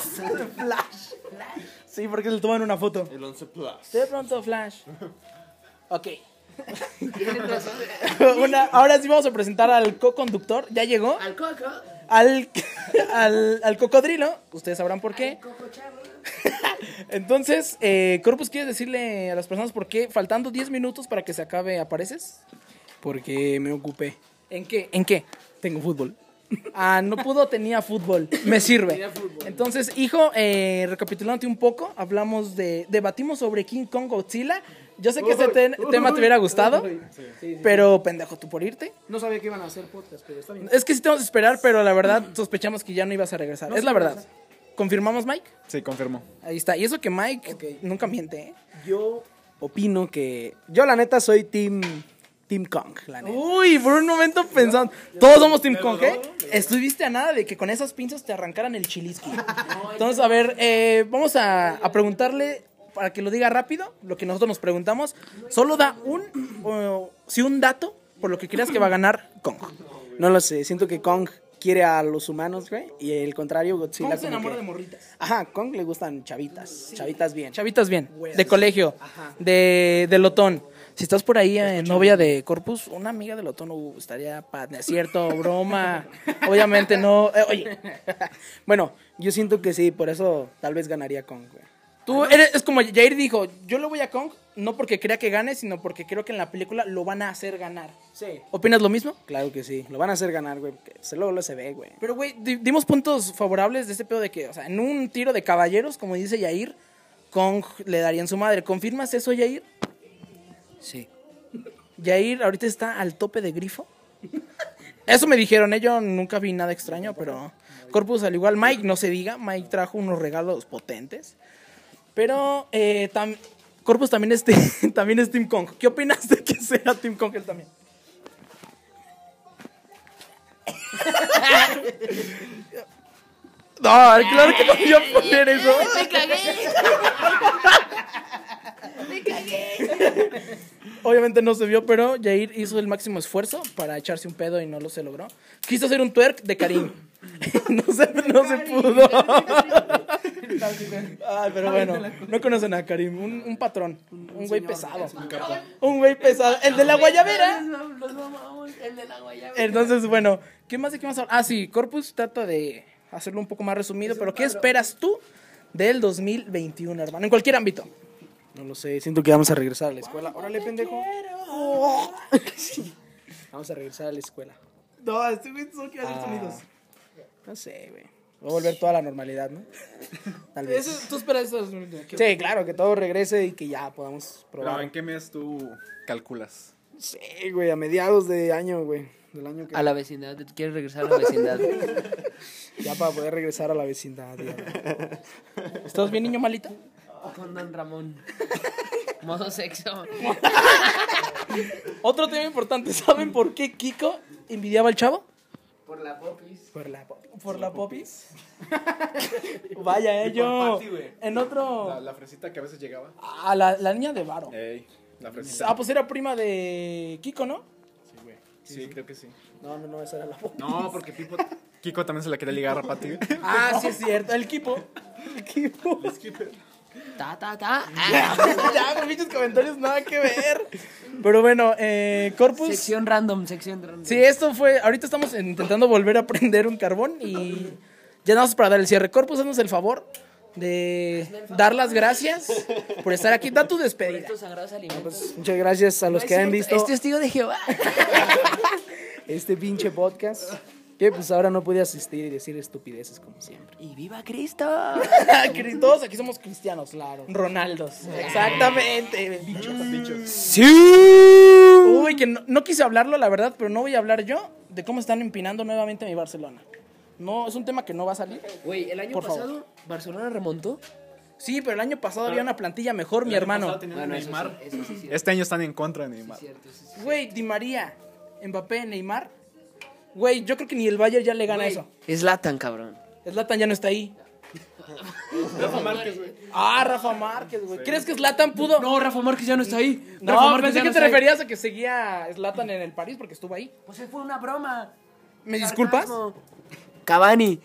Speaker 2: ¡Flash! Sí, porque le toman una foto.
Speaker 5: El 11 Plus.
Speaker 2: De pronto, Flash. Ok. (laughs) Una- ahora sí vamos a presentar al co-conductor. ¿Ya llegó?
Speaker 4: Al coco.
Speaker 2: Al, (laughs) al, al cocodrilo. Ustedes sabrán por qué.
Speaker 4: al coco chavo.
Speaker 2: (laughs) Entonces, eh, Corpus, ¿quieres decirle a las personas por qué? Faltando 10 minutos para que se acabe, ¿apareces?
Speaker 6: Porque me ocupé.
Speaker 2: ¿En qué? ¿En qué? Tengo fútbol. (laughs) Ah, no pudo, tenía fútbol. (laughs) Me sirve. Entonces, hijo, eh, recapitulándote un poco, hablamos de. Debatimos sobre King Kong Godzilla. Yo sé que ese te- tema te hubiera gustado, pero pendejo, tú por irte.
Speaker 6: No sabía que iban a hacer podcast, pero está bien.
Speaker 2: Es que sí tenemos que esperar, pero la verdad sospechamos que ya no ibas a regresar. es la verdad. ¿Confirmamos, Mike?
Speaker 3: Sí, confirmo.
Speaker 2: Ahí está. Y eso que Mike
Speaker 6: Ok.
Speaker 2: nunca miente, ¿eh?
Speaker 6: Yo.
Speaker 2: opino que yo la neta soy team team Kong, la neta. Uy, por un momento pensando, todos somos team Kong, ¿eh? Estuviste a nada de que con esas pinzas te arrancaran
Speaker 6: (laughs)
Speaker 2: el chilisqui. Entonces, a ver, eh, vamos a, a preguntarle para que lo diga rápido, lo que nosotros nos preguntamos, solo da un o, si un dato por lo que creas que va a ganar Kong.
Speaker 6: No lo sé, siento que Kong quiere a los humanos, güey. Y el contrario, Godzilla.
Speaker 2: Kong se
Speaker 6: como
Speaker 2: enamora
Speaker 6: que-
Speaker 2: de morritas.
Speaker 6: Ajá, Kong le gustan chavitas. Chavitas bien.
Speaker 2: Chavitas bien, de colegio, de, de Lotón. Si estás por ahí eh, novia de Corpus, una amiga de Lotón uh, estaría pa- no es cierto, broma. Obviamente no. eh, oye,
Speaker 6: bueno, yo siento que sí, por eso tal vez ganaría Kong, güey.
Speaker 2: Tú eres, es como Jair dijo, yo lo voy a Kong no porque crea que gane, sino porque creo que en la película lo van a hacer ganar.
Speaker 4: Sí.
Speaker 2: ¿Opinas lo mismo?
Speaker 6: Claro que sí. Lo van a hacer ganar, güey. porque Se luego, luego se ve, güey.
Speaker 2: Pero, güey, di- dimos puntos favorables de este pedo de que, o sea, en un tiro de caballeros, como dice Jair, Kong le daría en su madre. ¿Confirmas eso, Jair?
Speaker 4: Sí.
Speaker 2: Jair ahorita está al tope de grifo. Eso me dijeron, eh, yo nunca vi nada extraño, pero Corpus al igual, Mike no se diga, Mike trajo unos regalos potentes. Pero eh, tam- Corpus también es, te- (laughs) también es Team Kong. ¿Qué opinas de que sea Team Kong él también? No, claro que no voy a poner eso.
Speaker 7: Me cagué. Me cagué.
Speaker 2: Obviamente no se vio, pero Jair hizo el máximo esfuerzo para echarse un pedo y no lo se logró. Quiso hacer un twerk de Karim. (laughs) no se, no se pudo. (laughs) Ay, pero bueno, no conocen a Karim, un, un patrón, un güey pesado. Un güey pesado, el de la guayabera.
Speaker 7: Los mamamos, el de la guayabera.
Speaker 2: Entonces, bueno, ¿qué más de qué más? hablar? Ah, sí, Corpus trata de hacerlo un poco más resumido, pero ¿qué esperas tú del 2021, hermano? En cualquier ámbito.
Speaker 6: No lo sé. Siento que vamos a regresar a la escuela. Órale, pendejo. Oh, (laughs) Vamos a regresar a la escuela. Ah,
Speaker 2: No, este güey solo quiere hacer sonidos.
Speaker 6: No sé, güey. Va a volver toda la normalidad, (laughs) ¿no? Tal vez.
Speaker 2: Eso- tú esperas eso. Sí.
Speaker 6: Sí, claro, que todo regrese y que ya podamos
Speaker 3: Pero
Speaker 6: probar.
Speaker 3: ¿en qué mes tú calculas?
Speaker 6: Sí, güey, a mediados de año, güey. Del año que.
Speaker 4: A la vecindad, ¿quieres regresar a la vecindad?
Speaker 2: (laughs)
Speaker 6: Ya para poder regresar a la vecindad. ya, güey.
Speaker 2: ¿Estás bien, niño malito?
Speaker 4: Con Don (laughs) Ramón. Modo sexo.
Speaker 2: Otro tema importante, ¿saben por qué Kiko envidiaba al chavo?
Speaker 4: Por la popis.
Speaker 6: Por la po-
Speaker 2: ¿Por la popis? (laughs) Vaya, eh, yo. En
Speaker 3: La,
Speaker 2: otro.
Speaker 3: la fresita que a veces llegaba.
Speaker 2: A la, la niña de Varo.
Speaker 3: Ey, la fresita.
Speaker 2: Ah, pues era prima de Kiko, ¿no?
Speaker 3: Sí, güey. Sí, creo que sí.
Speaker 6: No, no, no, esa era la po-
Speaker 3: No, porque Pipo- Kiko también se la quería ligar a (laughs) Pati.
Speaker 2: (laughs) Ah, sí, es cierto. El Kipo. El Kipo.
Speaker 4: Ta, ta, ta.
Speaker 2: (laughs)
Speaker 4: Ah,
Speaker 2: ya, con pinches comentarios, nada que ver. Pero bueno, eh, Corpus.
Speaker 4: Sección random, sección random.
Speaker 2: Sí, esto fue. Ahorita estamos intentando volver a prender un carbón y ya nada más para dar el cierre. Corpus, haznos el favor de dar las gracias por estar aquí. Da tu despedida.
Speaker 4: Estos sagrados alimentos.
Speaker 6: Muchas gracias a los que han visto
Speaker 4: Este testigo de (laughs) Jehová.
Speaker 6: este pinche podcast. Que pues ahora no pude asistir y decir estupideces como siempre.
Speaker 4: Y viva Cristo.
Speaker 2: (laughs) Cri- Todos aquí somos cristianos, claro. Ronaldos. Exactamente. Uy, que no, no quise hablarlo, la verdad, pero no voy a hablar yo de cómo están empinando nuevamente mi Barcelona. No, es un tema que no va a salir.
Speaker 4: Güey, el año
Speaker 2: Por favor.
Speaker 4: pasado Barcelona remontó.
Speaker 2: Sí, pero el año pasado había una plantilla mejor, mi hermano.
Speaker 4: eso sí, eso sí es cierto.
Speaker 3: Este año están en contra de Neymar.
Speaker 4: cierto, sí, sí.
Speaker 2: Güey, Di María, Mbappé, Neymar. Güey, yo creo que ni el Bayern ya le gana eso.
Speaker 4: Es Latan, cabrón.
Speaker 2: Zlatan ya no está ahí.
Speaker 3: Rafa Márquez, güey.
Speaker 2: Ah, Rafa Márquez, güey. ¿Crees que Zlatan pudo?
Speaker 4: No, Rafa Márquez ya no está ahí.
Speaker 2: No,
Speaker 4: Rafa Márquez
Speaker 2: pensé
Speaker 4: ya
Speaker 2: que
Speaker 4: no
Speaker 2: te
Speaker 4: está ahí.
Speaker 2: referías a que seguía Zlatan en el París porque estuvo ahí.
Speaker 4: Pues fue una broma.
Speaker 2: ¿Me disculpas? (laughs)
Speaker 4: Cavani.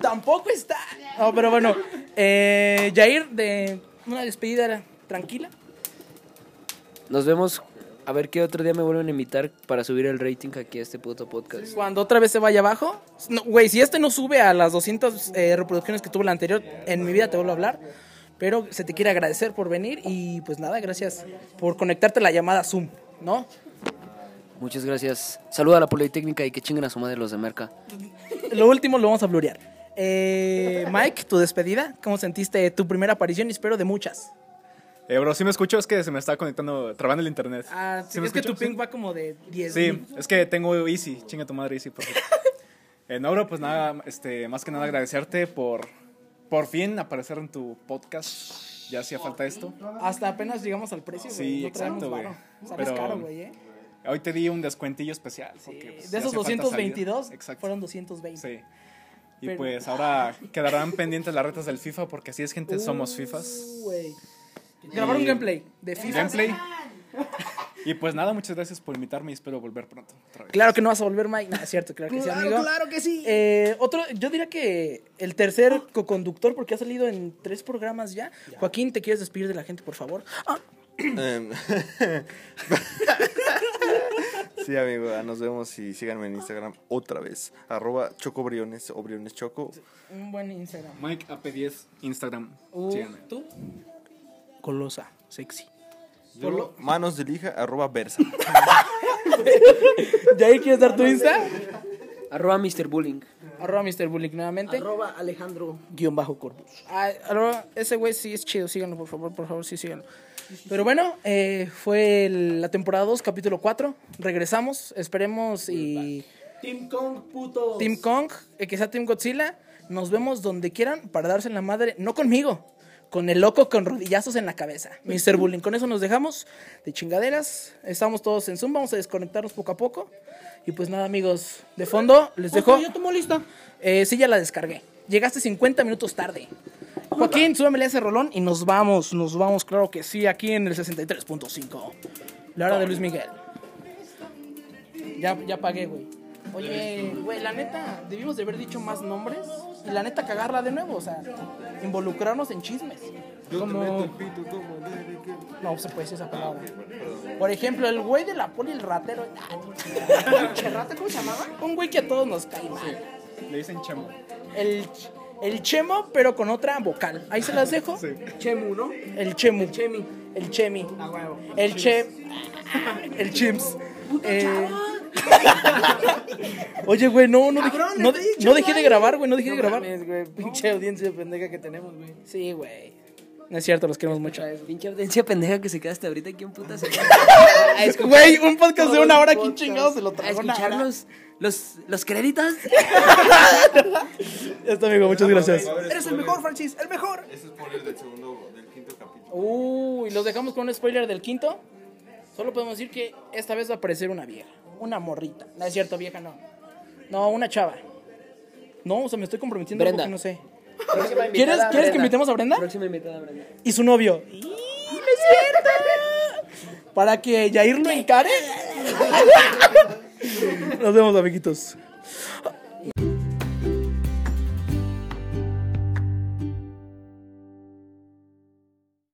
Speaker 2: Tampoco está. No, pero bueno. Eh, Jair, de una despedida tranquila.
Speaker 4: Nos vemos. A ver qué otro día me vuelven a invitar para subir el rating aquí a este puto podcast.
Speaker 2: Cuando otra vez se vaya abajo. no, Güey, si este no sube a las 200 eh, reproducciones que tuvo la anterior, en mi vida te vuelvo a hablar. Pero se te quiere agradecer por venir y pues nada, gracias por conectarte a la llamada Zoom, ¿no?
Speaker 4: Muchas gracias. Saluda a la Politécnica y que chinguen a su madre los de Merca.
Speaker 2: Lo último lo vamos a blurear. Eh, Mike, tu despedida. ¿Cómo sentiste tu primera aparición? Y espero de muchas.
Speaker 3: Eh, bro, si me escucho, es que se me está conectando, trabando el internet.
Speaker 2: Ah,
Speaker 3: ¿Sí me
Speaker 2: es que tu
Speaker 3: escuchas?
Speaker 2: ping va como de 10.
Speaker 3: Sí, es que tengo Easy, chinga tu madre Easy,
Speaker 2: (laughs)
Speaker 3: por favor. Eh, no, bro, pues nada, este, más que nada agradecerte por por fin aparecer en tu podcast. Ya hacía falta esto.
Speaker 2: Hasta apenas llegamos al precio, güey.
Speaker 3: Sí,
Speaker 2: no traemos
Speaker 3: exacto, güey.
Speaker 2: varo. Sales
Speaker 3: Pero-
Speaker 2: caro, güey, eh.
Speaker 3: Hoy te di un descuentillo especial. porque, pues,
Speaker 2: De
Speaker 3: ya
Speaker 2: esos
Speaker 3: hacía falta salida.
Speaker 2: 222,
Speaker 3: Exacto.
Speaker 2: fueron 220.
Speaker 3: Sí. Y
Speaker 2: Pero-
Speaker 3: pues ahora quedarán pendientes las retas del FIFA porque así es gente, somos FIFAs.
Speaker 2: Güey. Grabar un gameplay de Uh, FIFA.
Speaker 3: Gameplay. (laughs) Y pues nada, muchas gracias por invitarme y espero volver pronto. otra vez.
Speaker 2: Claro que no vas a volver, Mike. No, es cierto, claro que sí, amigo.
Speaker 6: que sí.
Speaker 2: Eh, otro, yo diría que el tercer coconductor, porque ha salido en tres programas ya. Joaquín, ¿te quieres despedir de la gente, por favor? Ah,
Speaker 5: Em, (laughs) Sí, amigo, ah, nos vemos y síganme en Instagram otra vez. Arroba chocobriones o briones choco.
Speaker 8: Un buen Instagram.
Speaker 3: Mike AP10, Instagram.
Speaker 8: Uh,
Speaker 3: Síganme.
Speaker 8: ¿Tú?
Speaker 2: Colosa, sexy.
Speaker 5: Yo, manos de lija, arroba versa.
Speaker 2: ¿De ahí quieres dar tu Insta?
Speaker 4: Eh, Arroba Mr. Bullying.
Speaker 2: Arroba Mr. Bullying nuevamente.
Speaker 4: Arroba Alejandro.
Speaker 2: guión bajo corpus. Ah, arroba- ese güey sí es chido, síganlo, por favor, por favor, sí, síganlo. Pero bueno, eh, fue el- la temporada 2, capítulo 4. Regresamos, esperemos y...
Speaker 8: Team Kong, puto.
Speaker 2: Team Kong, eh, que sea Team Godzilla. Nos vemos donde quieran para darse en la madre, no conmigo, con el loco con rodillazos en la cabeza. Mr. Bullying, con eso nos dejamos de chingaderas. Estamos todos en Zoom, vamos a desconectarnos poco a poco. Y pues nada, amigos, de fondo les dejo. Yo tomo lista. sí, ya la descargué. Llegaste 50 minutos tarde. Joaquín, súbeme ese rolón y nos vamos, nos vamos, claro que sí, aquí en el 63.5. La hora de Luis Miguel. Ya, ya pagué, güey. Oye, güey, la neta, debimos de haber dicho más nombres y la neta cagarla de nuevo, o sea, involucrarnos en chismes. Como... No se puede decir esa palabra. Por ejemplo, el güey de la poli, el ratero. (laughs) Ah, pinche rata, ¿Cómo se llamaba? Un güey que a todos nos cae mal.
Speaker 3: Le dicen chamo.
Speaker 2: El, el chemo, pero con otra vocal. Ahí se las dejo.
Speaker 4: Chemu, ¿no?
Speaker 2: El chemu. El chemi. El chemi. El chem. El chims. Eh, Oye, güey, no, no, dejé, no, de- no dejé de grabar, güey, no dejé de grabar.
Speaker 8: Pinche audiencia pendeja que tenemos, güey.
Speaker 2: Sí, güey. No es cierto, los queremos mucho.
Speaker 4: Pinche audiencia (laughs) pendeja que se queda hasta ahorita. ¿Quién
Speaker 2: (laughs)
Speaker 4: puta se queda?
Speaker 2: Güey, un podcast de una hora, ¿quién chingados se lo
Speaker 4: A
Speaker 2: trajo?
Speaker 4: escuchar los, los,
Speaker 2: (laughs)
Speaker 4: los créditos.
Speaker 2: Ya está, amigo, muchas gracias.
Speaker 8: Eres el mejor, Francis, el mejor.
Speaker 5: Ese es por el del segundo, del quinto capítulo.
Speaker 2: Uy, los dejamos con un spoiler del quinto. Solo podemos decir que esta vez va a aparecer una vieja, una morrita. No es cierto, vieja no. No, una chava. No, o sea, me estoy comprometiendo
Speaker 4: Brenda.
Speaker 2: a algo que no sé. ¿Quieres, ¿quieres que invitemos a Brenda?
Speaker 4: Próxima invitada, Brenda.
Speaker 2: Y su novio. ¡Y, no es cierto! Para que Yair lo encare. Nos vemos, amiguitos.